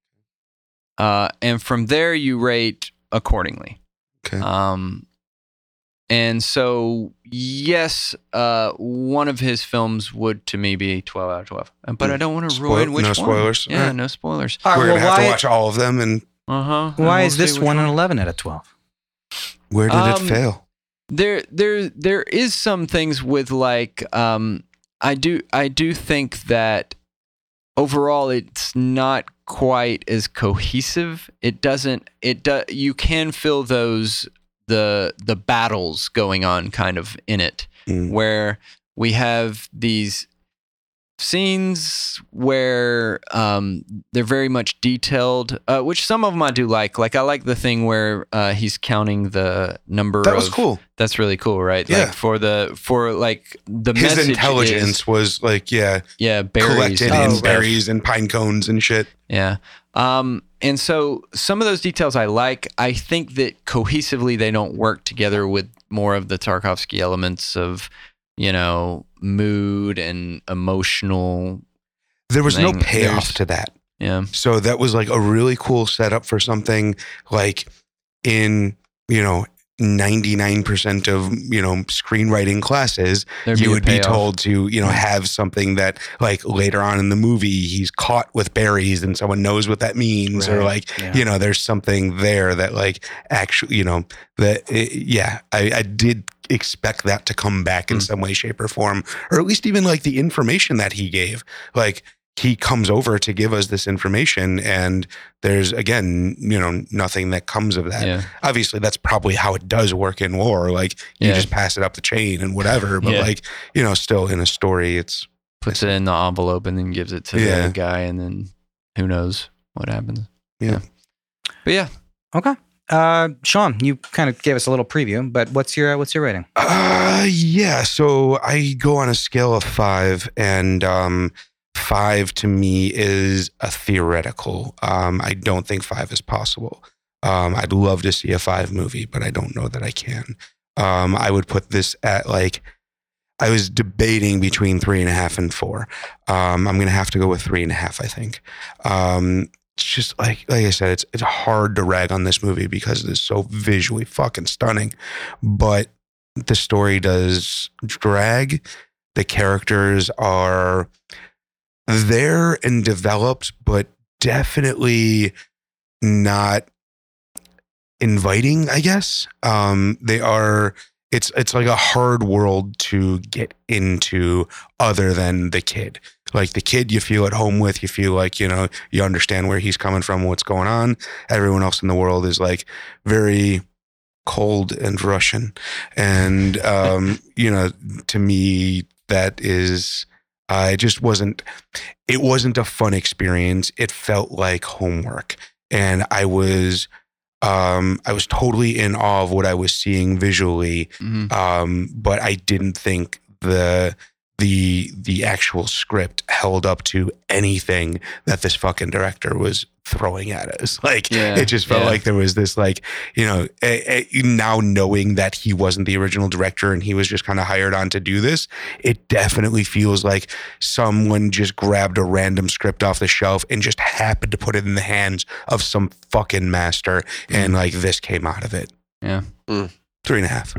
uh and from there you rate accordingly
Okay.
um, and so, yes, uh, one of his films would to me be 12 out of 12. Uh, But I don't want to
Spoil-
ruin which
Mm. no
one.
spoilers.
Yeah,
Alright.
no spoilers.
All
We're
right,
going to
well,
have
why,
to watch all of them. And
Uh huh.
why is this one an 11 out of 12?
where did
Um,
it fail?
There, there, there is some things with like, um, I do, I do think that overall it's not quite as cohesive. It doesn't. It do, You can feel those the the battles going on kind of in it.
Mm.
where we have these scenes where um, they're very much detailed, uh, which some of them I do like. Like I like the thing where uh, he's counting the number.
That was
of-
cool.
That's really cool, right?
Yeah.
Like for the for like the
His
message
intelligence
is-
was like, yeah,
yeah, berries,
collected
and
Oh,
in
stuff.
berries and pine cones and shit.
Yeah. Um, and so some of those details I like. I think that cohesively they don't work together with more of the Tarkovsky elements of, you know, mood and emotional.
There was no
Thing-
payoff
there's-
to that.
Yeah.
So that was like a really cool setup for something like in, you know, 99% of, you know, screenwriting classes,
There'd
you
a
would be
payoff.
told to, you know, have something that like later on in the movie, he's caught with berries and someone knows what that means or
Right.
like,
Yeah.
you know, there's something there that like actually, you know, that it, yeah, I, I did expect that to come back in
Mm.
some way, shape, or form, or at least even like the information that he gave, like he comes over to give us this information, and there's again, you know, nothing that comes of that.
Yeah.
Obviously, that's probably how it does work in war. Like you
Yeah.
just pass it up the chain and whatever, but
Yeah.
like you know, still in a story, it's
Puts it in the envelope and then gives it to
Yeah.
the guy, and then who knows what happens.
Yeah.
But yeah,
Okay. Uh, Sean, you kind of gave us a little preview, but what's your what's your rating?
Uh, yeah. So I go on a scale of five, and um, five to me is a theoretical. Um, I don't think five is possible. Um, I'd love to see a five movie, but I don't know that I can. Um, I would put this at like, I was debating between three and a half and four. Um, I'm gonna have to go with three and a half, I think. Um, it's just like like I said, it's it's hard to rag on this movie because it is so visually fucking stunning, but the story does drag. The characters are there and developed, but definitely not inviting, I guess. Um, they are it's it's like a hard world to get into other than the kid. Like the kid you feel at home with, you feel like, you know, you understand where he's coming from, what's going on. Everyone else in the world is like very cold and Russian. And um, you know, to me that is I just wasn't it wasn't a fun experience. It felt like homework. And I was um I was totally in awe of what I was seeing visually
Mhm.
um, but I didn't think the the the actual script held up to anything that this fucking director was throwing at us. [laughs] Like
Yeah,
it just felt
yeah.
like there was this like you know eh, eh, now knowing that he wasn't the original director and he was just kind of hired on to do this. It definitely feels like someone just grabbed a random script off the shelf and just happened to put it in the hands of some fucking master, and like this came out of it.
Mm. Yeah.
Mm.
three and a half.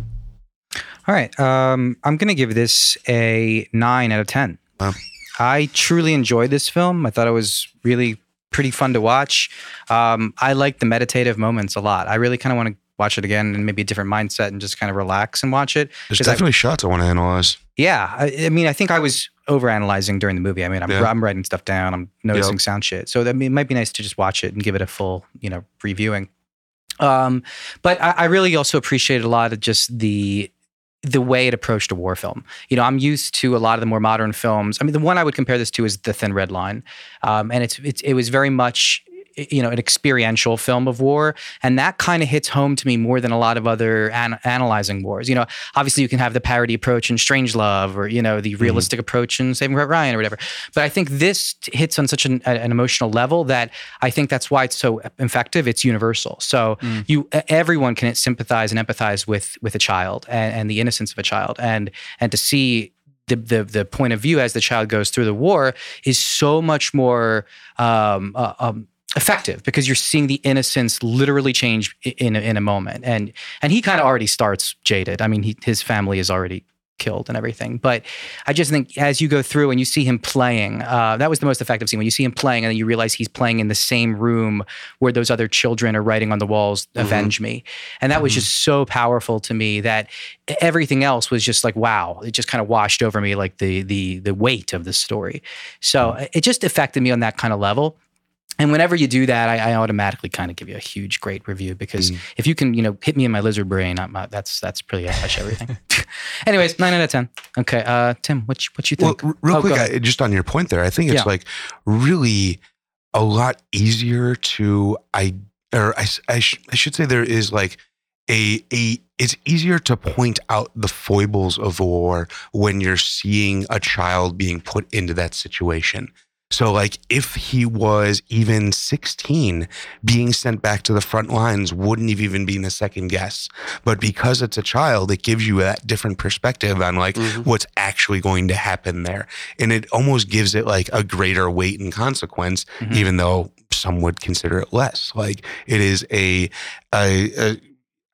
All right. Um, I'm going to give this a nine out of 10.
Wow.
I truly enjoyed this film. I thought it was really pretty fun to watch. Um, I like the meditative moments a lot. I really kind of want to watch it again and maybe a different mindset and just kind of relax and watch it.
There's
'Cause I-
definitely shots I want to analyze.
Yeah, I, I mean, I think I was overanalyzing during the movie. I mean, I'm,
Yeah.
I'm writing stuff down. I'm noticing sound shit. So that, it might be nice to just watch it and give it a full, you know, reviewing. Um, but I, I really also appreciated a lot of just the the way it approached a war film. You know, I'm used to a lot of the more modern films. I mean, the one I would compare this to is The Thin Red Line, um, and it's, it's it was very much you know an experiential film of war and that kind of hits home to me more than a lot of other an- analyzing wars you know obviously you can have the parody approach in Strange Love or you know the realistic approach in Saving Private Ryan or whatever. But I think this t- hits on such an, a- an emotional level that I think that's why it's so effective. It's universal, so
Mm.
you e- everyone can sympathize and empathize with with a child and, and the innocence of a child and and to see. The, the, the point of view as the child goes through the war is so much more um, uh, um, effective because you're seeing the innocence literally change i- in a, in a moment and and he kind of already starts jaded. I mean, he, his family is already killed and everything. But I just think as you go through and you see him playing, uh, that was the most effective scene when you see him playing and then you realize he's playing in the same room where those other children are writing on the walls,
Mhm.
"Avenge me," and that was
Mhm.
just so powerful to me that e, everything else was just like, wow, it just kind of washed over me like the the the weight of the story. So it just affected me on that kind of level. And whenever you do that, I, I automatically kind of give you a huge, great review because if you can, you know, hit me in my lizard brain, I'm, uh, that's that's pretty [laughs] much everything. Anyways, nine out of ten. Okay, uh, Tim, what you, what you
Well,
think?
r- real
Oh, go
quick,
ahead.
I, just on your point there, I think it's
Yeah.
like really a lot easier to I or I s- I, sh- I should say there is like a a it's easier to point out the foibles of war when you're seeing a child being put into that situation. So, like, if he was even 16, being sent back to the front lines wouldn't have even been a second guess. But because it's a child, it gives you that different perspective on like
Mhm.
what's actually going to happen there. And it almost gives it like a greater weight and consequence,
Mhm.
even though some would consider it less. Like, it is a, a, a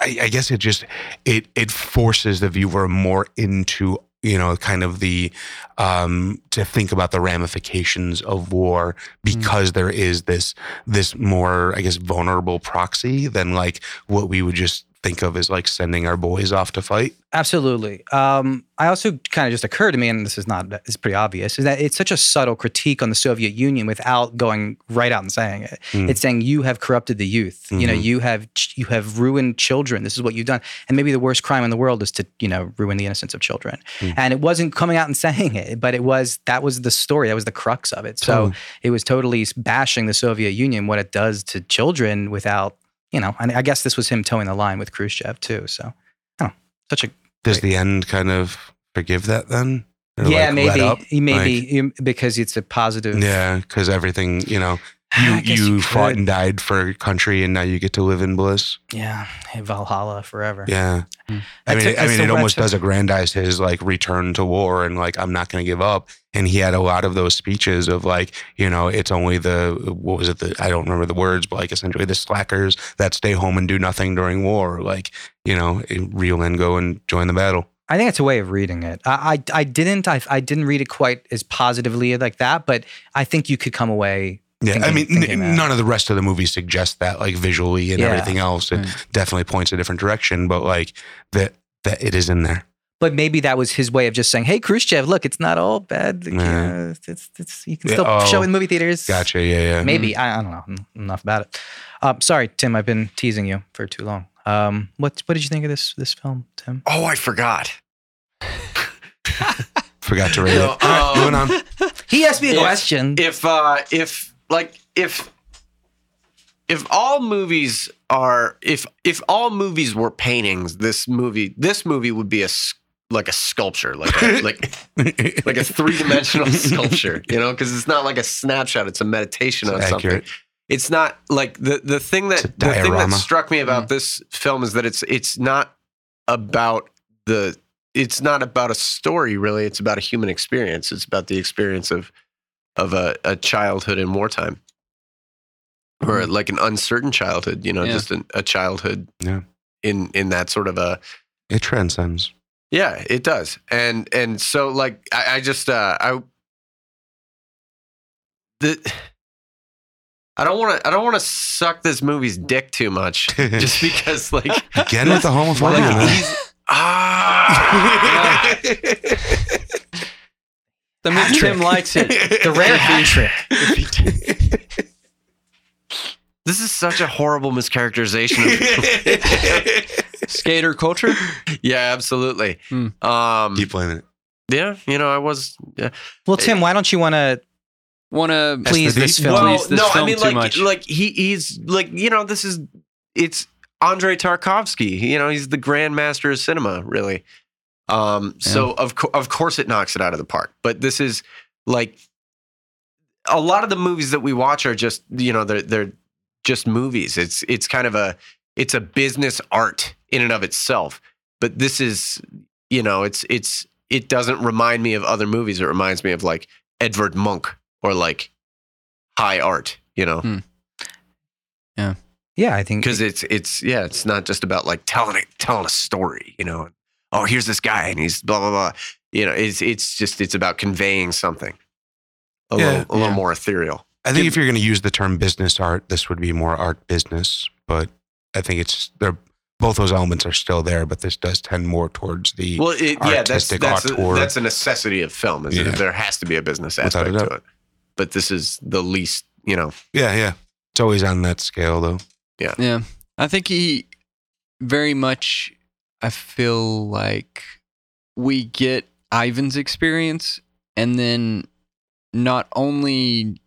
I, I guess it just it it forces the viewer more into you know kind of the um to think about the ramifications of war because there is this this more i guess vulnerable proxy than like what we would just think of as like sending our boys off to fight
Absolutely. Um, I also kind of just occurred to me, and this is not, it's pretty obvious, is that it's such a subtle critique on the Soviet Union without going right out and saying it.
Mm.
It's saying you have corrupted the youth. You know,
Mhm.
you have ch- you have ruined children. This is what you've done, and maybe the worst crime in the world is to you know ruin the innocence of children.
Mm.
And it wasn't coming out and saying it, but it was that was the story. That was the crux of it. So
Totally.
it was totally bashing the Soviet Union, what it does to children without you know. And I guess this was him towing the line with Khrushchev too. So I don't know. Such a
does the end kind of forgive that then Or,
yeah,
like, let
maybe,
up?
maybe you- because it's a positive. [sighs]
yeah because everything you know you
I
you,
guess
fought
could.
and died for your country and now you get to live in bliss
yeah, Valhalla forever.
Yeah.
Mm.
I
That's
mean,
a-
I
that's
mean,
a
it almost
wretched-
does aggrandize his like return to war and like I'm not going to give up. And he had a lot of those speeches of like, you know, it's only the what was it? The, I don't remember the words, but like essentially the slackers that stay home and do nothing during war. Like, you know, eh, reel in, go and join the battle.
I think it's a way of reading it. I I, I didn't I, I didn't read it quite as positively like that, but I think you could come away.
Yeah, I
Thinking-
mean,
thinking that.
n- none of the rest of the movie suggests that, like visually and
Yeah.
everything else. It
Right.
definitely points a different direction, but like that, that it is in there.
But maybe that was his way of just saying, "Hey, Khrushchev, look, it's not all bad. You
Yeah.
know, it's, it's, you can
Yeah,
still
oh,
show in movie theaters."
Gotcha. Mm-hmm. Yeah, yeah.
Maybe I, I don't know en- enough about it. Um, sorry, Tim. I've been teasing you for too long. Um, what what did you think of this this film, Tim?
Oh, I forgot.
Forgot to rate
[laughs] No,
it. All right,
um,
moving on.
He asked me a
If- [laughs]
question.
if uh if like if if all movies are if if all movies were paintings this movie this movie would be a s- like a sculpture like a, like [laughs] like a three-dimensional sculpture you know because it's not like a snapshot it's a meditation on
It's
something
accurate.
it's not like the the thing that
It's a
the thing that
diorama. Mm.
struck me about this film is that it's it's not about the it's not about a story really it's about a human experience it's about the experience of of a, a childhood in wartime or
Mm.
like an uncertain childhood you know
Yeah.
just an, a childhood
Yeah.
in in that sort of a
[laughs] It transcends.
yeah, it does. And and so like I, I just uh I the I don't want to I don't want to suck this movie's dick too much [laughs]
[laughs]
just because like
[laughs]
[laughs]
Again with the
like
homophobia. man.
he's ah
The movie
[laughs]
Tim likes it.
the rare hat trick.
This is such a horrible
[laughs]
mischaracterization.
Skater culture.
Of, yeah, absolutely.
Hmm.
Um,
Keep playing it.
yeah, you know, I was. Yeah.
Well, Tim, why don't you want to
Want to
please
the
this
deep-
film?
Well, Please, this film too
like,
much.
like he, he's like, you know, this is it's Andre Tarkovsky. You know, he's the grand master of cinema, really. Um, so of co- of course it knocks it out of the park. But this is like a lot of the movies that we watch are just you know they're they're just movies. It's it's kind of a it's a business art in and of itself. But this is you know it's it's it doesn't remind me of other movies. It reminds me of like Edvard Munch or like high art. You know,
Yeah, I think
because it's it's yeah, it's not just about like telling it telling a story, you know. Oh, here's this guy, and he's blah blah blah. You know, it's it's just it's about conveying something a
Yeah,
little a little
yeah.
more ethereal.
I think if you're going to use the term business art, this would be more art business. But I think it's they're both those elements are still there, but this does tend more towards the
Well, it, yeah, that's
Artistic
that's a,
auteur.
that's a necessity of film. Is
Yeah.
that there has to be a business
Without a
aspect to
doubt.
it. But this is the least, you know.
yeah, yeah. It's always on that scale though.
Yeah. I think he very much, I feel like we get Ivan's experience, and then not only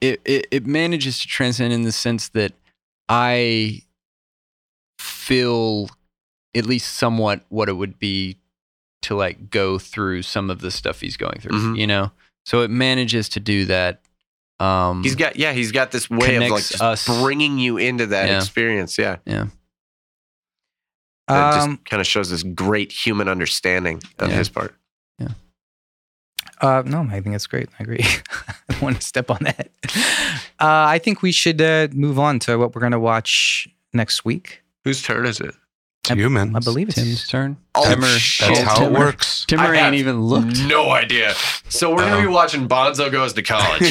it, it, it manages to transcend in the sense that I feel at least somewhat what it would be to like go through some of the stuff he's going through,
Mhm.
you know? So it manages to do that Um,
Mm.
He's got yeah, he's got this way of like
Connects
just
us.
bringing you into that
Yeah.
experience. Yeah, that
Um,
just kind of shows this great human understanding on
Yeah.
his part.
uh, no, I think that's great. I agree. [laughs] I don't want to step on that. [laughs] Uh, I think we should uh, move on to what we're going to watch next week.
Whose turn is it?
It's humans.
I believe it's
Tim's turn.
Oh,
Timmer.
That's
shit.
how it
Timmer.
works.
Timmer
I have
ain't even looked.
No idea. So we're gonna be watching Bonzo Goes to [laughs] College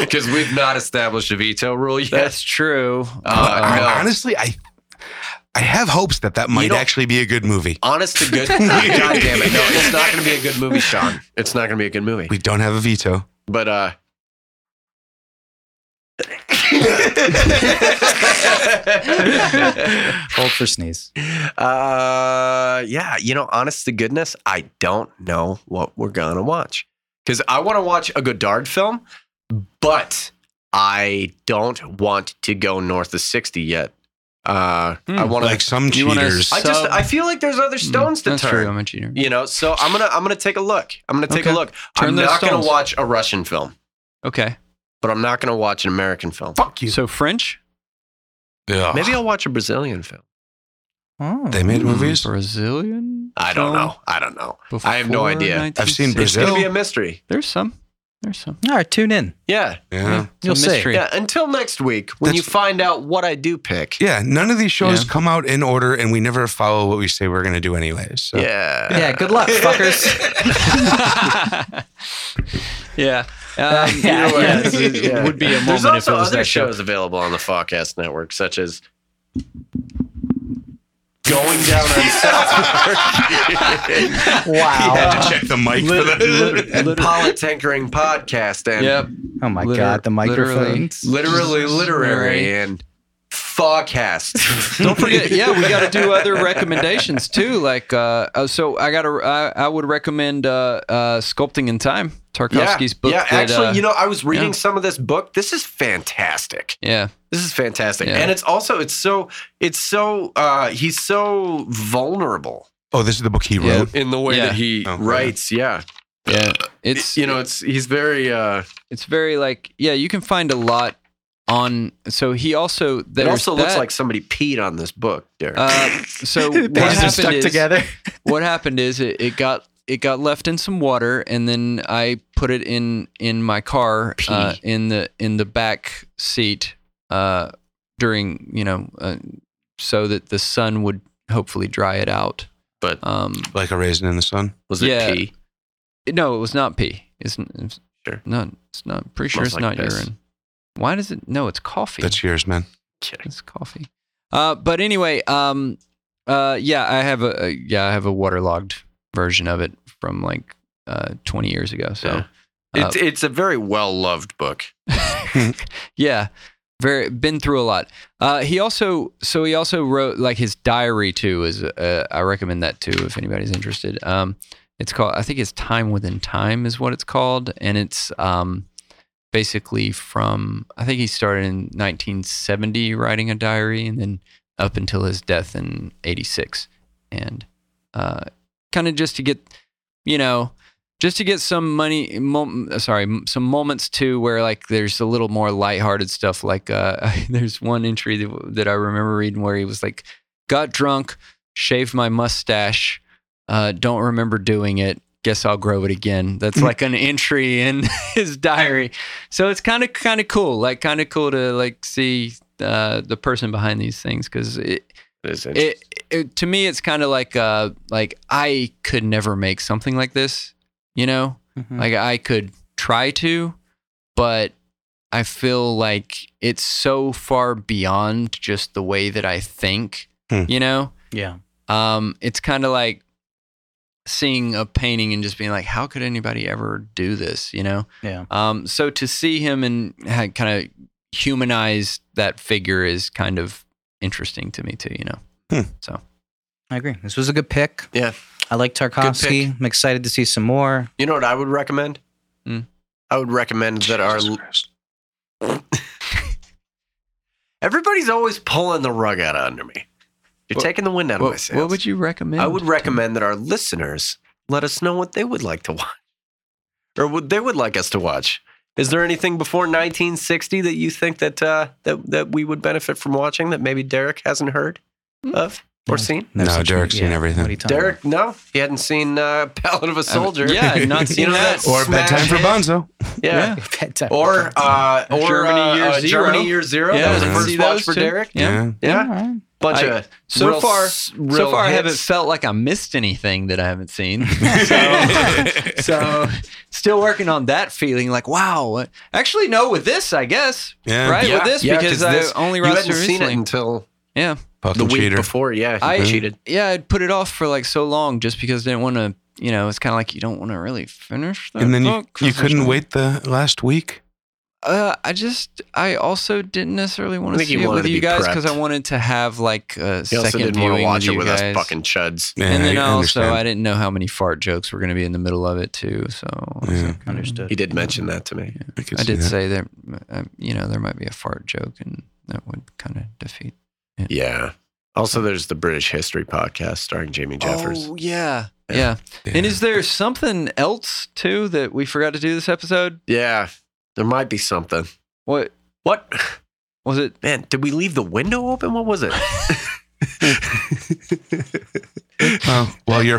because we've not established a veto rule yet.
That's true. Uh,
I-
no.
honestly, I I have hopes that that might
don't-
actually be a good movie.
Honest to [laughs] good. God damn it! No, it's not gonna be a good movie, Sean. It's not gonna be a good movie.
We don't have a veto.
But uh. [laughs]
Hold for sneeze.
Uh, yeah, you know, honest to goodness, I don't know what we're gonna watch because I want to watch a Godard film, but I don't want to go north of sixty yet. Uh,
Hmm,
I want to.
Like some
You wanna
cheaters.
I just
sub- Hmm,
I feel like there's other stones to
Mm, That's
turn.
true. I'm a cheater.
You know, so I'm gonna I'm gonna take a look. I'm gonna take a
Okay.
look. I'm
Turn those
not gonna
stones.
watch a Russian film,
Okay.
but I'm not gonna watch an American film.
Fuck you.
So French.
Ugh.
Maybe I'll watch a Brazilian film.
Oh,
they made
Hmm,
movies.
Brazilian.
I don't
film
know. I don't know. I have no
before
idea.
1960.
I've seen
It's
Brazil.
gonna be a mystery.
There's some. There's some.
all right. Tune in.
Yeah.
Yeah.
It's a
You'll see.
mystery.
Yeah, until next week when
That's-
you find out what I do pick.
Yeah. None of these shows
Yeah.
come out in order, and we never follow what we say we're going to do anyways. So. [laughs]
Yeah.
Yeah. Good luck, fuckers.
[laughs]
[laughs]
yeah.
Uh,
Um,
yeah,
either way,
yeah.
it's- it would be a moment
There's also
if it was
other
that
shows
show.
available on the Forecast Network, such as Going Down on [laughs] South Park.
wow.
had to check the mic for
Lit- lit-
that.
and
lit-
Polytinkering Podcast and
Yep.
Oh my
Liter-
god, the
literally.
microphones. [laughs]
Literally Literary
Literary.
and Forecast.
[laughs] Don't forget, yeah, we got to do
[laughs]
other recommendations too. Like, uh, uh, so I got to, I, I would recommend uh, uh, Sculpting in Time, Tarkovsky's book.
Yeah,
that,
actually,
uh,
you know, I was reading
yeah.
some of this book. This is fantastic.
yeah,
This is fantastic.
Yeah.
And it's also it's so it's so uh he's so vulnerable
Oh, this is the book he
Yeah.
wrote.
in the way
Yeah.
that he
Oh,
writes. Yeah.
yeah, it's
you know, it's he's very uh
it's very like, yeah, you can find a lot on. So he also
it
there
also looks like somebly peed on this book, Derek. [laughs]
Uh, so what
Pages are
happened
stuck
is,
together.
what happened is it, it got it got left in some water and then I put it in in my car
Pee.
uh, in the in the back seat uh, during you know uh, so that the sun would hopefully dry it out.
But-
um,
Like a raisin in the sun.
was it
yeah.
pee?
no, it was not pee. It's, it's
Sure.
not. It's not. I'm pretty sure
Smells
it's
like
not
piss.
urine. Why does it? No, it's coffee.
That's yours, man.
Kidding.
It's coffee. Uh, but anyway, um, uh, yeah, I have a, a yeah, I have a waterlogged version of it from like uh, 20 years ago. So Uh,
it's it's a very well loved book.
yeah, very been through a lot. Uh, he also so he also wrote like his diary too. Is uh, I recommend that too if anybody's interested. Um, it's called I think it's Time Within Time is what it's called, and it's um, basically from I think he started in 1970 writing a diary, and then up until his death in 86 and uh, kind of just to get you know just to get some money mom, uh, sorry m- some moments too where like there's a little more lighthearted stuff like uh, [laughs] there's one entry that, that i remember reading where he was like got drunk shaved my mustache uh, don't remember doing it guess i'll grow it again that's like an entry in [laughs] his diary so it's kind of kind of cool like kind of cool to like see uh, the person behind these things because it,
It is interesting.
it, it to me it's kind of like uh like I could never make something like this, you know?
Mm-hmm.
Like I could try to, but I feel like it's so far beyond just the way that I think,
Hmm.
you know?
yeah.
Um it's kind of like seeing a painting and just being like how could anybody ever do this, you know?
Yeah.
Um, so to see him and ha- kind of humanize that figure is kind of interesting to me too, you know.
I agree. This was a good pick.
Yeah.
I like Tarkovsky. I'm excited to see some more.
you know what I would recommend?
Hmm.
I would recommend that our
Jesus Christ.
everybody's always pulling the rug out under me. You're
What-
taking the wind out of my
What,
sails.
what would you recommend?
I would recommend that our [laughs] listeners let us know what they would like to watch or what they would like us to watch. Is there anything before 1960 that you think that uh, that that we would benefit from watching that maybe Derek hasn't heard of or
No.
seen?
No,
such-
Derek's seen everything.
what are you talking
Derek, no, he hadn't seen uh, [laughs] *Ballad of a Soldier*.
yeah,
[laughs]
not seen
You know
that.
that
Or
Smash
bedtime for
hit.
Bonzo.
yeah.
about? [laughs] Bedtime.
Or uh, or
Germany
uh,
Year
uh,
Zero.
Germany Year Zero.
Yeah,
that was the
I
first
see
watch
those
for
too.
Derek.
Yeah.
Yeah,
All right.
bunch
I-
of
So
real
far,
s-
so
real
far I haven't
hits.
felt like I missed anything that I haven't
[laughs]
seen. [laughs] So, so still working on that feeling like wow. what- Actually, no, with this I guess
Yeah.
right
Yeah,
with this
yeah,
because
'cause
I
this-
only
You
watched
hadn't
it
seen it
recently.
until
yeah,
Fucking
the week
cheater.
before. Yeah, he
I
cheated.
Yeah, I'd put it off for like so long just because I didn't want to. You know, it's kind of like you don't want to really finish. That
And then you,
book 'cause
you
there's
couldn't
no-
wait the last week.
Uh, I just, I also didn't necessarily want
I
to
think he
see it
wanted
with
to
you
be
guys because
prepped.
I wanted to have like a
He also
second
didn't want
viewing
to watch it
you
with
guys.
us fucking chuds.
Yeah,
and then
I
also,
understand.
I didn't know how many fart jokes were going to be in the middle of it too. So I was
Yeah.
Mm-hmm.
like,
Understood.
He did mention that to me.
I, could
I
see
did
that.
say there, um, you know, there might be a fart joke, and that would kind of defeat.
Yeah. Also, there's the British History podcast starring Jamie Jeffers.
Oh yeah,
Yeah.
yeah.
Yeah.
And is there something else too that we forgot to do this episode?
Yeah, there might be something.
What
What [sighs]
was it?
man? Did we leave the window open? What was it?
[laughs]
[laughs]
Well, while you're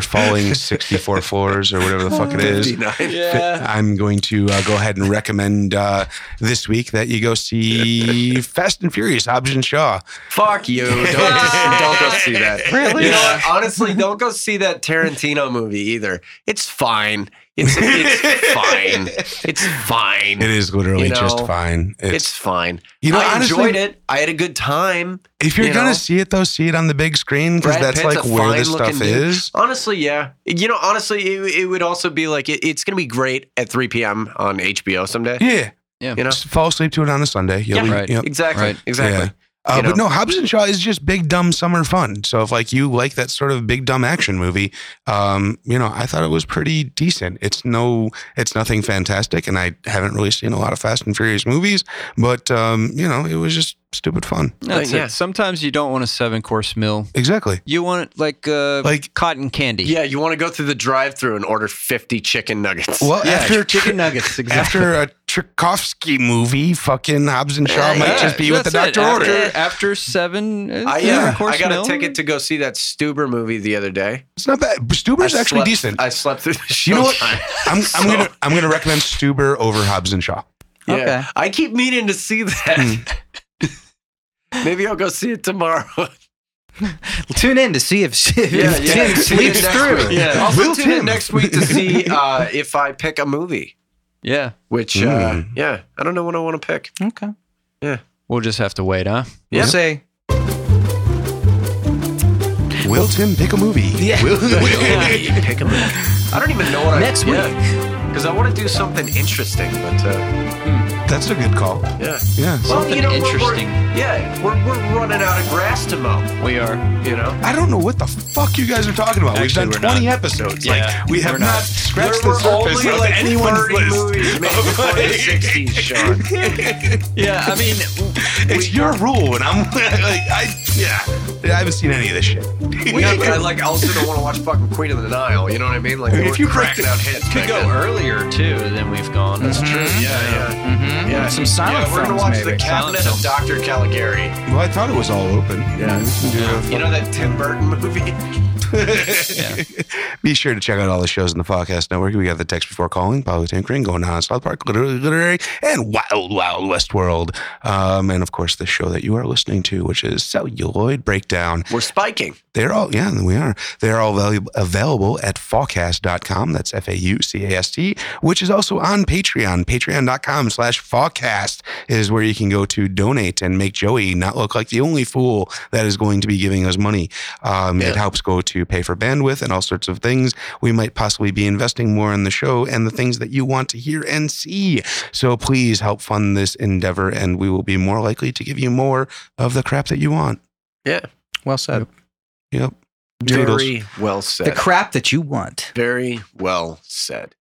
[laughs]
falling 64 floors or whatever the fuck it is,
59.
I'm going to uh, go ahead and recommend uh, this week that you
[laughs]
go see Fast and Furious, Hobbs and Shaw.
[laughs] Fuck
[laughs]
you! Don't, don't go see that.
Really?
You know what? Honestly, don't go see that Tarantino movie either. It's fine. It's, [laughs] it's fine. It's fine.
It is literally
You know,
just fine. It's,
It's fine.
you know,
I
honestly,
enjoyed it. I had a good time.
if you're
you
gonna
know.
see it though, see it on the big screen because
Brad
that's
Pitt's
like
a
where this
fine-looking
stuff
dude.
is.
Honestly, yeah. You know, honestly, it, it would also be like it, it's going to be great at 3 p.m. on HBO someday.
Yeah,
You know,
just fall asleep to it on a Sunday. You'll
Yeah.
be-
Right.
yep.
exactly,
Right.
exactly.
Yeah. Uh,
You
but
know?
no, Hobbs and Shaw is just big dumb summer fun. So if like you like that sort of big dumb action movie, um, you know, I thought it was pretty decent. It's no, it's nothing fantastic, and I haven't really seen a lot of Fast and Furious movies, but um, you know, it was just stupid fun.
That's
Uh, yeah.
it. Sometimes you don't want a seven course meal.
Exactly.
You want like uh,
Like-
cotton candy.
Yeah, you want to go through the drive-through and order 50 chicken nuggets.
Well,
Yeah,
after
chicken
[laughs]
nuggets. Exactly.
after a Tchaikovsky movie, fucking Hobbs and Shaw
Yeah,
might
yeah,
just be what the
that's
doctor
it.
ordered.
After, after seven, uh,
I,
seven
yeah,
course
I got
meal.
a ticket to go see that Stuber movie the other day.
It's not bad. Stuber's
I
actually
slept-
decent.
I slept through the show.
you know what?
time.
[laughs] I'm,
So-
I'm gonna I'm gonna recommend Stuber over Hobbs and Shaw.
Yeah.
Okay.
I keep meaning to see
Hmm.
that. [laughs] Maybe I'll go see it tomorrow.
Tune in to see if, [laughs] if Tim
Tune in
sleeps
next
through.
week. Yeah. Also
Will
tune
Tim.
in next week to see uh, if I pick a movie.
Yeah,
Which, uh,
Mm.
yeah, I don't know what I want to pick.
Okay.
we'll just have to wait, huh?
We'll
Yeah.
say
Will Tim pick a movie?
Yeah.
[laughs]
Will,
pick a movie. I don't even know what
[laughs] next
I
week.
because I want to do something interesting. But uh,
That's a good call.
yeah,
Yeah.
Well,
Something
you know, we're- we're-
interesting.
yeah, we're, we're running out of grass to mow.
We are.
You know,
I don't know what the fuck you guys are talking about.
Actually,
We've
we're
done 20
not.
episodes.
Yeah,
like, we have
we're
not,
not.
There
scratched the
were
surface of anyone's
30
list.
movies made
of,
before the
[laughs] like-
60s, Sean.
Yeah, I mean,
It's your rule, and I'm [laughs] like, I, yeah. I haven't seen any of this shit.
yeah, but I like also don't want to watch fucking Queen of the Nile. You know what I mean? Like they
If
were
you
cracking
crack-
out hits.
could
back
go
then.
earlier too than we've gone.
That's true. Yeah, yeah.
Mm-hmm.
Yeah,
Some silent
yeah, we're gonna
films,
watch
maybe.
the Cabinet
Silent
of Dr. Caligari.
Well, I thought it was all open.
Yeah. You know that Tim Burton movie?
Be sure to check out all the shows in the podcast network. We got the text before calling, Paulo Tinkering, going on South Park, literally literary, and Wild Wild West World, um, and of course the show that you are listening to, which is Celluloid Breakdown.
We're spiking.
They're all, yeah, we are. They're all valu- available at fawcast.com. That's F A U C A S T, which is also on Patreon. Patreon.com slash fawcast is where you can go to donate and make Joey not look like the only fool that is going to be giving us money. Um, It
Yeah.
helps go to pay for bandwidth and all sorts of things. We might possibly be investing more in the show and the things that you want to hear and see. So please help fund this endeavor, and we will be more likely to give you more of the crap that you want.
Well said.
Yep. Toodles.
Very well
The
said.
crap that you want.
Very well said.